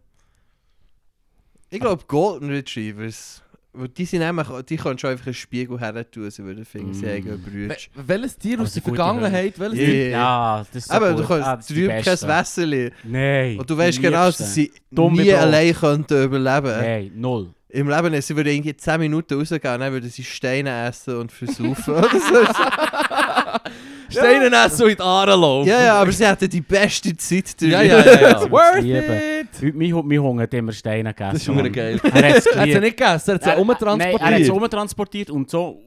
Speaker 3: Ich glaube Golden Retrievers. Weil die sind nämlich, die können schon einfach einen Spiegel her tun, sie würden finden, sie
Speaker 2: Mm.
Speaker 3: haben Brüder.
Speaker 1: We- Welches Tier
Speaker 2: Aber
Speaker 1: aus
Speaker 2: sie
Speaker 1: der
Speaker 2: gute
Speaker 1: Vergangenheit, welches
Speaker 3: Yeah.
Speaker 1: Tier?
Speaker 2: Ja, das ist so
Speaker 3: Aber
Speaker 2: gut.
Speaker 3: du kannst
Speaker 2: Ah,
Speaker 3: ah,
Speaker 2: das ist die
Speaker 3: drüben kein
Speaker 2: Beste.
Speaker 3: Wässerli.
Speaker 2: Nein.
Speaker 3: Und du weißt
Speaker 2: die
Speaker 3: genau, dass
Speaker 2: Liebsten.
Speaker 3: sie
Speaker 2: Dumme
Speaker 3: nie
Speaker 2: Brot.
Speaker 3: allein könnten überleben.
Speaker 2: Nein, null.
Speaker 3: Im Leben nicht. Sie würden irgendwie 10 Minuten rausgehen und dann würden sie Steine essen und versaufen. oder so.
Speaker 1: Steinen essen und in die Aare laufen.
Speaker 3: ja, ja, aber sie hatten die beste Zeit
Speaker 1: ja, ja, ja, ja. Worth
Speaker 2: Liebe.
Speaker 1: it!
Speaker 2: Heute- Mein, Hund- mein Hunger hat immer Steine gegessen.
Speaker 1: Das ist
Speaker 2: Mann.
Speaker 1: schon geil.
Speaker 2: Er hat es
Speaker 1: Er hat sie
Speaker 2: geliebt.
Speaker 1: nicht gegessen, er hat sie
Speaker 2: Nein, er hat
Speaker 1: umtransportiert.
Speaker 2: es umtransportiert und so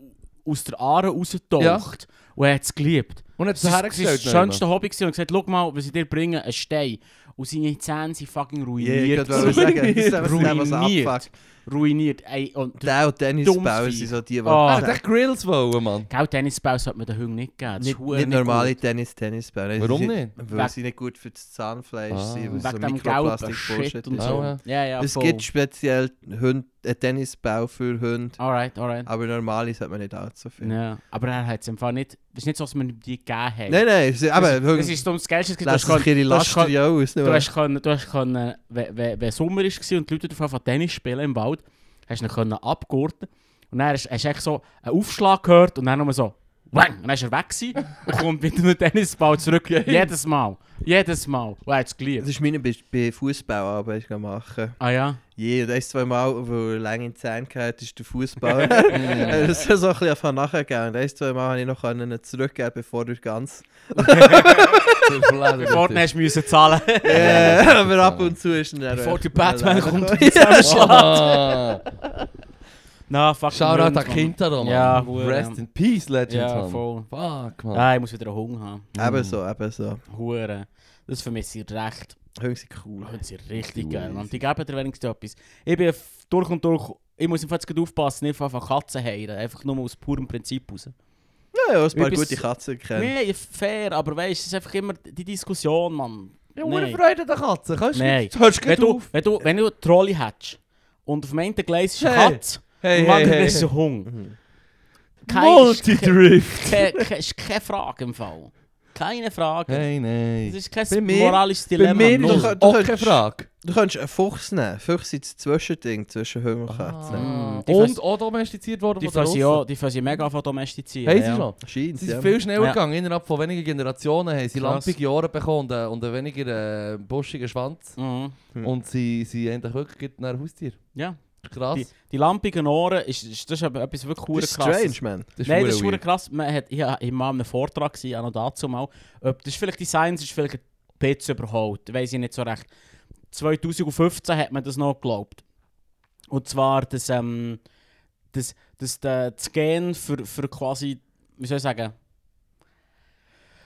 Speaker 2: aus der Aare rausgetaucht. Und er hat es geliebt.
Speaker 1: Und hat
Speaker 2: Das
Speaker 1: sie
Speaker 2: war das
Speaker 1: hergestellt.
Speaker 2: schönste Hobby gewesen. und er hat gesagt, schau mal, was ich dir bringe, ein Stein. Und seine Zähne sind fucking
Speaker 3: Ja, ich
Speaker 2: ruiniert.
Speaker 3: wollte gerade sagen, das ist einfach was
Speaker 2: ruiniert.
Speaker 3: abfuckt.
Speaker 2: Ruiniert. Ey, und
Speaker 3: Der und Dennis
Speaker 2: Dummes
Speaker 3: Bauer
Speaker 2: Vieh.
Speaker 3: sind so die, die...
Speaker 2: Ah,
Speaker 1: Ah, der Grills wollen, Mann.
Speaker 2: Gell, Tennisball sollte man den Hunden nicht geben. Das ist
Speaker 3: Nicht,
Speaker 2: verdammt
Speaker 3: nicht normale
Speaker 2: gut.
Speaker 3: Tennis, Tennisbälle.
Speaker 1: Warum
Speaker 3: Sie-
Speaker 1: nicht?
Speaker 3: Weil sie nicht gut für das Zahnfleisch
Speaker 1: Ah.
Speaker 2: Wegen
Speaker 3: sind, weil so
Speaker 2: dem gelben
Speaker 3: Mikroplastik-Bullshit
Speaker 2: Shit und
Speaker 3: ist.
Speaker 1: Ah, ja.
Speaker 2: so. Ja, ja,
Speaker 3: Es
Speaker 2: voll.
Speaker 3: gibt speziell Hunde, einen Tennisbau für Hunde,
Speaker 2: Alright, alright.
Speaker 3: aber normale hat man nicht allzu viel.
Speaker 2: Ja, aber er hat es im Fall nicht... Es ist nicht so, dass man die Dus- gegeben hat.
Speaker 3: Nein, nein, sie, aber
Speaker 2: das,
Speaker 3: Hunde
Speaker 2: das ist so das Geilste. Du hast
Speaker 3: lassen sich
Speaker 2: können-
Speaker 3: ihre
Speaker 2: du hast
Speaker 3: Laster
Speaker 2: können-
Speaker 3: ja aus.
Speaker 2: Du hast können, du hast können, wenn, wenn, wenn Sommer war und die Leute davon von Tennis spielen im Wald, hast du ihn können abgurten und dann hast, hast du echt so einen Aufschlag gehört und dann nochmal so «Wang!» und dann ist er weg gewesen und kommt mit einem Tennisball zurück. Jedes Mal. Jedes Mal. Und er hat es
Speaker 3: Das
Speaker 2: geliebt.
Speaker 3: ist meine bei, bei Fußballarbeit die ich machen.
Speaker 2: Ah ja?
Speaker 3: Jeder ist zweimal, wo er lange in die Zähne gehabt ist der Fußball. das ist so ein bisschen von nachher gegangen. Das zweimal habe ich noch einen zurückgeben, bevor er ganz.
Speaker 2: Bevor du hast müssen zahlen.
Speaker 1: Eh,
Speaker 3: Äh, aber ab und zu ist er
Speaker 2: Bevor der Batman kommt und
Speaker 1: Oh, Ah.
Speaker 2: Na, fuck.
Speaker 1: Shoutout
Speaker 2: Mann.
Speaker 1: an Kintaro, Mann.
Speaker 2: Ja,
Speaker 1: Rest
Speaker 2: ja.
Speaker 1: in Peace, Legend,
Speaker 2: Ja,
Speaker 1: Mann.
Speaker 2: voll.
Speaker 1: Fuck, Mann.
Speaker 2: Ah, ich muss wieder einen Hunger haben.
Speaker 3: Ebenso, ebenso.
Speaker 2: Hure. Das vermisse ich recht.
Speaker 3: Hören sie cool.
Speaker 2: Das sind richtig
Speaker 1: Crazy.
Speaker 2: geil. Und die geben dir wenigstens etwas. Ich bin f- durch und durch. Ich muss im Fall jetzt gut aufpassen, nicht von Katzen heilen. Einfach nur aus purem Prinzip raus.
Speaker 3: Ja, ja, ein paar
Speaker 2: Übrigens-
Speaker 3: gute Katzen kennen.
Speaker 2: Nein, fair, aber weißt du, es ist einfach immer die Diskussion, Mann.
Speaker 1: Ja,
Speaker 2: Nee.
Speaker 1: ohne Freude an der Katze. Kannst
Speaker 2: Nein.
Speaker 1: du hörst
Speaker 2: Wenn
Speaker 1: gleich
Speaker 2: du,
Speaker 1: auf.
Speaker 2: wenn du, wenn du eine Trolley hättest und auf dem einen Gleis ist eine
Speaker 1: Hey.
Speaker 2: Katze und am anderen ist ein Hund.
Speaker 3: Mhm.
Speaker 1: Multidrift.
Speaker 2: Keine, keine, ist keine Frage im Fall. Keine Frage.
Speaker 1: Hey, Oh,
Speaker 2: Das
Speaker 1: nein.
Speaker 2: ist
Speaker 1: Bei
Speaker 2: kein
Speaker 1: mir-
Speaker 2: moralisches
Speaker 1: Bei
Speaker 2: Dilemma.
Speaker 1: mir
Speaker 2: null.
Speaker 1: ist
Speaker 3: doch-
Speaker 1: auch keine Frage.
Speaker 3: Du kannst einen Fuchs nehmen. Füchse sind das Zwischending zwischen Hunden und Katzen.
Speaker 1: Ah.
Speaker 2: Mm. Die
Speaker 1: Und
Speaker 2: Fas-
Speaker 1: auch domestiziert worden
Speaker 2: die
Speaker 1: von
Speaker 2: Fasi-
Speaker 1: den
Speaker 2: ja,
Speaker 1: Russen.
Speaker 2: die Fasi mega von domestizieren.
Speaker 1: Hey, sie
Speaker 2: ja.
Speaker 1: schon.
Speaker 3: Scheint,
Speaker 1: Sie sind
Speaker 3: ja.
Speaker 1: viel schneller
Speaker 2: Ja.
Speaker 1: gegangen. Innerhalb von wenigen Generationen haben sie
Speaker 2: Krass.
Speaker 1: lampige Ohren bekommen und, äh, und einen weniger äh, buschigen Schwanz.
Speaker 2: Mhm.
Speaker 3: Hm.
Speaker 1: Und sie sind eigentlich wirklich nach Haustier.
Speaker 2: Ja.
Speaker 1: Das ist krass.
Speaker 2: Die, die lampigen Ohren, ist, ist, das ist aber etwas wirklich
Speaker 3: Das
Speaker 2: hure
Speaker 3: ist
Speaker 2: krasses.
Speaker 3: strange, man.
Speaker 1: Das ist
Speaker 2: Nein,
Speaker 1: hure
Speaker 2: das ist hure
Speaker 1: weird.
Speaker 2: krass. Man hat, ich war mal einem Vortrag, gewesen, auch noch dazu mal. Ob, das ist vielleicht die Science ist vielleicht ein bisschen überholt, weiß ich nicht so recht. 2015 hat man das noch geglaubt. Und zwar, dass, ähm, dass, dass der, das Gen für, für quasi, wie soll ich sagen,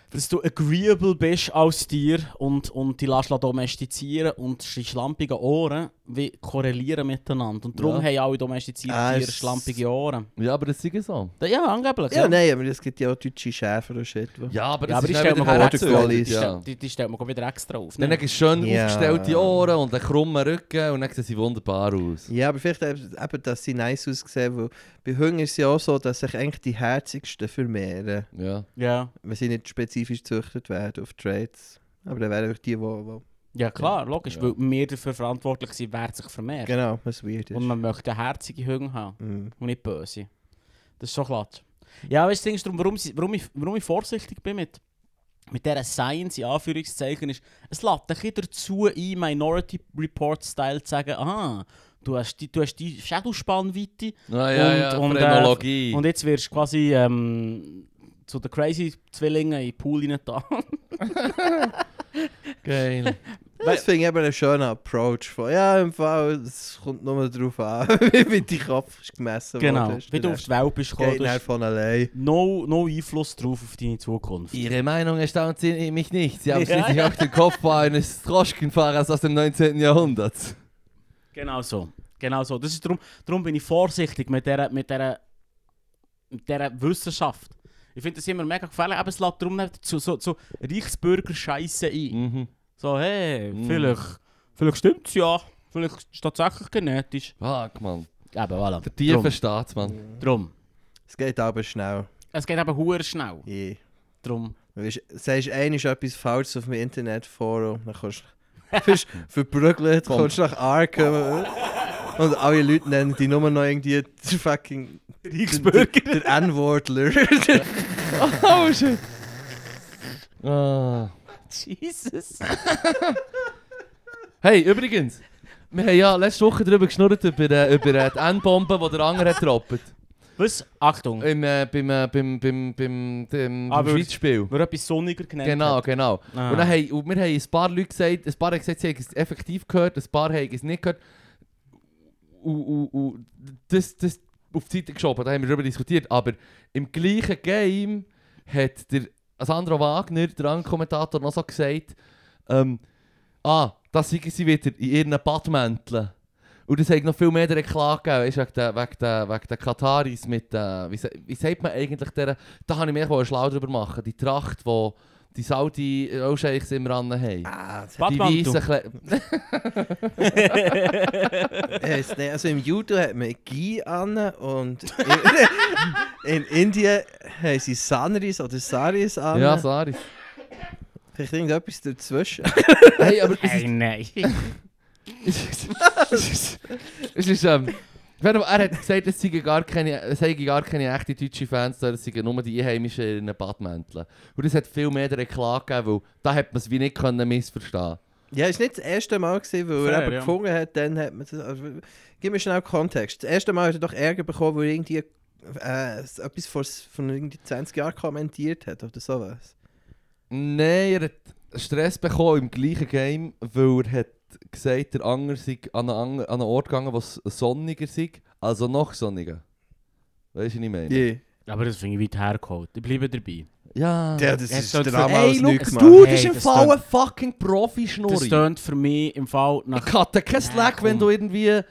Speaker 2: dass du agreeable bist als Tier und, und die lässt domestizieren und die schlampigen Ohren wie korrelieren miteinander. Und darum
Speaker 1: Ja.
Speaker 2: haben alle domestizierten
Speaker 3: Ah,
Speaker 2: Tiere
Speaker 3: es-
Speaker 2: schlampige Ohren.
Speaker 1: Ja, aber das ist so.
Speaker 2: Ja, angeblich.
Speaker 3: Ja, nein, aber es gibt ja auch deutsche Schäfer und shit. wo-
Speaker 1: Ja, aber das
Speaker 2: Ja, aber
Speaker 1: ist
Speaker 2: die
Speaker 1: dann
Speaker 2: stellen
Speaker 1: wieder
Speaker 2: wir
Speaker 3: vor, die
Speaker 1: hergezogen.
Speaker 3: Qualis.
Speaker 1: Ja.
Speaker 2: Die, die stellt man gerade wieder extra auf.
Speaker 1: Dann
Speaker 2: ne?
Speaker 1: hast du schön
Speaker 3: Ja.
Speaker 1: aufgestellte Ohren und einen krummen Rücken und dann sehen sie wunderbar aus.
Speaker 3: Ja, aber vielleicht eben, eben, dass sie nice aussehen, weil bei Hunden ist es ja auch so, dass sich eigentlich die herzigsten vermehren,
Speaker 1: Ja.
Speaker 2: Ja.
Speaker 3: wenn sie nicht spezifisch gezüchtet werden auf Trades. Aber dann wären auch die, die... die
Speaker 2: ja, klar, logisch.
Speaker 1: Ja.
Speaker 2: Weil wir dafür verantwortlich sind, wer sich vermehrt.
Speaker 3: genau, was weird ist.
Speaker 2: Und man möchte herzige Hunger haben
Speaker 3: Mhm.
Speaker 2: und nicht böse. Das ist so klatsch. Ja, weißt du, das Ding ist darum, warum, sie- warum, ich, warum ich vorsichtig bin mit, mit dieser Science in Anführungszeichen ist, es lädt dich ein bisschen dazu ein, Minority Report-Style zu sagen, ah, du hast die, du hast die Schädelspannweite,
Speaker 1: Ah, ja,
Speaker 2: Und-
Speaker 1: ja,
Speaker 2: und, äh,
Speaker 1: Phrenologie.
Speaker 2: Und jetzt wirst du quasi ähm, zu den crazy Zwillingen in den Pool hinein da.
Speaker 1: Geil.
Speaker 3: Das finde ich eben einen schönen Approach von, ja, im Fall, es kommt nur darauf an, wie dein Kopf ist gemessen
Speaker 2: genau.
Speaker 3: worden ist.
Speaker 2: Wie du auf die Welt bist gekommen,
Speaker 3: Geht
Speaker 2: du
Speaker 3: nicht
Speaker 2: hast
Speaker 3: von allein.
Speaker 2: no, no Einfluss drauf auf deine Zukunft.
Speaker 1: Ihre Meinung erstaunt sie mich nicht. Sie haben
Speaker 2: Ja.
Speaker 1: schließlich auch den Kopfbau eines Droschkenfahrers aus dem 19. Jahrhundert.
Speaker 2: Genau so. Genau so. Das ist darum, darum bin ich vorsichtig mit dieser mit der mit dieser Wissenschaft. Ich finde das immer mega gefährlich, aber es lädt darum nicht zu, so, zu Reichsbürger-Scheiße ein.
Speaker 1: Mhm.
Speaker 2: So, hey,
Speaker 1: Mhm.
Speaker 2: vielleicht, vielleicht stimmt es ja. Vielleicht ist es tatsächlich genetisch.
Speaker 1: Fuck, Mann.
Speaker 2: Eben, voilà.
Speaker 1: Der tiefe
Speaker 2: Drum.
Speaker 1: Staatsmann.
Speaker 2: Drum.
Speaker 3: Es geht aber schnell.
Speaker 2: Es geht eben hure schnell.
Speaker 3: Yeah.
Speaker 2: Drum.
Speaker 3: Weißt, sagst du einmal etwas Falsches auf dem Internetforum, dann kommst du bist verprügelt,
Speaker 1: Komm.
Speaker 3: kommst nach Arkham äh, und alle Leute nennen die Nummer noch irgendwie der fucking
Speaker 2: Reichsbürger.
Speaker 3: der N-Wordler. das
Speaker 1: Oh, shit. Ah.
Speaker 2: Jesus.
Speaker 1: Hey, übrigens. Wir haben ja letzte Woche darüber geschnurrt, über, äh, über äh, die N-Bombe, die der andere hat getroppt.
Speaker 2: Was? Achtung.
Speaker 1: Im, äh, beim, äh, beim, beim, beim, beim,
Speaker 2: Ah,
Speaker 1: beim
Speaker 2: weil-
Speaker 1: Schweizspiel.
Speaker 2: Wir etwas sonniger genannt.
Speaker 1: Genau, genau.
Speaker 2: hat. Ah.
Speaker 1: Und, dann haben, und wir haben ein paar Leute gesagt, ein paar haben gesagt, sie haben es effektiv gehört, ein paar haben es nicht gehört. Und, und, und das, das auf die Seite geschoben, da haben wir darüber diskutiert. Aber im gleichen Game hat der Sandro Wagner, der andere Kommentator, noch so gesagt, ähm, ah, das sind sie wieder in ihren Badmänteln. Und das hat noch viel mehr der Klage gegeben, weisst, wegen der, wegen der, wegen der Kataris mit, äh, wie, se- wie sagt man eigentlich, der, da habe ich mir wohl schlau drüber machen, die Tracht, die die Saudi-Ölscheichs immer an haben. Die weißen
Speaker 2: Badmantel.
Speaker 1: Kle
Speaker 3: heisst nicht. Also im Judo hat man Gi an und in, in Indien haben sie Sanris oder Saris an.
Speaker 1: Ja, Saris.
Speaker 3: Vielleicht irgendetwas dazwischen.
Speaker 1: Hey, aber es
Speaker 2: Hey, nein.
Speaker 1: ist... es ist, es ist ähm, wenn er er hat gesagt, es seien gar keine, es seien gar keine echte deutsche Fans da, es seien nur die Einheimischen in ihren Badmänteln. Und das hat viel mehr der Klage gegeben, weil da hat man es wie nicht können missverstehen
Speaker 3: Ja, ist nicht das erste Mal, gewesen, weil
Speaker 2: Fair,
Speaker 3: er eben
Speaker 2: ja.
Speaker 3: gefunden hat, dann hat man das. Also, gib mir schnell Kontext. Das erste Mal hat er doch Ärger bekommen, weil er irgendwie äh, s- etwas vor, s- von irgendwie 20 Jahren kommentiert hat oder sowas.
Speaker 1: Nein, er hat Stress bekommen im gleichen Game, weil er hat gesagt, der andere sei an einen, ander- an einen Ort gegangen, was sonniger sei, also noch sonniger. Weißt du, was ich meine?
Speaker 3: Yeah.
Speaker 2: Aber das finde ich weit hergeholt. Ich bleibe dabei.
Speaker 1: Ja.
Speaker 3: Ja, das
Speaker 2: Ja,
Speaker 3: ist
Speaker 2: das-
Speaker 3: damals
Speaker 1: Ey, look,
Speaker 3: nichts gemacht.
Speaker 1: Du,
Speaker 2: Hey,
Speaker 1: das ist im
Speaker 2: das
Speaker 1: Fall
Speaker 2: tönt-
Speaker 1: ein fucking
Speaker 2: Das
Speaker 1: Profi-Schnurri.
Speaker 2: tönt für mich im Fall nach...
Speaker 1: Ich hatte keinen
Speaker 2: Ja,
Speaker 1: Slack,
Speaker 2: komm.
Speaker 1: wenn du irgendwie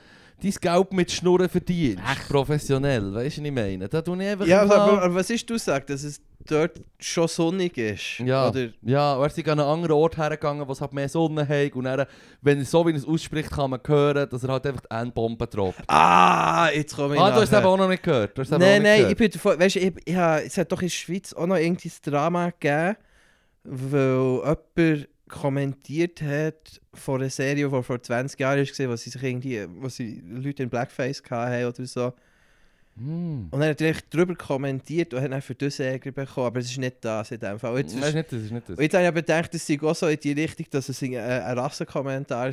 Speaker 1: dein Geld mit Schnurren verdienst.
Speaker 2: Ach.
Speaker 1: Professionell, weißt du, was ich meine? Da tue ich einfach.
Speaker 3: Ja,
Speaker 1: mal-
Speaker 3: aber, aber, aber was ist du sagst, dass es dort schon sonnig ist?
Speaker 1: Ja,
Speaker 3: Oder
Speaker 1: ja, und er ist an einen anderen Ort hergegangen, wo es halt mehr Sonne hat. Und er, wenn er so wie er es ausspricht, kann man hören, dass er halt einfach die Endbombe droppt.
Speaker 3: ah, jetzt komme ich
Speaker 1: Ah, du hast es
Speaker 3: nachher.
Speaker 1: eben auch noch nicht gehört. Du hast es eben auch
Speaker 3: Nein,
Speaker 1: nicht
Speaker 3: nein, ich
Speaker 1: gehört.
Speaker 3: bin davon, weißt du, ich, ich, hab- es hat doch in der Schweiz auch noch irgendwie ein Drama gegeben, weil jemand kommentiert hat von einer Serie, die vor 20 Jahren war, wo sie sich irgendwie, wo sie Leute in Blackface hatten oder so.
Speaker 1: Hm.
Speaker 3: Und er hat natürlich darüber kommentiert und hat dann für das Ärger bekommen, aber es ist nicht das in dem Fall. Und Jetzt,
Speaker 1: Nein, ist
Speaker 3: ist,
Speaker 1: nicht das, ist nicht das.
Speaker 3: und jetzt habe ich aber gedacht, es sei auch so in die Richtung, dass es ein, äh, ein Rassenkommentar war,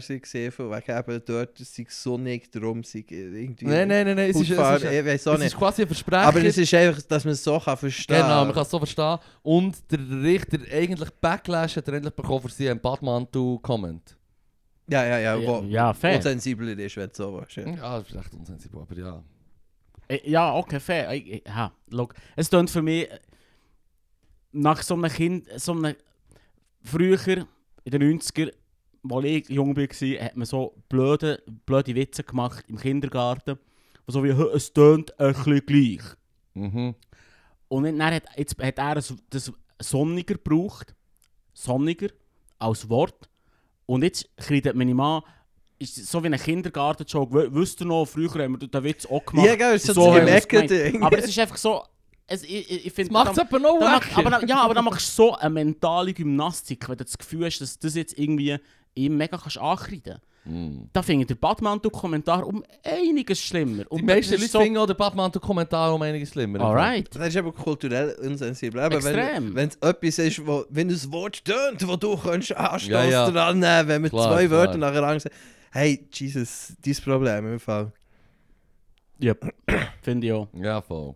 Speaker 3: von wegen eben dort, es sei sonnig, darum sei irgendwie...
Speaker 1: Nein, nein, nein, nein, es ist, es
Speaker 3: Hautfarbe,
Speaker 1: ist,
Speaker 3: ich weiss auch
Speaker 1: es
Speaker 3: nicht.
Speaker 1: ist quasi ein Versprechen.
Speaker 3: Aber es ist einfach, dass man es so kann verstehen
Speaker 1: Genau, man kann es so verstehen. Und der Richter eigentlich Backlash hat er endlich bekommen für seinen Badmantel-Comment.
Speaker 3: Ja, ja, ja. Wo,
Speaker 2: Ja,
Speaker 3: wo
Speaker 2: fair.
Speaker 3: sensibler ist, wenn du so was. Ja.
Speaker 1: Ja, das ist echt unsensibel, aber ja.
Speaker 2: Äh, Ja, okay, fair. Ich, ich, ha, look. Es tönt für mich äh, nach so einem Kind, so einem früher, in den 90er, als ich jung war, hat man so blöde, blöde Witze gemacht im Kindergarten. wo So wie, «Hä, es tönt ein bisschen gleich.
Speaker 1: Mhm.
Speaker 2: Und dann hat, jetzt hat er das, das «sonniger» gebraucht. «Sonniger» als Wort. Und jetzt kreidet man ihm an, ist so wie ein Kindergarten-Joke. W- Wisst ihr noch, früher haben wir den Witz auch gemacht.
Speaker 3: Ja, gell, ist so,
Speaker 2: So
Speaker 3: so
Speaker 2: haben
Speaker 3: das
Speaker 2: wir es gemeint.
Speaker 3: Ecken-Ding.
Speaker 2: Aber es ist einfach so. Es, ich ich,
Speaker 1: Das
Speaker 2: ich finde.
Speaker 1: macht es
Speaker 2: da-
Speaker 1: aber noch
Speaker 2: da mach-
Speaker 1: wacker.
Speaker 2: aber, da- Ja, aber dann machst du so eine mentale Gymnastik, wenn du das Gefühl hast, dass das jetzt irgendwie ihm mega kannst ankreiden
Speaker 1: Mhm.
Speaker 2: Da finde ich den Batman-Kommentar um einiges schlimmer.
Speaker 1: Die
Speaker 2: Und
Speaker 1: meisten
Speaker 2: das
Speaker 1: Leute
Speaker 2: ist
Speaker 1: finden auch den Badmantel-Kommentar um einiges schlimmer.
Speaker 2: Alright.
Speaker 3: Das ist aber kulturell unsensibel. Aber
Speaker 2: Extrem.
Speaker 3: wenn wenn es etwas ist, wo, wenn ein Wort tönt, wo du kannst Anstoß
Speaker 1: Ja, ja.
Speaker 3: dran nehmen, wenn wir
Speaker 1: Klar,
Speaker 3: zwei
Speaker 1: klar.
Speaker 3: Wörter nachher sagen, hey, Jesus, dein Problem im Fall.
Speaker 2: Ja, finde ich auch.
Speaker 1: Ja, voll.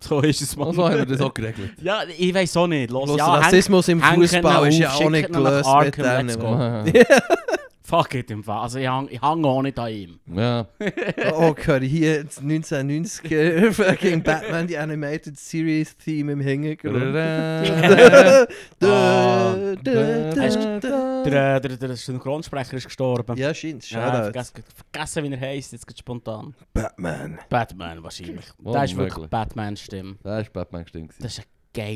Speaker 2: So ist es mal.
Speaker 1: Und so haben wir das auch geregelt.
Speaker 2: Ja, ich weiß auch nicht. Los,
Speaker 3: Bloß
Speaker 2: ja,
Speaker 3: Rassismus im
Speaker 2: hängt ihn
Speaker 3: Fußball ist
Speaker 2: auf,
Speaker 3: ja auch
Speaker 2: schickt
Speaker 3: nicht
Speaker 2: ihn nach
Speaker 3: gelöst mit
Speaker 2: Arkham, let's
Speaker 3: dem.
Speaker 2: go.
Speaker 1: Ja.
Speaker 2: hängt- fuck it im Fall. Also ich hang, ich hang auch nicht an ihm.
Speaker 1: Ja.
Speaker 3: Oh, Curry, hier das 1990er fucking Batman, die Animated Series Theme im Hintergrund.
Speaker 1: Ah.
Speaker 3: Dö, dö, dö,
Speaker 1: Hast-
Speaker 3: dö.
Speaker 2: Der, äh, der, der Synchronsprecher ist gestorben.
Speaker 3: Eh. Ja, scheint.
Speaker 2: Ja, ich hab
Speaker 3: Shoutout.
Speaker 2: vergessen, vergessen, wie er heisst, jetzt geht's spontan.
Speaker 3: Batman.
Speaker 2: Batman wahrscheinlich.
Speaker 1: Oh,
Speaker 2: da ist wirklich
Speaker 1: möglich.
Speaker 2: Batman-Stimme.
Speaker 1: Das war Batman gestimmt. gewesen.
Speaker 2: Das ist eine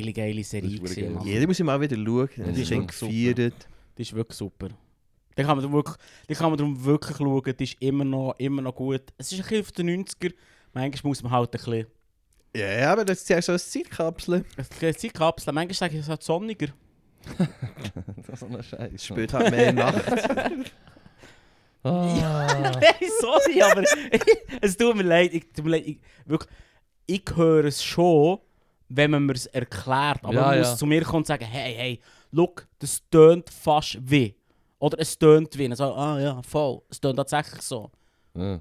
Speaker 2: geile, geile
Speaker 1: Das
Speaker 2: Serie.
Speaker 1: ist wirklich
Speaker 2: gewesen,
Speaker 1: geil.
Speaker 2: Mann.
Speaker 3: Jeder muss ich mal wieder schauen. Das
Speaker 1: ist
Speaker 3: ist schon
Speaker 2: super.
Speaker 3: gefeiert.
Speaker 2: Die ist wirklich super. Die kann man darum wirklich, die kann man darum wirklich schauen, die ist immer noch, immer noch gut. Es ist ein bisschen auf den 90er, manchmal muss man halt ein bisschen,
Speaker 3: Ja, aber das ist ja so eine Zeitkapsel.
Speaker 2: ein bisschen Zeitkapseln, manchmal sage ich, es hat sonniger.
Speaker 1: Das ist so ein Scheiß.
Speaker 3: Spielt halt mehr Nacht.
Speaker 1: Ah.
Speaker 2: Nein, sorry, aber es tut mir leid, ich, tut mir leid ich, wirklich, ich höre es schon, wenn man mir es erklärt, aber
Speaker 1: Ja,
Speaker 2: man
Speaker 1: ja.
Speaker 2: muss zu mir kommen und sagen, hey, hey, look, das tönt fast wie. Oder es tönt wie. Und so, ah ja, voll, es tönt tatsächlich so.
Speaker 1: Ja.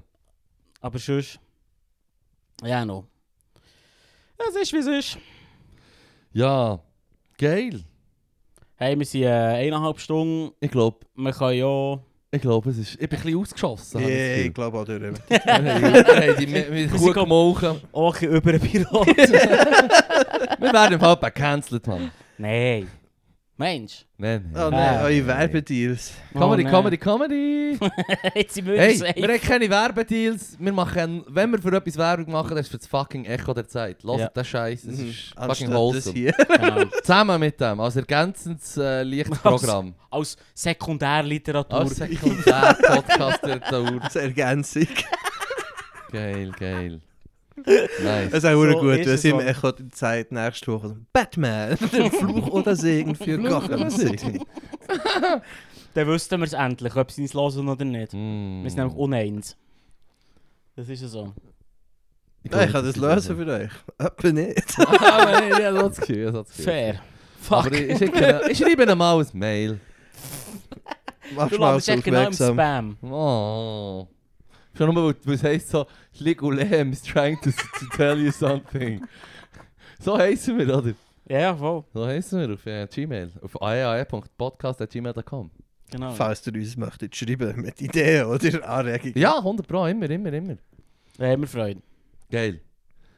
Speaker 2: Aber sonst. Ja, no. Es ist wie es ist.
Speaker 1: Ja. Geil.
Speaker 2: Hey, wir sind äh, eineinhalb Stunden.
Speaker 1: Ich glaube,
Speaker 2: Wir können ja.
Speaker 1: ich glaube, es ist... Ich bin ein bisschen ausgeschossen. habe
Speaker 3: Ja,
Speaker 1: ich
Speaker 3: ich glaube auch Ah, drüber.
Speaker 1: das Gefühl. Wir haben die mit- mit
Speaker 2: sind
Speaker 1: gut
Speaker 2: glaub-
Speaker 1: gemolken.
Speaker 2: Auch ein bisschen über den Pilot.
Speaker 1: Wir werden im Halbback gecancelt, Mann.
Speaker 2: Nein. Mensch.
Speaker 1: Nein, nein.
Speaker 3: Oh nein, eure Werbedeals.
Speaker 1: Comedy,
Speaker 2: Oh,
Speaker 1: Comedy,
Speaker 2: nein.
Speaker 1: Comedy!
Speaker 2: Jetzt sind wir
Speaker 1: Hey,
Speaker 2: safe.
Speaker 1: wir haben keine Werbedeals. Wir machen, wenn wir für etwas Werbung machen, dann ist es für das fucking Echo der Zeit. Lasst
Speaker 2: Ja.
Speaker 1: den Scheiß, es ist fucking
Speaker 3: Mhm. Anstatt das
Speaker 1: wholesome.
Speaker 3: hier.
Speaker 2: Genau.
Speaker 1: Zusammen mit dem, als ergänzendes äh, Lichtprogramm.
Speaker 2: Als Sekundärliteratur.
Speaker 1: Als Sekundär-Podcast der Tour.
Speaker 3: Als Ergänzung.
Speaker 1: Geil, geil. Nice.
Speaker 3: Es ist auch
Speaker 2: So
Speaker 3: verdammt gut,
Speaker 2: ist
Speaker 3: wenn
Speaker 2: es
Speaker 3: sie im
Speaker 2: so.
Speaker 3: Echo die Zeit nächste Woche Batman, der Fluch oder Segen für Gotham City.
Speaker 2: Dann wüssten wir es endlich, ob sie es hören oder nicht.
Speaker 1: Mm.
Speaker 2: Wir sind nämlich uneins. Das ist ja so.
Speaker 1: glaub,
Speaker 3: Ich kann das
Speaker 1: ist
Speaker 3: lösen für euch. Aber nicht.
Speaker 1: so. Ah, nee, ich habe das Gefühl. ich habe das Gefühl.
Speaker 2: Fair.
Speaker 1: Aber
Speaker 2: Fuck.
Speaker 1: ich, ich, schicke, ich schreibe ihnen mal ein Mail.
Speaker 3: Machst
Speaker 2: Du
Speaker 3: mal auf
Speaker 2: landest echt genau im
Speaker 3: aufmerksam.
Speaker 2: Spam.
Speaker 1: Oh. Schon nur, weil weil es heisst so, Ligulem is trying to, to tell you something. So heissen wir, oder?
Speaker 2: Ja, ja, voll.
Speaker 1: So heissen wir auf äh, Gmail. Auf aeae.podcast.gmail.com.
Speaker 2: Genau.
Speaker 3: Falls ihr uns möchtet schreiben mit Ideen oder Anregungen.
Speaker 1: Ja, 100 Pro, immer, immer, immer.
Speaker 2: Da haben wir Freude.
Speaker 1: Geil.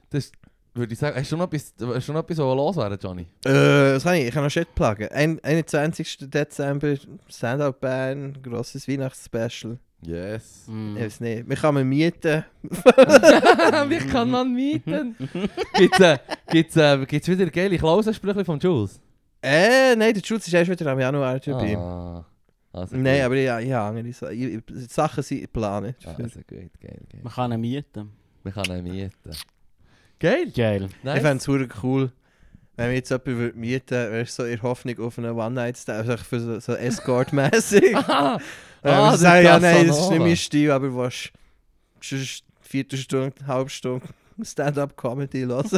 Speaker 1: Das würde ich sagen. Hast du noch etwas, hast du noch etwas was loswerden, Johnny?
Speaker 3: Äh, was kann ich? Ich kann noch Shit plagen. Ein- 21. Dezember, Stand-Up Bern, grosses Weihnachtsspecial.
Speaker 1: Yes.
Speaker 2: Mm.
Speaker 3: Ich weiß nicht. Wir kann man mieten.
Speaker 1: Wie kann man mieten? Gibt es äh, gibt's, äh, gibt's wieder geile Klausensprüche von Jules?
Speaker 3: Äh, nein, der Schutz ist erst wieder am Januar dabei.
Speaker 1: Ah, also
Speaker 3: Nein,
Speaker 1: gut.
Speaker 3: aber ich, ich habe andere Sachen. Ich- Die Sachen sind geplant.
Speaker 1: Ah, also gut, geil, geil.
Speaker 2: Man kann ihn mieten.
Speaker 1: Wir können ihn mieten. Geil!
Speaker 2: Geil.
Speaker 1: Nice.
Speaker 3: Ich fände es verdammt cool, wenn wir jetzt jemanden würd mieten würden, wäre so in Hoffnung auf einen One-Night-Stand, also für so, so Escort-mässig.
Speaker 1: Ah,
Speaker 3: Wenn
Speaker 1: Ah,
Speaker 3: wir
Speaker 1: der
Speaker 3: sagen, ja, nein, das ist
Speaker 1: Casanova.
Speaker 3: nicht mein Stil, aber was sonst Viertelstunde, halbe Stunde Stand-Up-Comedy hören.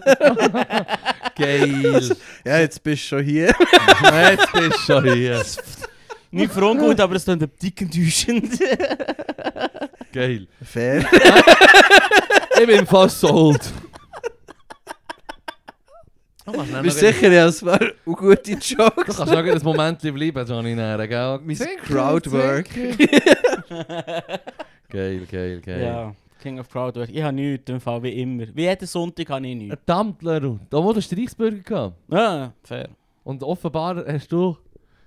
Speaker 1: geil!
Speaker 3: ja, jetzt bist du schon hier.
Speaker 1: Jetzt bist du schon hier.
Speaker 2: Nicht für ungut, aber es klingt dick enttäuschend.
Speaker 1: Geil.
Speaker 3: Fair.
Speaker 1: Ich bin fast sold. Du kannst
Speaker 3: Bist sicher, ja, es war auch gute Jokes.
Speaker 1: noch ein Moment bleiben, Johnny Nähren, gell?
Speaker 3: Mein Crowdwork.
Speaker 1: Geil, geil, geil.
Speaker 2: ja, King of Crowdwork. Ich habe nichts im Fall, wie immer. Wie jeden Sonntag habe ich nichts.
Speaker 1: Verdammt, Leru. Da wo du Reichsbürger gehabt.
Speaker 2: Ja, fair.
Speaker 1: Und offenbar hast du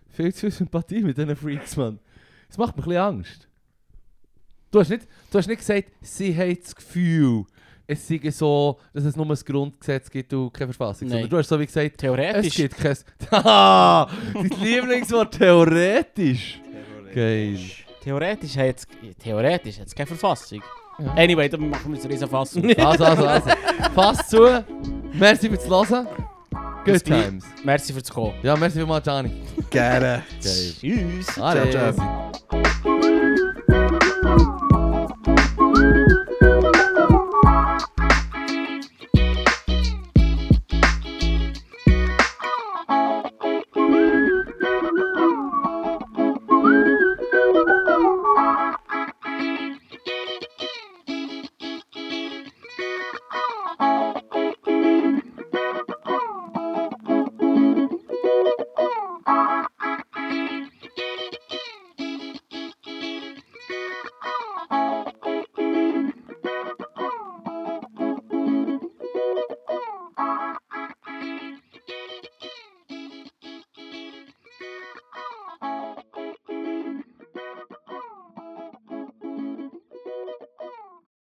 Speaker 1: viel zu viel Sympathie mit diesen Freaks, Mann. Das macht mir ein bisschen Angst. Du hast nicht, du hast nicht gesagt, sie haben das Gefühl, es sei so, dass es nur ein Grundgesetz gibt und keine Verfassung.
Speaker 2: Nein.
Speaker 1: Sondern du hast so wie gesagt, es
Speaker 2: Theoretisch.
Speaker 1: gibt kein... Haha! Dein Lieblingswort, theoretisch. Geil.
Speaker 2: Theoretisch hat es theoretisch hat's keine Verfassung. Anyway, dann machen wir uns eine Ah, riesen Fassung.
Speaker 1: Also, also, also. Passt zu. Merci fürs Hören. Good times.
Speaker 2: Merci fürs Kommen.
Speaker 1: Ja, merci vielmals, Gianni.
Speaker 3: Gerne.
Speaker 1: Geil.
Speaker 2: Tschüss.
Speaker 3: ciao.
Speaker 1: Ade.